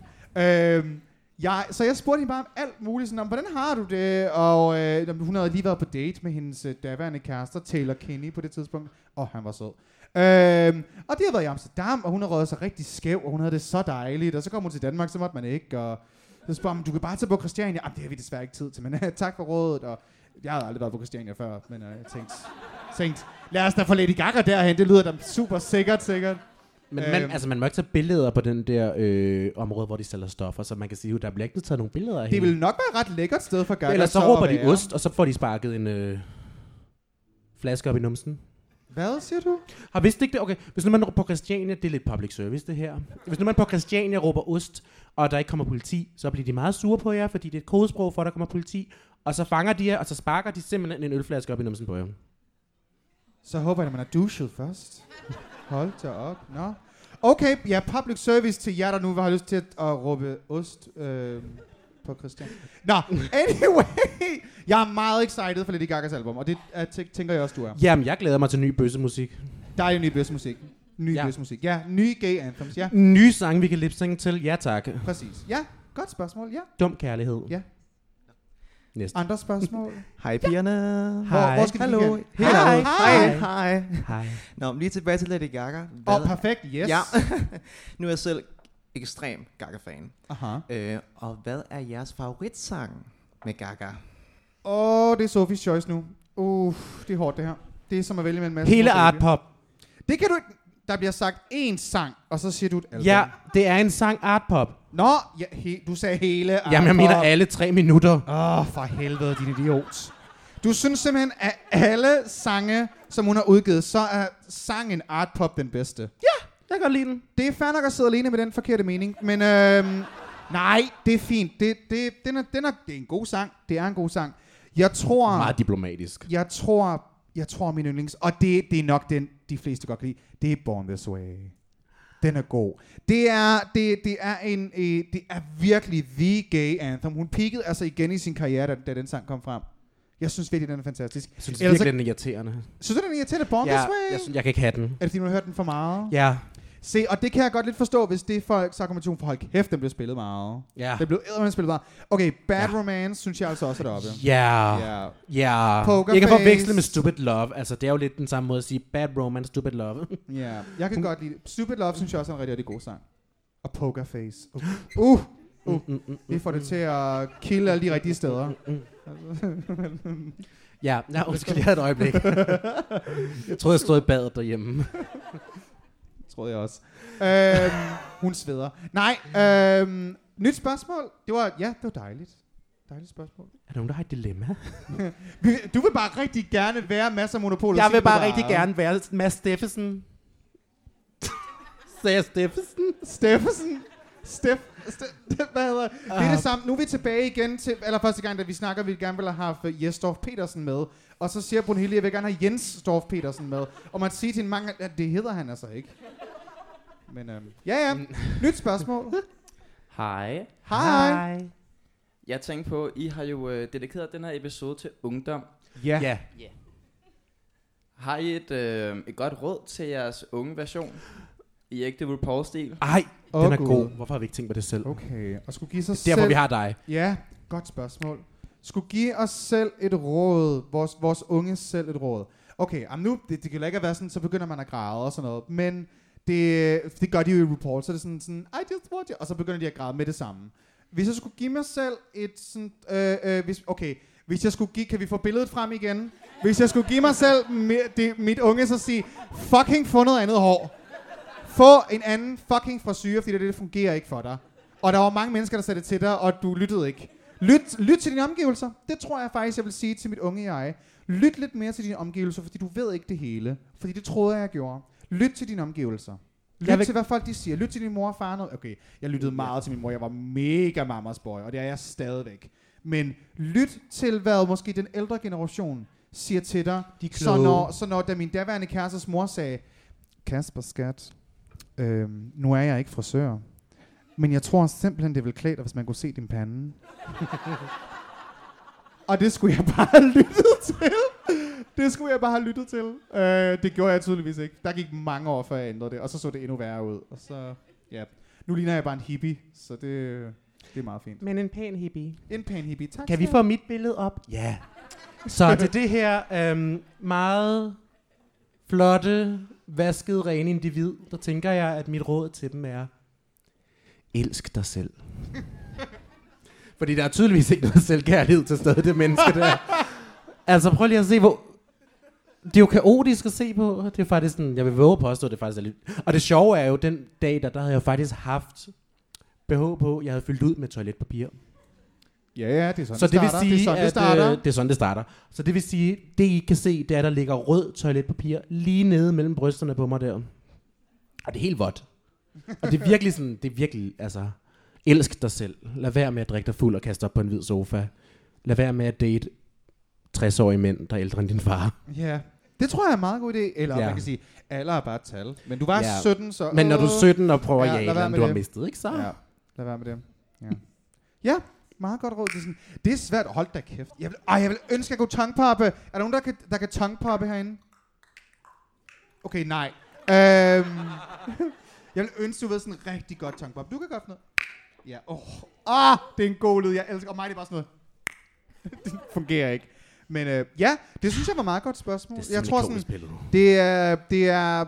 Speaker 1: Øhm, jeg, så jeg spurgte hende bare om alt muligt. Sådan om, hvordan har du det? Og øh, jamen, hun havde lige været på date med hendes øh, daværende kærester, Taylor Kinney, på det tidspunkt. Og han var sød. Øhm, og det har været i Amsterdam, og hun har røget sig rigtig skæv, og hun havde det så dejligt. Og så kom hun til Danmark, så måtte man ikke. Og så spurgte hun, du kan bare tage på Christiania. Jamen, det har vi desværre ikke tid til, men øh, tak for rådet. Og jeg havde aldrig været på Christiania før, men øh, jeg tænkte, tænkte, lad os da få Lady Gaga derhen. Det lyder da super sikkert, sikkert.
Speaker 2: Men man,
Speaker 1: Øhm,
Speaker 2: altså, man må ikke tage billeder på den der øh, område, hvor de sælger stoffer, så man kan sige, at der bliver ikke taget nogle billeder af
Speaker 1: Det
Speaker 2: hende.
Speaker 1: ville nok være et ret lækkert sted for Gaga
Speaker 2: Ellers så
Speaker 1: at
Speaker 2: råber de
Speaker 1: være.
Speaker 2: ost, og så får de sparket en øh, flaske op i numsen.
Speaker 1: Hvad siger du?
Speaker 2: Har vidst ikke det? Okay, hvis nu man på Christiania, det er lidt public service det her. Hvis nu man på Christiania råber ost, og der ikke kommer politi, så bliver de meget sure på jer, fordi det er et kodesprog for, at der kommer politi. Og så fanger de jer, og så sparker de simpelthen en ølflaske op i numsen på jer.
Speaker 1: Så håber jeg, at man har douchet først. Hold da op. Nå. Okay, ja, public service til jer, der nu har lyst til at, at råbe ost øh, på Christian. Nå, anyway. Jeg er meget excited for Lady Gagas album, og det er, tæ- tænker jeg også, du er.
Speaker 2: Jamen, jeg glæder mig til ny bøssemusik.
Speaker 1: Der er jo ny bøsmusik. Ny ja. bøsmusik. Ja, nye gay anthems. Ja,
Speaker 2: Nye sange, vi kan lipsynge til. Ja, tak.
Speaker 1: præcis. Ja, godt spørgsmål. Ja.
Speaker 2: Dum kærlighed.
Speaker 1: Ja.
Speaker 2: Næste.
Speaker 1: Andre spørgsmål?
Speaker 12: Hej pigerne.
Speaker 1: Hej.
Speaker 12: Hvor skal
Speaker 1: Hallo.
Speaker 12: Hallo.
Speaker 1: Hej.
Speaker 12: Hej.
Speaker 1: Hej.
Speaker 12: Hej.
Speaker 2: Hej.
Speaker 12: Nå, men lige tilbage til Lady Gaga.
Speaker 1: Åh, perfekt. Yes.
Speaker 12: Ja. nu er jeg selv ekstrem Gaga-fan.
Speaker 1: Aha.
Speaker 12: Øh, og hvad er jeres favoritsang med Gaga?
Speaker 1: Åh, oh, det er Sophie's Choice nu. Uff, det er hårdt det her. Det er som at vælge mellem masser.
Speaker 2: Hele art pop.
Speaker 1: Det kan du ikke. Der bliver sagt én sang, og så siger du et album.
Speaker 2: Ja, det er en sang art pop.
Speaker 1: Nå, ja, he, du sagde hele art
Speaker 2: Jamen, jeg mener alle tre minutter.
Speaker 1: Åh, oh, for helvede, din idiot. Du synes simpelthen, at alle sange, som hun har udgivet, så er sangen art pop den bedste. Ja,
Speaker 2: jeg kan godt lide den.
Speaker 1: Det er fair nok at sidde alene med den forkerte mening, men øhm, nej, det er fint. Det, det, den er, den er, det er en god sang. Det er en god sang. Jeg tror...
Speaker 2: Meget diplomatisk.
Speaker 1: Jeg tror, jeg tror min yndlings, og det, det er nok den, de fleste godt kan lide, det er Born This Way. Den er god. Det er, det, det er, en, øh, det er virkelig the gay anthem. Hun peakede altså igen i sin karriere, da, da den sang kom frem. Jeg synes virkelig, den er fantastisk.
Speaker 2: Jeg synes
Speaker 1: Ellers så-
Speaker 2: virkelig, den er irriterende.
Speaker 1: Synes du, den er irriterende? Born
Speaker 2: Ja,
Speaker 1: This Way?
Speaker 2: jeg synes- jeg kan ikke have den.
Speaker 1: Er det, fordi du har hørt den for meget?
Speaker 2: Ja.
Speaker 1: Se, og det kan jeg godt lidt forstå, hvis det er folks argumentation for, hold kæft, den blev spillet meget.
Speaker 2: Ja.
Speaker 1: Den blev eddermame spillet meget. Okay, Bad Romance synes jeg altså også er deroppe.
Speaker 2: Ja.
Speaker 1: Ja.
Speaker 2: Ja.
Speaker 1: Pokerface.
Speaker 2: Jeg kan forveksle med Stupid Love. Altså, det er jo lidt den samme måde at sige Bad Romance, Stupid Love. <laughs>
Speaker 1: Ja, jeg kan godt lide det. Stupid Love synes jeg også er en rigtig, rigtig god sang. Og Pokerface. Uh, <gasps> uh, uh. Vi får det til at kille alle de rigtige steder.
Speaker 2: ja, nej, undskyld, jeg havde et <laughs> øjeblik. jeg troede, jeg stod i badet derhjemme.
Speaker 1: troede jeg også. øhm, hun sveder. Nej, øhm, nyt spørgsmål. Det var, ja, det var dejligt. Dejligt spørgsmål.
Speaker 2: Er der nogen, der har et dilemma?
Speaker 1: Vi- du vil bare rigtig gerne være masser af monopol. og
Speaker 2: jeg
Speaker 1: sige,
Speaker 2: vil
Speaker 1: hvad
Speaker 2: bare
Speaker 1: der er.
Speaker 2: rigtig gerne være Mads <laughs> Steffensen. Sagde jeg Steffensen?
Speaker 1: Steffensen. Steff. Ste- hvad hedder det? Det er
Speaker 2: Ah.
Speaker 1: det samme. Nu er vi tilbage igen til allerførste gang, da vi snakker, at vi gerne ville have haft øh, Jes Dorf Petersen med. Og så siger Brunhilde, at jeg vil gerne have Jens Dorf Petersen med. Og man siger til en mange, at det hedder han altså ikke. Men øhm, ja, ja.
Speaker 2: Mm.
Speaker 1: Nyt
Speaker 2: <laughs>
Speaker 1: spørgsmål.
Speaker 8: Hej.
Speaker 1: Hej. Hej.
Speaker 8: Jeg tænkte på, I har jo øh, dedikeret den her episode til ungdom.
Speaker 1: Ja. Ja.
Speaker 8: ja. Har I et, øh, et godt råd til jeres unge version? I ægte RuPaul-stil?
Speaker 2: Ej,
Speaker 1: Åh,
Speaker 2: den er
Speaker 1: Gud.
Speaker 2: god. Hvorfor har vi ikke tænkt på det selv?
Speaker 1: Okay, og skulle give sig
Speaker 2: Der,
Speaker 1: selv...
Speaker 2: hvor vi har dig.
Speaker 1: Ja, godt spørgsmål. Skulle give os selv et råd, vores, vores unge selv et råd. Okay, jamen nu, det, det kan jo ikke være sådan, så begynder man at græde og sådan noget, men det, det gør de jo i report, så er det sådan, sådan I just want you, og så begynder de at græde med det samme. Hvis jeg skulle give mig selv et sådan, øh, øh, hvis, okay, hvis jeg skulle give, kan vi få billedet frem igen? Hvis jeg skulle give mig selv mi- det, mit unge, så sige, fucking få noget andet hår. Få en anden fucking frisyre, fordi det, det fungerer ikke for dig. Og der var mange mennesker, der sagde det til dig, og du lyttede ikke. Lyt, lyt til dine omgivelser. Det tror jeg faktisk, jeg vil sige til mit unge jeg. Lyt lidt mere til dine omgivelser, fordi du ved ikke det hele. Fordi det troede jeg, jeg gjorde. Lyt til dine omgivelser. Lyt
Speaker 2: Jeg
Speaker 1: jeg
Speaker 2: vil-
Speaker 1: til, hvad folk de siger. Lyt til din mor og far. Noget. Okay, jeg lyttede meget til min mor. Jeg var mega mamas boy, og det er jeg stadigvæk. Men lyt til, hvad måske den ældre generation siger til dig.
Speaker 2: De
Speaker 1: så,
Speaker 2: kloge.
Speaker 1: når, så når da min daværende kærestes mor sagde, Kasper skat, øhm, nu er jeg ikke frisør, men jeg tror simpelthen, det ville klæde dig, hvis man kunne se din pande. <laughs> Og det skulle jeg bare have lyttet til. Det skulle jeg bare have lyttet til. Øh, det gjorde jeg tydeligvis ikke. Der gik mange år, før jeg ændrede det, og så så det endnu værre ud. Og så, ja. Nu ligner jeg bare en hippie, så det, det er meget fint.
Speaker 2: Men en pæn hippie.
Speaker 1: En pæn hippie, tak.
Speaker 2: Kan vi
Speaker 1: skal
Speaker 2: få
Speaker 1: du
Speaker 2: mit billede op? Ja. <laughs> Så til det her øhm, meget flotte, vaskede, rene individ, der tænker jeg, at mit råd til dem er, elsk dig <laughs> selv. Fordi der er tydeligvis ikke noget selvkærlighed til stede, det menneske der. <laughs> altså prøv lige at se, hvor... Det er jo kaotisk at se på. Det er faktisk sådan, jeg vil våge at påstå, at det faktisk er lidt... Og det sjove er jo, den dag, der, der havde jeg faktisk haft BH på, jeg havde fyldt ud med toiletpapir.
Speaker 1: Ja, ja, det er sådan,
Speaker 2: så
Speaker 1: det
Speaker 2: det, vil
Speaker 1: starter.
Speaker 2: sige,
Speaker 1: Det er sådan, det
Speaker 2: at,
Speaker 1: starter.
Speaker 2: Øh, det er sådan, det starter. Så det vil sige, det I kan se, det er, at der ligger rød toiletpapir lige nede mellem brysterne på mig der. Og det er helt vådt. Og det er virkelig sådan, det er virkelig, altså, elsk dig selv. Lad være med at drikke dig fuld og kaste op på en hvid sofa. Lad være med at date 60-årige mænd, der er ældre end din far.
Speaker 1: Ja, det tror jeg er en meget god idé. Eller ja.
Speaker 2: øh, Ja.
Speaker 1: man kan sige, alder er bare et tal. Men du var ja.
Speaker 2: Ja.
Speaker 1: 17, så...
Speaker 2: Men når du er
Speaker 1: åh.
Speaker 2: 17 og prøver at jage
Speaker 1: lad
Speaker 2: et
Speaker 1: være
Speaker 2: eller andet,
Speaker 1: med
Speaker 2: du har
Speaker 1: det.
Speaker 2: mistet, ikke så?
Speaker 1: Ja, lad være med det. Ja, ja meget godt råd. Det er, sådan, det er svært. Hold da kæft. Jeg vil, ej, jeg vil ønske, at jeg kunne tangpoppe. Er der nogen, der kan, der kan tangpoppe herinde? Okay, nej. Øhm, jeg vil ønske, du ved sådan en rigtig godt tangpop. Du kan godt noget. Ja, åh. Oh. Ah, det er en god lyd. Jeg elsker. Og mig, det er bare sådan noget. <laughs> det fungerer ikke. Men øh, ja, det synes jeg var et meget godt spørgsmål.
Speaker 2: Det er
Speaker 1: jeg
Speaker 2: simpelthen
Speaker 1: tror sådan,
Speaker 2: klogt spillet.
Speaker 1: det er, det er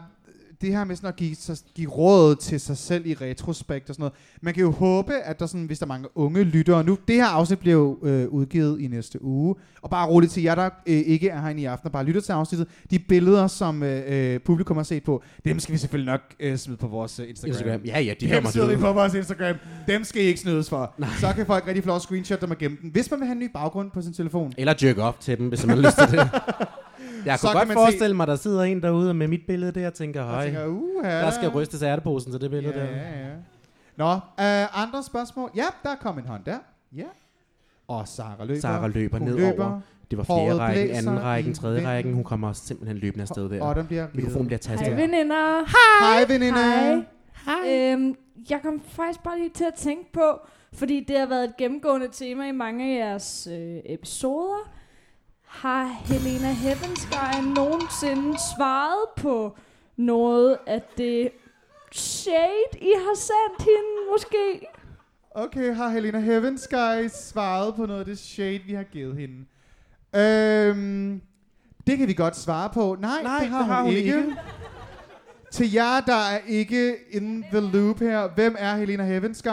Speaker 1: det her med sådan at give, sig, give råd til sig selv i retrospekt og sådan noget. Man kan jo håbe, at der sådan, hvis der er mange unge lyttere nu, det her afsnit bliver jo øh, udgivet i næste uge, og bare roligt til jer, der øh, ikke er herinde i aften og bare lytter til afsnittet, de billeder, som øh, øh, publikum har set på, dem skal vi selvfølgelig nok øh, smide på vores øh, Instagram.
Speaker 2: Instagram. Ja, ja, de
Speaker 1: dem
Speaker 2: kommer
Speaker 1: smider vi
Speaker 2: døde.
Speaker 1: på vores Instagram. Dem skal I ikke snydes for. Nej. Så kan folk rigtig flot screenshot dem og gemme dem. Hvis man vil have en ny baggrund på sin telefon,
Speaker 2: Eller jerk op til dem, hvis man har lyst
Speaker 1: <laughs>
Speaker 2: til det. Jeg
Speaker 1: Så
Speaker 2: kunne
Speaker 1: kan
Speaker 2: godt
Speaker 1: man
Speaker 2: forestille mig, der sidder en derude med mit billede der og tænker,
Speaker 1: Og
Speaker 2: høj,
Speaker 1: tænker, "Uha."
Speaker 2: der skal rystes ærteposen til det billede
Speaker 1: Ja,
Speaker 2: der.
Speaker 1: ja, ja. Nå, øh, andre spørgsmål? Ja, der kom en hånd der. Ja. Og Sara løber.
Speaker 2: Sara løber
Speaker 1: Hun
Speaker 2: nedover. Det var fjerde
Speaker 1: Håret
Speaker 2: rækken,
Speaker 1: blæser
Speaker 2: anden
Speaker 1: i
Speaker 2: rækken, tredje
Speaker 1: vinden.
Speaker 2: rækken. Hun kommer simpelthen løbende afsted der.
Speaker 1: Og den bliver
Speaker 2: Mikrofonen bliver
Speaker 13: Hej
Speaker 2: tastet.
Speaker 13: veninder.
Speaker 1: Hej. Hej veninder.
Speaker 13: Hej.
Speaker 14: Hej.
Speaker 13: Øhm, jeg kom faktisk bare lige til at tænke på, fordi det har været et gennemgående tema i mange af jeres øh, episoder. Har Helena Heavenskyen nogensinde svaret på noget af det shade, I har sendt hende måske?
Speaker 1: Okay, har Helena Heavensky svaret på noget af det shade, vi har givet hende? Øhm, det kan vi godt svare på. Nej, Nej det har, det har hun, hun ikke. ikke. Til jer, der er ikke in the loop her, hvem er Helena Heavensky?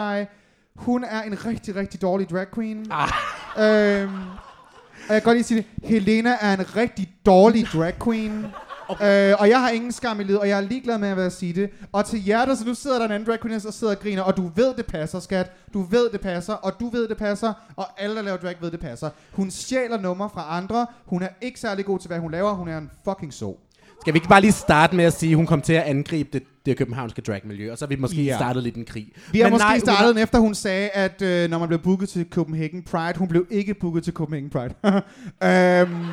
Speaker 1: Hun er en rigtig, rigtig dårlig drag queen. Ah. Øhm, og jeg kan godt lige sige det. Helena er en rigtig dårlig drag queen. Okay. Øh, og jeg har ingen skam i livet, og jeg er ligeglad med at sige det. Og til jer, der så nu sidder der en anden drag queen og sidder og griner, og du ved, det passer, skat. Du ved, det passer, og du ved, det passer, og alle, der laver drag, ved, det passer. Hun stjæler numre fra andre. Hun er ikke særlig god til, hvad hun laver. Hun er en fucking så.
Speaker 2: Skal vi ikke bare lige starte med at sige, at hun kom til at angribe det, det københavnske dragmiljø, og så har vi måske
Speaker 1: Ja.
Speaker 2: ja. startet lidt en krig.
Speaker 1: Vi har
Speaker 2: Men
Speaker 1: måske
Speaker 2: nej,
Speaker 1: nej,
Speaker 2: hun
Speaker 1: startet,
Speaker 2: har-
Speaker 1: hun... efter hun sagde, at øh, når man blev booket til Copenhagen Pride, hun blev ikke booket til Copenhagen Pride. <laughs> øhm,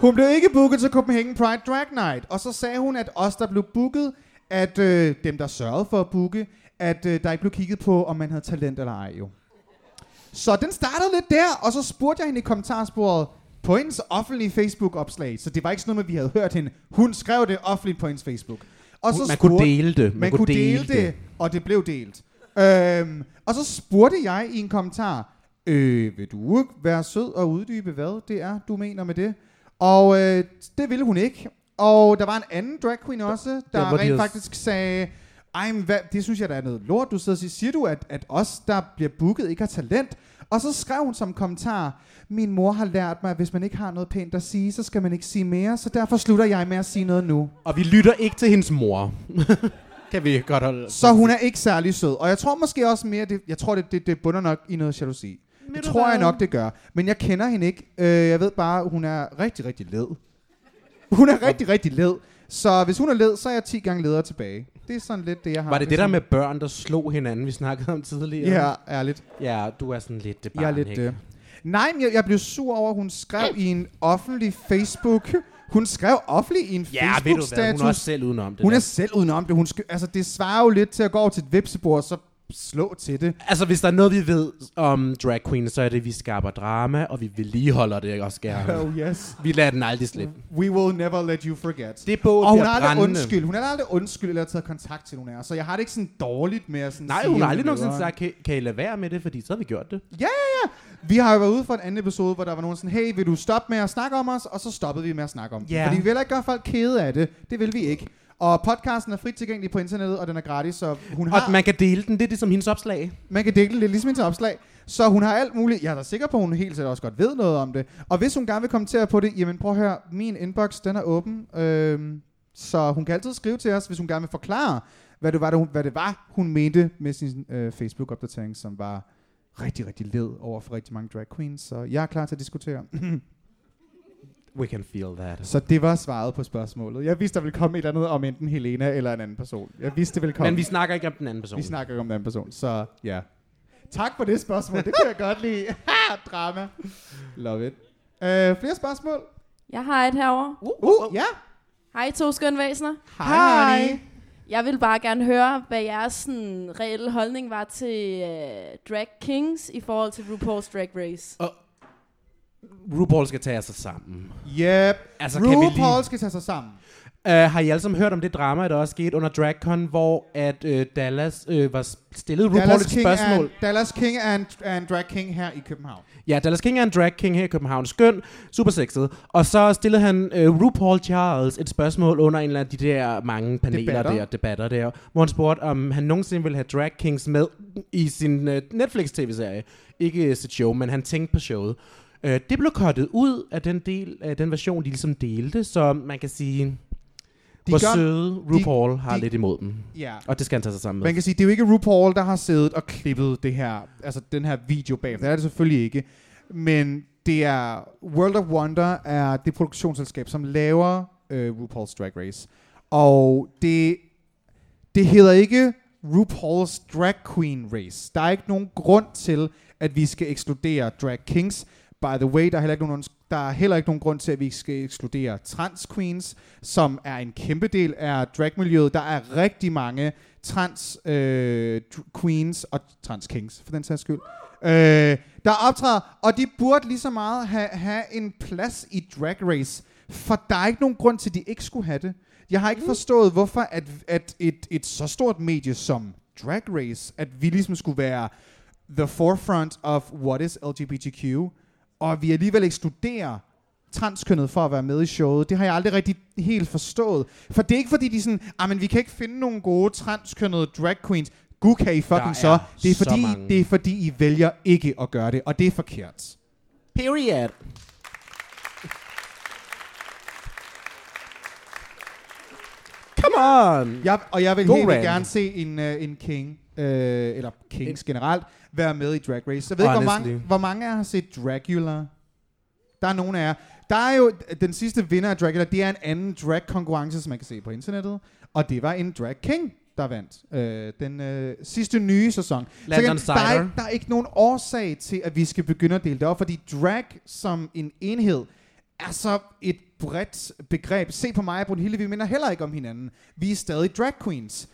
Speaker 1: hun blev ikke booket til Copenhagen Pride Drag Night. Og så sagde hun, at os, der blev booket, at øh, dem, der sørgede for at booke, at øh, der ikke blev kigget på, om man havde talent eller ej jo. Så den startede lidt der, og så spurgte jeg hende i kommentarsporet på hendes offentlige Facebook-opslag. Så det var ikke sådan noget med, at vi havde hørt hende. Hun skrev det offentligt på hendes Facebook. Og så
Speaker 2: Hun- man kunne
Speaker 1: spurgte-
Speaker 2: dele det.
Speaker 1: Man, man kunne dele, dele det,
Speaker 2: det.
Speaker 1: Øh, og det blev delt. Øhm, og så spurgte jeg i en kommentar, øh, vil du ikke være sød og uddybe, hvad det er, du mener med det? Og øh, det ville hun ikke. Og der var en anden drag queen også, der
Speaker 2: hvor
Speaker 1: rent
Speaker 2: de havde-
Speaker 1: faktisk sagde, ej, men hvad, det synes jeg, der er noget lort, du sidder og siger. Siger du, at, at os, der bliver booket, ikke har talent? Og så skrev hun som kommentar, min mor har lært mig, at hvis man ikke har noget pænt at sige, så skal man ikke sige mere, så derfor slutter jeg med at sige noget nu.
Speaker 2: Og vi lytter ikke til hendes
Speaker 1: <laughs>
Speaker 2: mor. kan vi godt holde...
Speaker 1: Så hun er ikke særlig sød. Og jeg tror måske også mere, det, jeg tror, det, det, det bunder nok i noget jalousi. Det
Speaker 2: du
Speaker 1: tror jeg
Speaker 2: hvad?
Speaker 1: nok, det gør. Men jeg kender hende ikke. Øh, jeg ved bare, hun er rigtig, rigtig led. Hun er rigtig, rigtig led. Så hvis hun er led, så er jeg 10 gange leder tilbage. Det er sådan lidt det, jeg har.
Speaker 2: Var det
Speaker 1: er
Speaker 2: det der
Speaker 1: sådan-
Speaker 2: med børn, der slog hinanden, vi snakkede om tidligere?
Speaker 1: Ja, ærligt.
Speaker 2: Ja, du er sådan lidt det barn,
Speaker 1: Jeg er lidt
Speaker 2: ikke?
Speaker 1: det. Nej, men jeg, jeg blev sur over, at hun skrev i en offentlig Facebook... Hun skrev offentlig i en
Speaker 2: Ja, ved du hvad, hun er
Speaker 1: Facebook-status.
Speaker 2: også selv udenom det
Speaker 1: Hun
Speaker 2: der.
Speaker 1: er selv udenom det. Hun skal, altså, det svarer jo lidt til at gå over til et vipsebord og så slå til det.
Speaker 2: Altså, hvis der er noget, vi ved om drag queens, så er det, at vi skaber drama, og vi vedligeholder det også gerne.
Speaker 1: Oh, yes.
Speaker 2: Vi lader den aldrig slippe.
Speaker 1: We will never let you forget.
Speaker 2: Det båd
Speaker 1: og hun
Speaker 2: bliver
Speaker 1: har aldrig
Speaker 2: brændende.
Speaker 1: undskyld. Hun har aldrig undskyld eller taget kontakt til nogen af os. Så jeg har det ikke sådan dårligt med at sådan
Speaker 2: Nej,
Speaker 1: sige,
Speaker 2: hun har
Speaker 1: at
Speaker 2: aldrig
Speaker 1: vi
Speaker 2: nogensinde
Speaker 1: leder.
Speaker 2: sagt, kan, kan I lade være med det, fordi så har vi gjort det.
Speaker 1: Ja, ja, ja. Vi har jo været ude for en anden episode, hvor der var nogen sådan, hey, vil du stoppe med at snakke om os? Og så stoppede vi med at snakke om det.
Speaker 2: Ja.
Speaker 1: Fordi vi vil ikke gøre folk kede af det. Det vil vi ikke. Og podcasten er frit tilgængelig på internettet, og den er gratis, så hun har...
Speaker 2: Og man kan dele den, det er det som hendes opslag.
Speaker 1: Man kan dele den, det er ligesom hendes opslag. Så hun har alt muligt. Jeg er da sikker på, at hun helt sikkert også godt ved noget om det. Og hvis hun gerne vil kommentere på det, jamen prøv at høre, min inbox, den er åben. Øhm, så hun kan altid skrive til os, hvis hun gerne vil forklare, hvad det var, det hun, hvad det var, hun mente med sin øh, Facebook-opdatering, som var rigtig, rigtig led over for rigtig mange drag queens. Så jeg er klar til at diskutere. <clears throat>
Speaker 2: We can feel that.
Speaker 1: så det var svaret på spørgsmålet. Jeg vidste, der ville komme et eller andet om enten Helena eller en anden person. Jeg vidste, det ville komme.
Speaker 2: Men vi snakker ikke om den anden person.
Speaker 1: Vi snakker ikke om den anden person, så ja. Tak for det spørgsmål. Det kunne jeg godt lide. <laughs> Ha, drama. Love it. Øh, flere spørgsmål?
Speaker 10: Jeg har et herovre.
Speaker 1: Uh, uh, ja.
Speaker 10: Hej to skønne væsener.
Speaker 1: Hej. Hej.
Speaker 10: Jeg vil bare gerne høre, hvad jeres sådan, reelle holdning var til øh, Drag Kings i forhold til RuPaul's Drag Race.
Speaker 2: Og RuPaul skal tage sig sammen.
Speaker 1: Yep.
Speaker 2: Altså, kan vi
Speaker 1: RuPaul
Speaker 2: lige...
Speaker 1: skal tage sig sammen.
Speaker 2: Uh, har I alle sammen hørt om det drama, der også skete under DragCon, hvor at uh, Dallas uh, var stillet RuPaul
Speaker 1: Dallas
Speaker 2: et
Speaker 1: King, er
Speaker 2: spørgsmål?
Speaker 1: en, Dallas King er en, er en drag king her i København.
Speaker 2: Ja, Dallas King er en drag king her i København. Skøn, super sexet. Og så stillede han øh, RuPaul Charles et spørgsmål under en eller anden af de der mange paneler
Speaker 1: Debatter.
Speaker 2: debatter. der, debatter der, hvor han spurgte, om han nogensinde ville have drag kings med i sin øh, Netflix-tv-serie. Ikke øh, sit show, men han tænkte på showet. Øh, det blev kottet ud af den del af den version, de ligesom delte, så man kan sige,
Speaker 1: De
Speaker 2: de hvor
Speaker 1: gør-
Speaker 2: søde
Speaker 1: de-
Speaker 2: RuPaul de, har
Speaker 1: de-
Speaker 2: lidt imod dem.
Speaker 1: Ja.
Speaker 2: Og det skal han tage sig sammen med.
Speaker 1: Man kan sige, det er jo ikke RuPaul, der har siddet og klippet det her, altså den her video bagefter. Det er det selvfølgelig ikke. Men det er World of Wonder er det produktionsselskab, som laver øh, RuPaul's Drag Race. Og det, det hedder ikke RuPaul's Drag Queen Race. Der er ikke nogen grund til, at vi skal ekskludere drag kings. By the way, der er heller ikke nogen, der er heller ikke nogen grund til, at vi skal ekskludere trans queens, som er en kæmpe del af dragmiljøet. Der er rigtig mange trans øh, dr- queens og trans kings, for den sags skyld, øh, der optræder, og de burde lige så meget have, have en plads i drag race, for der er ikke nogen grund til, at de ikke skulle have det. Jeg har ikke
Speaker 2: Mm.
Speaker 1: forstået, hvorfor at, at et, et så stort medie som Drag Race, at vi ligesom skulle være the forefront of what is LGBTQ, og vi alligevel ekskluderer transkønnet for at være med i showet. Det har jeg aldrig rigtig helt forstået. For det er ikke fordi, de er sådan, "Ah, men vi kan ikke finde nogle gode transkønnede drag queens. Gud kan I
Speaker 2: Der er
Speaker 1: fucking så. Det er,
Speaker 2: så
Speaker 1: fordi,
Speaker 2: mange.
Speaker 1: det er fordi, I vælger ikke at gøre det, og det er forkert.
Speaker 2: Period. Come on!
Speaker 1: Jeg, og jeg vil
Speaker 2: Go,
Speaker 1: helt vildt
Speaker 2: Rand.
Speaker 1: gerne se en, øh, en king, øh, eller kings generelt, være med i Drag Race. Jeg ved ikke, hvor mange,
Speaker 2: Honestly.
Speaker 1: hvor mange af jer har set Dracula? Der er nogen af jer. Der er jo den sidste vinder af Dracula, det er en anden drag-konkurrence, som man kan se på internettet. Og det var en drag king, der vandt øh, den øh, sidste nye sæson.
Speaker 2: Landon
Speaker 1: igen, der, er,
Speaker 2: Sider.
Speaker 1: ikke- der er ikke nogen årsag til, at vi skal begynde at dele det op, fordi drag som en enhed er så et bredt begreb. Se på mig og Brunhilde, vi minder heller ikke om hinanden. Vi er stadig drag queens.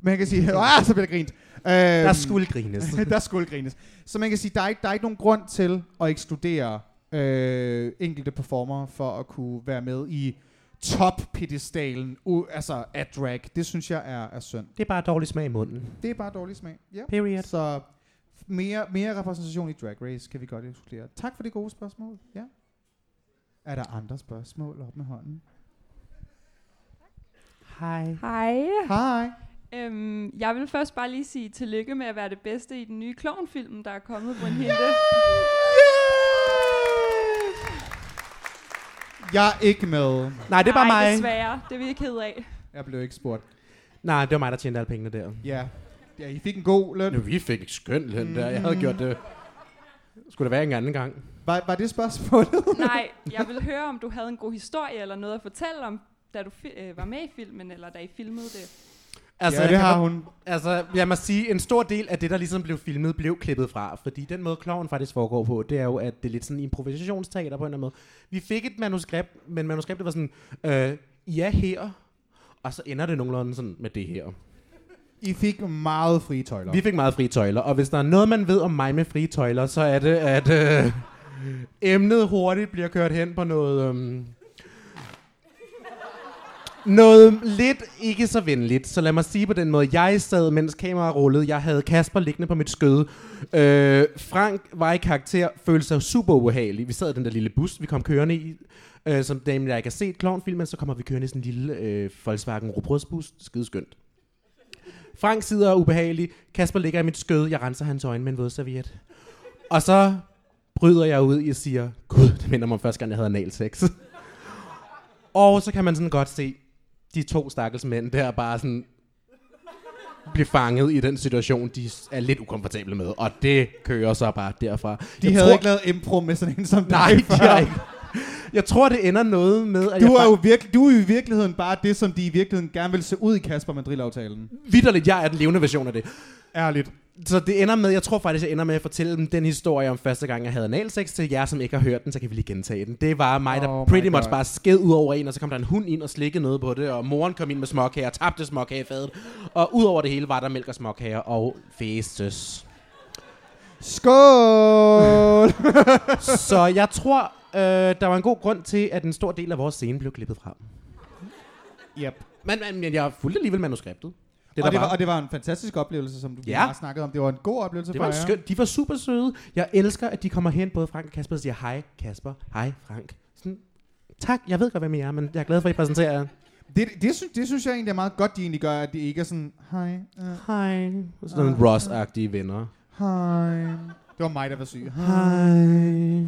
Speaker 1: Man kan
Speaker 2: <laughs>
Speaker 1: sige, ah, så bliver der grint. Øhm,
Speaker 2: Der skulle grines.
Speaker 1: <laughs> der skulle grines. Så man kan sige, der er ikke, der er ikke nogen grund til at ekskludere øh, enkelte performer for at kunne være med i top-pedestalen u- altså af drag. Det synes jeg er, er synd.
Speaker 2: <laughs> Det er bare dårlig smag i munden.
Speaker 1: Det er bare dårlig smag. Ja.
Speaker 2: Period.
Speaker 1: Så mere, mere repræsentation i Drag Race kan vi godt ekskludere. Tak for det gode spørgsmål. Ja. Er der andre spørgsmål op med hånden?
Speaker 2: Hej.
Speaker 14: Hej.
Speaker 1: Hej.
Speaker 14: Øhm, jeg vil først bare lige sige tillykke med at være det bedste i den nye klovnfilm, der er kommet, Brunhilde.
Speaker 1: Jeg er ikke med.
Speaker 2: Nej, det er bare
Speaker 14: Nej,
Speaker 2: mig.
Speaker 14: desværre. Det er vi ikke ked af.
Speaker 1: Jeg blev ikke spurgt.
Speaker 2: Nej, det var mig, der tjente alle pengene der.
Speaker 1: Ja. Ja, I fik en god løn.
Speaker 2: Ja, vi fik en skøn løn der. Jeg havde gjort det. Skulle det være en anden gang?
Speaker 1: Var, var det spørgsmålet?
Speaker 14: Nej, jeg vil høre, om du havde en god historie eller noget at fortælle om, da du fi- øh, var med i filmen, eller da I filmede det.
Speaker 1: Ja, det
Speaker 2: jeg kan
Speaker 1: har
Speaker 2: godt-
Speaker 1: hun.
Speaker 2: Altså, jeg må sige, en stor del af det, der ligesom blev filmet, blev klippet fra. Fordi den måde, kloven faktisk foregår på, det er jo, at det er lidt sådan improvisationsteater på en eller anden måde. Vi fik et manuskript, men manuskriptet var sådan, øh, I er her, og så ender det nogenlunde sådan med det her.
Speaker 1: I fik meget frie tøjler.
Speaker 2: Vi fik meget frie tøjler, og hvis der er noget, man ved om mig med frie tøjler, så er det, at øh, emnet hurtigt bliver kørt hen på noget... Øh, noget lidt ikke så venligt, så lad mig sige på den måde. Jeg sad, mens kameraet rullede, jeg havde Kasper liggende på mit skød. Øh, Frank var i karakter, følte sig super ubehagelig. Vi sad i den der lille bus, vi kom kørende i, øh, som damen, der ikke har set klovnfilmen, så kommer vi kørende i sådan en lille øh, Volkswagen Robrødsbus. Skideskønt. Frank sidder ubehagelig. Kasper ligger i mit skød. Jeg renser hans øjne med en vådserviet. Og så bryder jeg ud i og siger, Gud, det minder mig om første gang, jeg havde analsex. og så kan man sådan godt se de to stakkels mænd der bare sådan blive fanget i den situation, de er lidt ukomfortable med. Og det kører så bare derfra.
Speaker 1: De havde ikke lavet impro med sådan en som dig
Speaker 2: Nej, de
Speaker 1: før.
Speaker 2: har ikke. Jeg tror, det ender noget med, at
Speaker 1: Du
Speaker 2: jeg
Speaker 1: er, jo virke, du er jo i virkeligheden bare det, som de i virkeligheden gerne vil se ud i Kasper Madrid-aftalen.
Speaker 2: Vitterligt, jeg er den levende version af det.
Speaker 1: Ærligt.
Speaker 2: Så det ender med, jeg tror faktisk, jeg ender med at fortælle dem den historie om første gang, jeg havde analsex til jer, som ikke har hørt den, så kan vi lige gentage den. Det var mig, der
Speaker 1: Oh my
Speaker 2: pretty much
Speaker 1: God.
Speaker 2: bare sked ud over en, og så kom der en hund ind og slikkede noget på det, og moren kom ind med småkager, tabte småkagefadet, og ud over det hele var der mælk og småkager og
Speaker 1: <laughs>
Speaker 2: fæses.
Speaker 1: Skål!
Speaker 2: så jeg tror, øh, der var en god grund til, at en stor del af vores scene blev klippet fra.
Speaker 1: Yep.
Speaker 2: Men, men, men jeg fulgte alligevel manuskriptet.
Speaker 1: Det, og, det var, og det var en fantastisk oplevelse, som du
Speaker 2: Ja.
Speaker 1: ja. har snakket om. Det var en god oplevelse
Speaker 2: Det
Speaker 1: for
Speaker 2: var
Speaker 1: jer.
Speaker 2: skønt. De var super søde. Jeg elsker, at de kommer hen, både Frank og Kasper, og siger, hej Kasper, hej Frank. Sådan, tak, jeg ved godt, hvem I er, men jeg er glad for, at I præsenterer jer.
Speaker 1: Det, det, synes, det synes jeg egentlig er meget godt, de egentlig gør, at det ikke er sådan, hej. Uh,
Speaker 2: hej. Sådan nogle Ross-agtige venner.
Speaker 1: Hej. Det var mig, der var syg.
Speaker 2: Hej.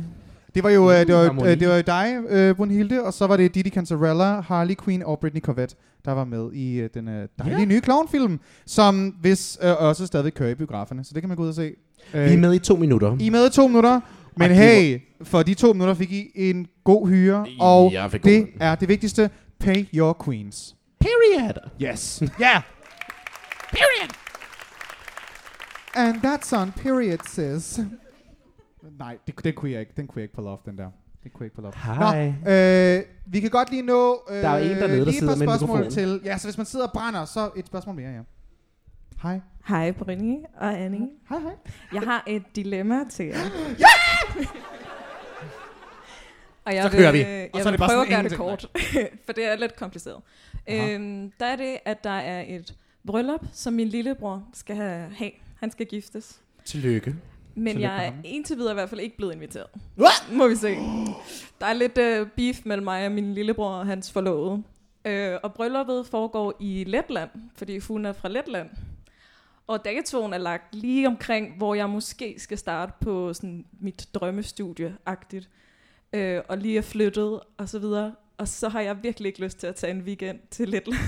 Speaker 1: Det var jo, øh, det var,
Speaker 2: Mm,
Speaker 1: jo- øh, det var jo dig, øh, Brunhilde, og så var det Didi Cantarella, Harley Quinn og Britney Corvette, der var med i øh, den øh, dejlige
Speaker 2: Ja.
Speaker 1: yeah. nye clownfilm, som hvis øh, også stadig kører i biograferne, så det kan man gå ud og se. Øh,
Speaker 2: Vi er med i to minutter.
Speaker 1: I er med i to minutter, men
Speaker 2: Og
Speaker 1: hey, for de to minutter fik I en god hyre, og
Speaker 2: Jeg fik god
Speaker 1: det er det vigtigste. Pay your queens.
Speaker 2: Period.
Speaker 1: Yes. Yeah.
Speaker 2: Period.
Speaker 1: And that's on period, sis. Nej, det, den kunne jeg ikke. Den kunne jeg ikke pull off, den der. Den kunne jeg ikke pull off.
Speaker 2: Hej.
Speaker 1: Nå, øh, vi kan godt lige nå... Øh,
Speaker 2: Der er jo en dernede, der
Speaker 1: lige et par
Speaker 2: sidder med en
Speaker 1: spørgsmål
Speaker 2: mikrofon.
Speaker 1: til. Ja, så hvis man sidder og brænder, så et spørgsmål mere, ja. Hej.
Speaker 15: Hej, Brynje og Annie.
Speaker 1: Hej, hej.
Speaker 15: Jeg har et dilemma til jer.
Speaker 1: Ja!
Speaker 15: og jeg
Speaker 16: Så kører
Speaker 15: vil,
Speaker 16: vi.
Speaker 15: øh,
Speaker 16: Og
Speaker 15: Jeg
Speaker 16: så er
Speaker 15: vil
Speaker 16: det bare
Speaker 15: prøve at
Speaker 16: sådan
Speaker 15: gøre det kort,
Speaker 16: ingenting.
Speaker 15: <laughs> for det er lidt kompliceret.
Speaker 16: Aha.
Speaker 15: Øhm, der er det, at der er et bryllup, som min lillebror skal have. have. Han skal giftes.
Speaker 2: Tillykke.
Speaker 15: Men
Speaker 2: Tillykke med
Speaker 15: jeg er
Speaker 2: ham.
Speaker 15: indtil videre i hvert fald ikke blevet inviteret. Må vi se. Der er lidt øh, beef mellem mig og min lillebror og hans forlovede. Øh, og brylluppet foregår i Letland, fordi hun er fra Letland. Og daggetoen er lagt lige omkring, hvor jeg måske skal starte på sådan mit drømmestudie-agtigt. Øh, og lige er flyttet og så videre. Og så har jeg virkelig ikke lyst til at tage en weekend til Letland.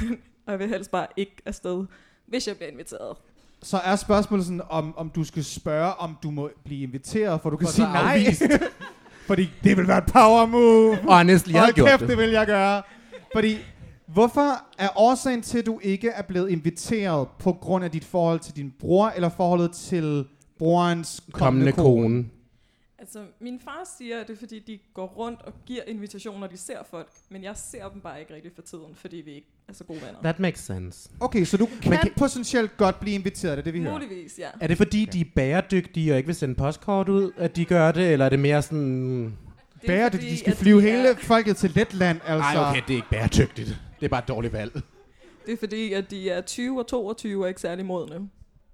Speaker 15: og jeg vil helst bare ikke afsted, hvis jeg bliver inviteret.
Speaker 1: Så er spørgsmålet sådan, om, om du skal spørge, om du må blive inviteret, for du kan
Speaker 2: For så
Speaker 1: sige nej.
Speaker 2: afvist.
Speaker 1: <laughs> Fordi det vil være et power move.
Speaker 2: Honestly, jeg
Speaker 1: Hold
Speaker 2: havde gjort
Speaker 1: kæft,
Speaker 2: det.
Speaker 1: det vil jeg gøre. Fordi, hvorfor er årsagen til, at du ikke er blevet inviteret på grund af dit forhold til din bror, eller forholdet til brorens
Speaker 2: Kommende
Speaker 1: kommende, kone?
Speaker 2: kone.
Speaker 15: Altså, min far siger, at det er fordi, de går rundt og giver invitationer, de ser folk, men jeg ser dem bare ikke rigtig for tiden, fordi vi ikke er så gode venner.
Speaker 2: That makes sense.
Speaker 1: Okay, så du kan, kan potentielt godt blive inviteret, er det vi hører?
Speaker 15: Muligvis, ja.
Speaker 2: Er det fordi, de er bæredygtige og ikke vil sende postkort ud, at de gør det, eller er det mere sådan...
Speaker 1: Bæredygtigt, de skal flyve hele folket til Letland, altså.
Speaker 2: Nej, okay, det er ikke bæredygtigt. Det er bare et dårligt valg.
Speaker 15: Det er fordi, at de er 20 og 22 og ikke særlig modne,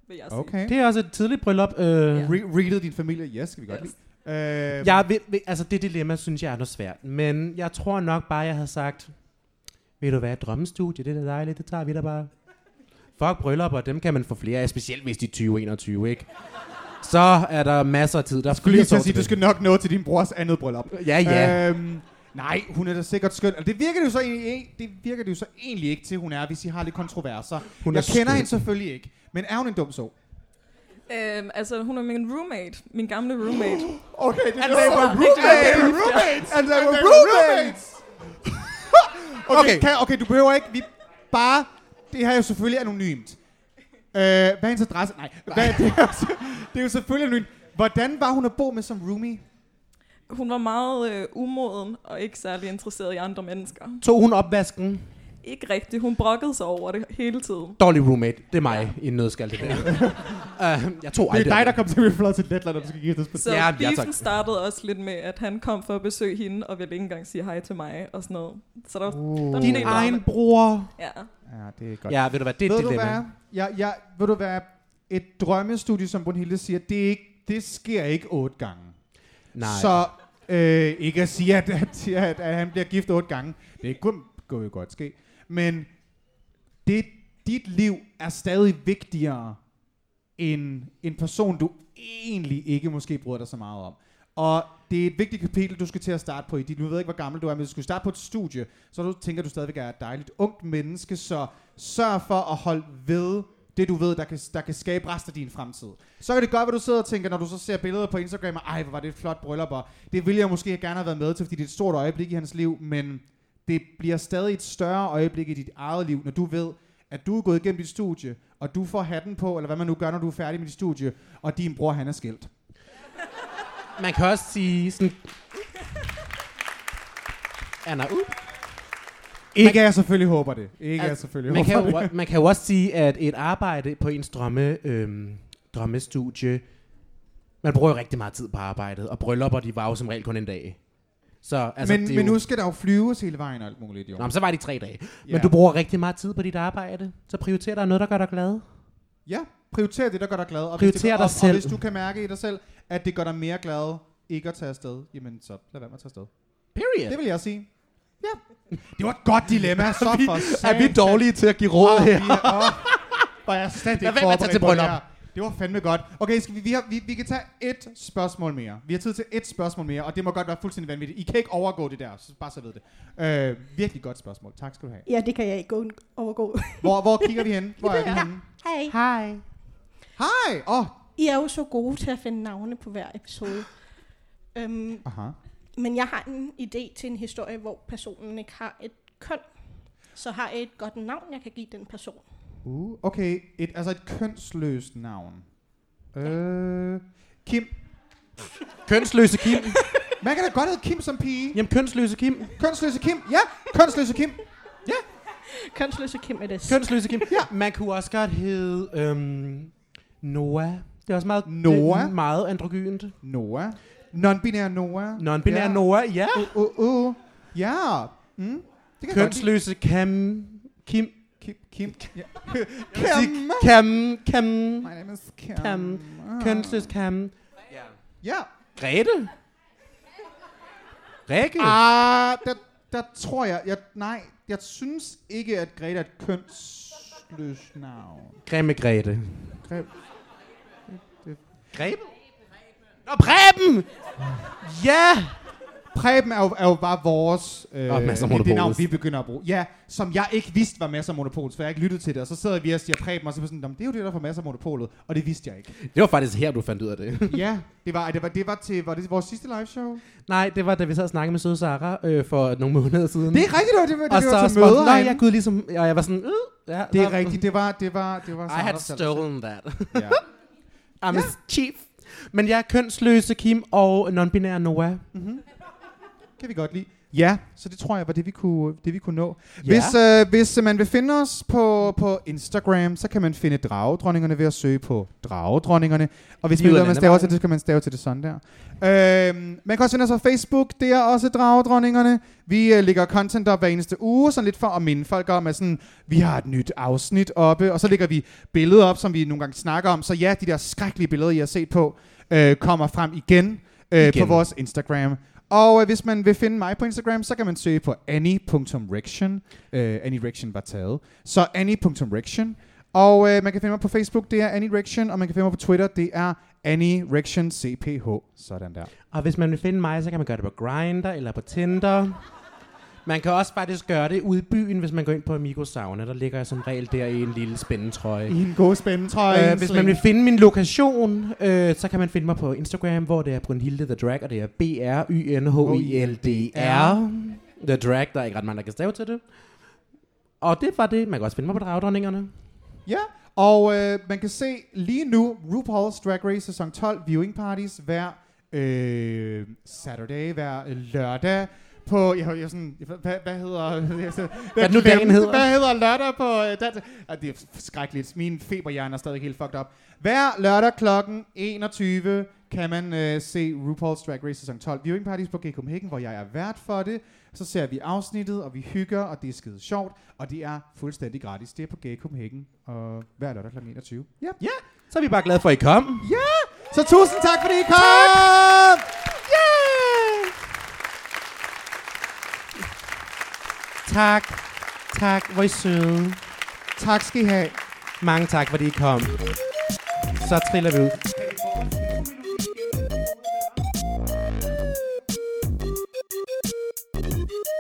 Speaker 15: vil jeg sige.
Speaker 1: Okay.
Speaker 2: Det er også et tidligt bryllup. Øh,
Speaker 1: Re- readed din familie, ja, yes, skal vi godt yes. lide. Øh,
Speaker 2: Jeg vil, vil, altså det dilemma synes jeg er noget svært, men jeg tror nok bare, jeg havde sagt, ved du hvad, drømmestudie, det er da dejligt, det tager vi da bare. Fuck bryllupper, dem kan man få flere af, specielt hvis de er 2021, ikke? Så er der masser af tid. Der er
Speaker 1: skulle
Speaker 2: fire
Speaker 1: lige til
Speaker 2: år
Speaker 1: at sige, du
Speaker 2: tilbage.
Speaker 1: skal nok nå til din brors andet bryllup.
Speaker 2: Ja, ja.
Speaker 1: Øhm, nej, hun er da sikkert skøn. Altså, Det virker det jo så egentlig ikke, det virker det jo så egentlig ikke til, hun er, hvis I har lidt kontroverser.
Speaker 2: Hun
Speaker 1: Hun
Speaker 2: er
Speaker 1: jeg kender
Speaker 2: skøn.
Speaker 1: hende selvfølgelig ikke, men er hun en dum så?
Speaker 15: Øhm, altså, hun er min roommate. Min gamle roommate.
Speaker 1: okay, det
Speaker 15: er
Speaker 1: And they were roommates! And they <laughs> were roommates! Okay, okay. Kan, okay du behøver ikke, vi bare det her er jo selvfølgelig anonymt. Øh, hvad er hendes adresse? Nej, Hvad, det, er jo, se- det er jo selvfølgelig anonymt. Hvordan var hun at bo med som roomie?
Speaker 13: Hun var meget øh, umoden og ikke særlig interesseret i andre mennesker.
Speaker 2: Tog hun opvasken?
Speaker 13: Ikke rigtigt. Hun brokkede sig over det hele tiden.
Speaker 2: Dårlig roommate. Det er mig i en
Speaker 1: <laughs>
Speaker 2: nødskal, det der. uh, jeg tog
Speaker 1: Det er
Speaker 2: aldrig
Speaker 1: dig, der kom til at blive flot til Letland, og du skal giftes på
Speaker 13: Så ja, beefen startede også lidt med, at han kom for at besøge hende, og ville ikke engang sige hej til mig og sådan noget. Så der, var- der var
Speaker 2: Din
Speaker 13: en del
Speaker 2: egen
Speaker 13: drama.
Speaker 2: bror.
Speaker 13: Ja.
Speaker 1: Ja, Uh. det er
Speaker 2: godt. Ja, ved du hvad, det er et
Speaker 1: ved du
Speaker 2: dilemma.
Speaker 1: hvad? Jeg, jeg, ved du hvad? Et drømmestudie, som Brunhilde siger, det, er ikke, det sker ikke otte gange.
Speaker 2: Nej.
Speaker 1: Så øh, ikke at sige, at, at, at, at han bliver gift otte gange. Det kunne kunne jo godt ske. Men det, dit liv er stadig vigtigere end en person, du egentlig ikke måske bryder dig så meget om. Og det er et vigtigt kapitel, du skal til at starte på i dit. Nu ved jeg ikke, hvor gammel du er, men hvis du skal starte på et studie, så du tænker du stadigvæk er et dejligt ungt menneske, så sørg for at holde ved det, du ved, der kan, der kan skabe resten af din fremtid. Så kan det godt, hvad du sidder og tænker, når du så ser billeder på Instagram, og ej, hvor var det et flot bryllup, og det ville jeg måske gerne have været med til, fordi det er et stort øjeblik i hans liv, men det bliver stadig et større øjeblik i dit eget liv, når du ved, at du er gået igennem dit studie, og du får hatten på, eller hvad man nu gør, når du er færdig med dit studie, og din bror, han er skilt.
Speaker 2: Man kan også sige sådan... Anna, uh.
Speaker 1: Ikke at jeg selvfølgelig håber det. Ikke at jeg selvfølgelig
Speaker 2: man kan,
Speaker 1: håber
Speaker 2: jo,
Speaker 1: det.
Speaker 2: man kan jo også sige, at et arbejde på ens drømme, øhm, drømmestudie, man bruger jo rigtig meget tid på arbejdet, og bryllupper, de var jo som regel kun en dag. Så, altså,
Speaker 1: men,
Speaker 2: det er
Speaker 1: men
Speaker 2: jo,
Speaker 1: nu skal der jo flyves hele vejen og alt muligt, jo.
Speaker 2: Nå, men så var det i tre dage.
Speaker 1: Ja.
Speaker 2: Men du bruger rigtig meget tid på dit arbejde, så prioriterer dig noget, der gør dig glad.
Speaker 1: Ja, prioriter det, der gør dig glad. Og hvis det,
Speaker 2: Prioriter
Speaker 1: og,
Speaker 2: dig selv.
Speaker 1: Og hvis du kan mærke i dig selv, at det gør dig mere glad ikke at tage afsted, jamen så lad være med at tage afsted.
Speaker 2: Period.
Speaker 1: Det vil jeg sige. Ja. Det var et godt dilemma, <laughs> så for
Speaker 3: er vi
Speaker 1: satan.
Speaker 3: dårlige til at give råd
Speaker 1: Åh,
Speaker 3: her?
Speaker 1: vi er- åh, Var jeg slet ikke
Speaker 2: Lad være med at
Speaker 1: forberedt
Speaker 2: tage til
Speaker 1: på det
Speaker 2: bryllup.
Speaker 1: her. Det var fandme godt. Okay, skal vi, vi, har, vi, vi kan tage et spørgsmål mere. Vi har tid til et spørgsmål mere, og det må godt være fuldstændig vanvittigt. I kan ikke overgå det der, så bare så ved det. Øh, virkelig godt spørgsmål. Tak skal du have.
Speaker 16: Ja, det kan jeg ikke gå overgå.
Speaker 1: Hvor, hvor kigger vi hen? Hvor er vi henne?
Speaker 16: Hej. Hej.
Speaker 1: Hej. Åh. Oh.
Speaker 16: I er jo så gode til at finde navne på hver episode. Øhm,
Speaker 1: Aha.
Speaker 16: men jeg har en idé til en historie, hvor personen ikke har et køn. Så har jeg et godt navn, jeg kan give den person.
Speaker 1: Uh, okay, et, altså et kønsløst navn. Øh, Kim.
Speaker 2: Kønsløse Kim.
Speaker 1: Man kan da godt hedde Kim som pige.
Speaker 2: Jamen, kønsløse Kim.
Speaker 1: Kønsløse Kim, ja. Kønsløse Kim.
Speaker 16: Kønsløse Kim er det.
Speaker 1: <laughs>
Speaker 2: Kønsløse Kim. ja. Man kunne også godt hedde øhm, Noah. Det er også meget,
Speaker 1: Noah.
Speaker 2: det er meget androgynt.
Speaker 1: Noah. Non-binær Noah.
Speaker 2: Non-binær Noah, ja.
Speaker 1: Uh, uh, uh. Ja. Mm. Det kan jeg godt lide.
Speaker 2: Kønsløse Cam... Kim...
Speaker 1: Kim... Kim... Ja.
Speaker 2: <laughs> Cam... Cam... Cam... My
Speaker 1: name is
Speaker 2: Cam...
Speaker 1: Ah.
Speaker 2: Kønsløse Cam...
Speaker 1: Ja.
Speaker 2: Grete? Rikke?
Speaker 1: Ah, der, der tror jeg, jeg... Nej, jeg synes ikke, at Greta er et kønsløst navn.
Speaker 2: Grimme Grete.
Speaker 1: Greb. Det-
Speaker 2: Greben? Nå, Preben! Ja!
Speaker 1: Preben er jo, er jo bare vores... Øh,
Speaker 2: Og Mads og
Speaker 1: det
Speaker 2: Monopolis.
Speaker 1: navn, vi begynder at bruge. Ja, som jeg ikke vidste var Mads og Monopolet, for jeg har ikke lyttet til det. Og så sidder vi og siger Preben, og så er jeg sådan, "Nå, men det er jo det, der får Mads og Monopolet. Og det vidste jeg ikke.
Speaker 2: Det var faktisk her, du fandt ud af det. <laughs>
Speaker 1: ja, det var, det var, det var til var det vores sidste live show.
Speaker 2: Nej, det var da vi sad og snakkede med søde Sara øh, for nogle måneder siden.
Speaker 1: Det er rigtigt, det var, det var,
Speaker 2: og
Speaker 1: det var
Speaker 2: så
Speaker 1: til
Speaker 2: var
Speaker 1: møder
Speaker 2: sådan, Nej,
Speaker 1: herinde."
Speaker 2: jeg gud ligesom... Og jeg var sådan... Øh, ja,
Speaker 1: Det er
Speaker 2: nå.
Speaker 1: rigtigt, det var... Det var, det var
Speaker 2: I
Speaker 1: Sara,
Speaker 2: had
Speaker 1: der selv-
Speaker 2: stolen that.
Speaker 1: Ja.
Speaker 2: I'm a chief. Men jeg er kønsløse Kim og non-binær Noah.
Speaker 1: Mm-hmm. Kan vi godt lide. Ja, så det tror jeg var det, vi kunne, det, vi kunne nå.
Speaker 2: Ja.
Speaker 1: Hvis, øh, hvis øh, man vil finde os på, på Instagram, så kan man finde dragedronningerne ved at søge på dragedronningerne. Og hvis
Speaker 2: De
Speaker 1: man
Speaker 2: er
Speaker 1: ved,
Speaker 2: jo
Speaker 1: hvad man staver
Speaker 2: landevejen.
Speaker 1: til det, så kan man stave til det sådan der. Øhm, man kan også finde os på Facebook, det er også dragedronningerne. Vi øh, lægger content op hver eneste uge, sådan lidt for at minde folk om, at sådan, vi har et nyt afsnit oppe, og så lægger vi billeder op, som vi nogle gange snakker om. Så ja, de der skrækkelige billeder, I har set på, øh, kommer frem igen, øh, igen.
Speaker 2: Igen.
Speaker 1: på vores Instagram. Og øh, hvis man vil finde mig på Instagram, så kan man søge på annie.rection. Øh, Annie Rection var taget. Så annie.rection. Og øh, man kan finde mig på Facebook, det er Annie Rection, og man kan finde mig på Twitter, det er Annie Rection CPH. Sådan der.
Speaker 2: Og hvis man vil finde mig, så kan man gøre det på Grindr eller på Tinder. Man kan også faktisk gøre det ude i byen, hvis man går ind på Amigo Sauna. Der ligger jeg som regel der i en lille spændetrøje.
Speaker 1: I en god spændetrøje, i en
Speaker 2: Øh, hvis
Speaker 1: sling.
Speaker 2: man vil finde min lokation, øh, så kan man finde mig på Instagram, hvor det er Brunhilde The Drag, og det er B-R-Y-N-H-I-L-D-R. The Drag, der er ikke ret mange, der kan stave til det. Og det var det. Man kan også finde mig på Dragdronningerne.
Speaker 1: Ja, og øh, man kan se lige nu RuPaul's Drag Race sæson 12 viewing parties hver øh, Saturday, hver øh, lørdag på, jeg, jeg er sådan, jeg- hvad, hvad hedder, jeg, sådan-
Speaker 2: Hvad er det nu, dagen
Speaker 1: glemte-
Speaker 2: hedder?
Speaker 1: Hvad hedder lørdag på øh, dansk? Ah, det er skrækkeligt. Min feberhjerne er stadig helt fucked up. Hver lørdag klokken 21 kan man øh, se RuPaul's Drag Race sæson 12 viewing parties på G Copenhagen, hvor jeg er vært for det. Så ser vi afsnittet, og vi hygger, og det er skide sjovt, og det er fuldstændig gratis. Det er på G Copenhagen, og hver lørdag klokken 21. Ja.
Speaker 2: Ja, så er vi bare glade for, at I kom.
Speaker 1: Ja! Så tusind tak, fordi I kom! Yeah!
Speaker 2: Tak. Tak, hvor I søde.
Speaker 1: Tak skal I have.
Speaker 2: Mange tak, fordi I kom. Så triller vi ud.
Speaker 17: Thank you.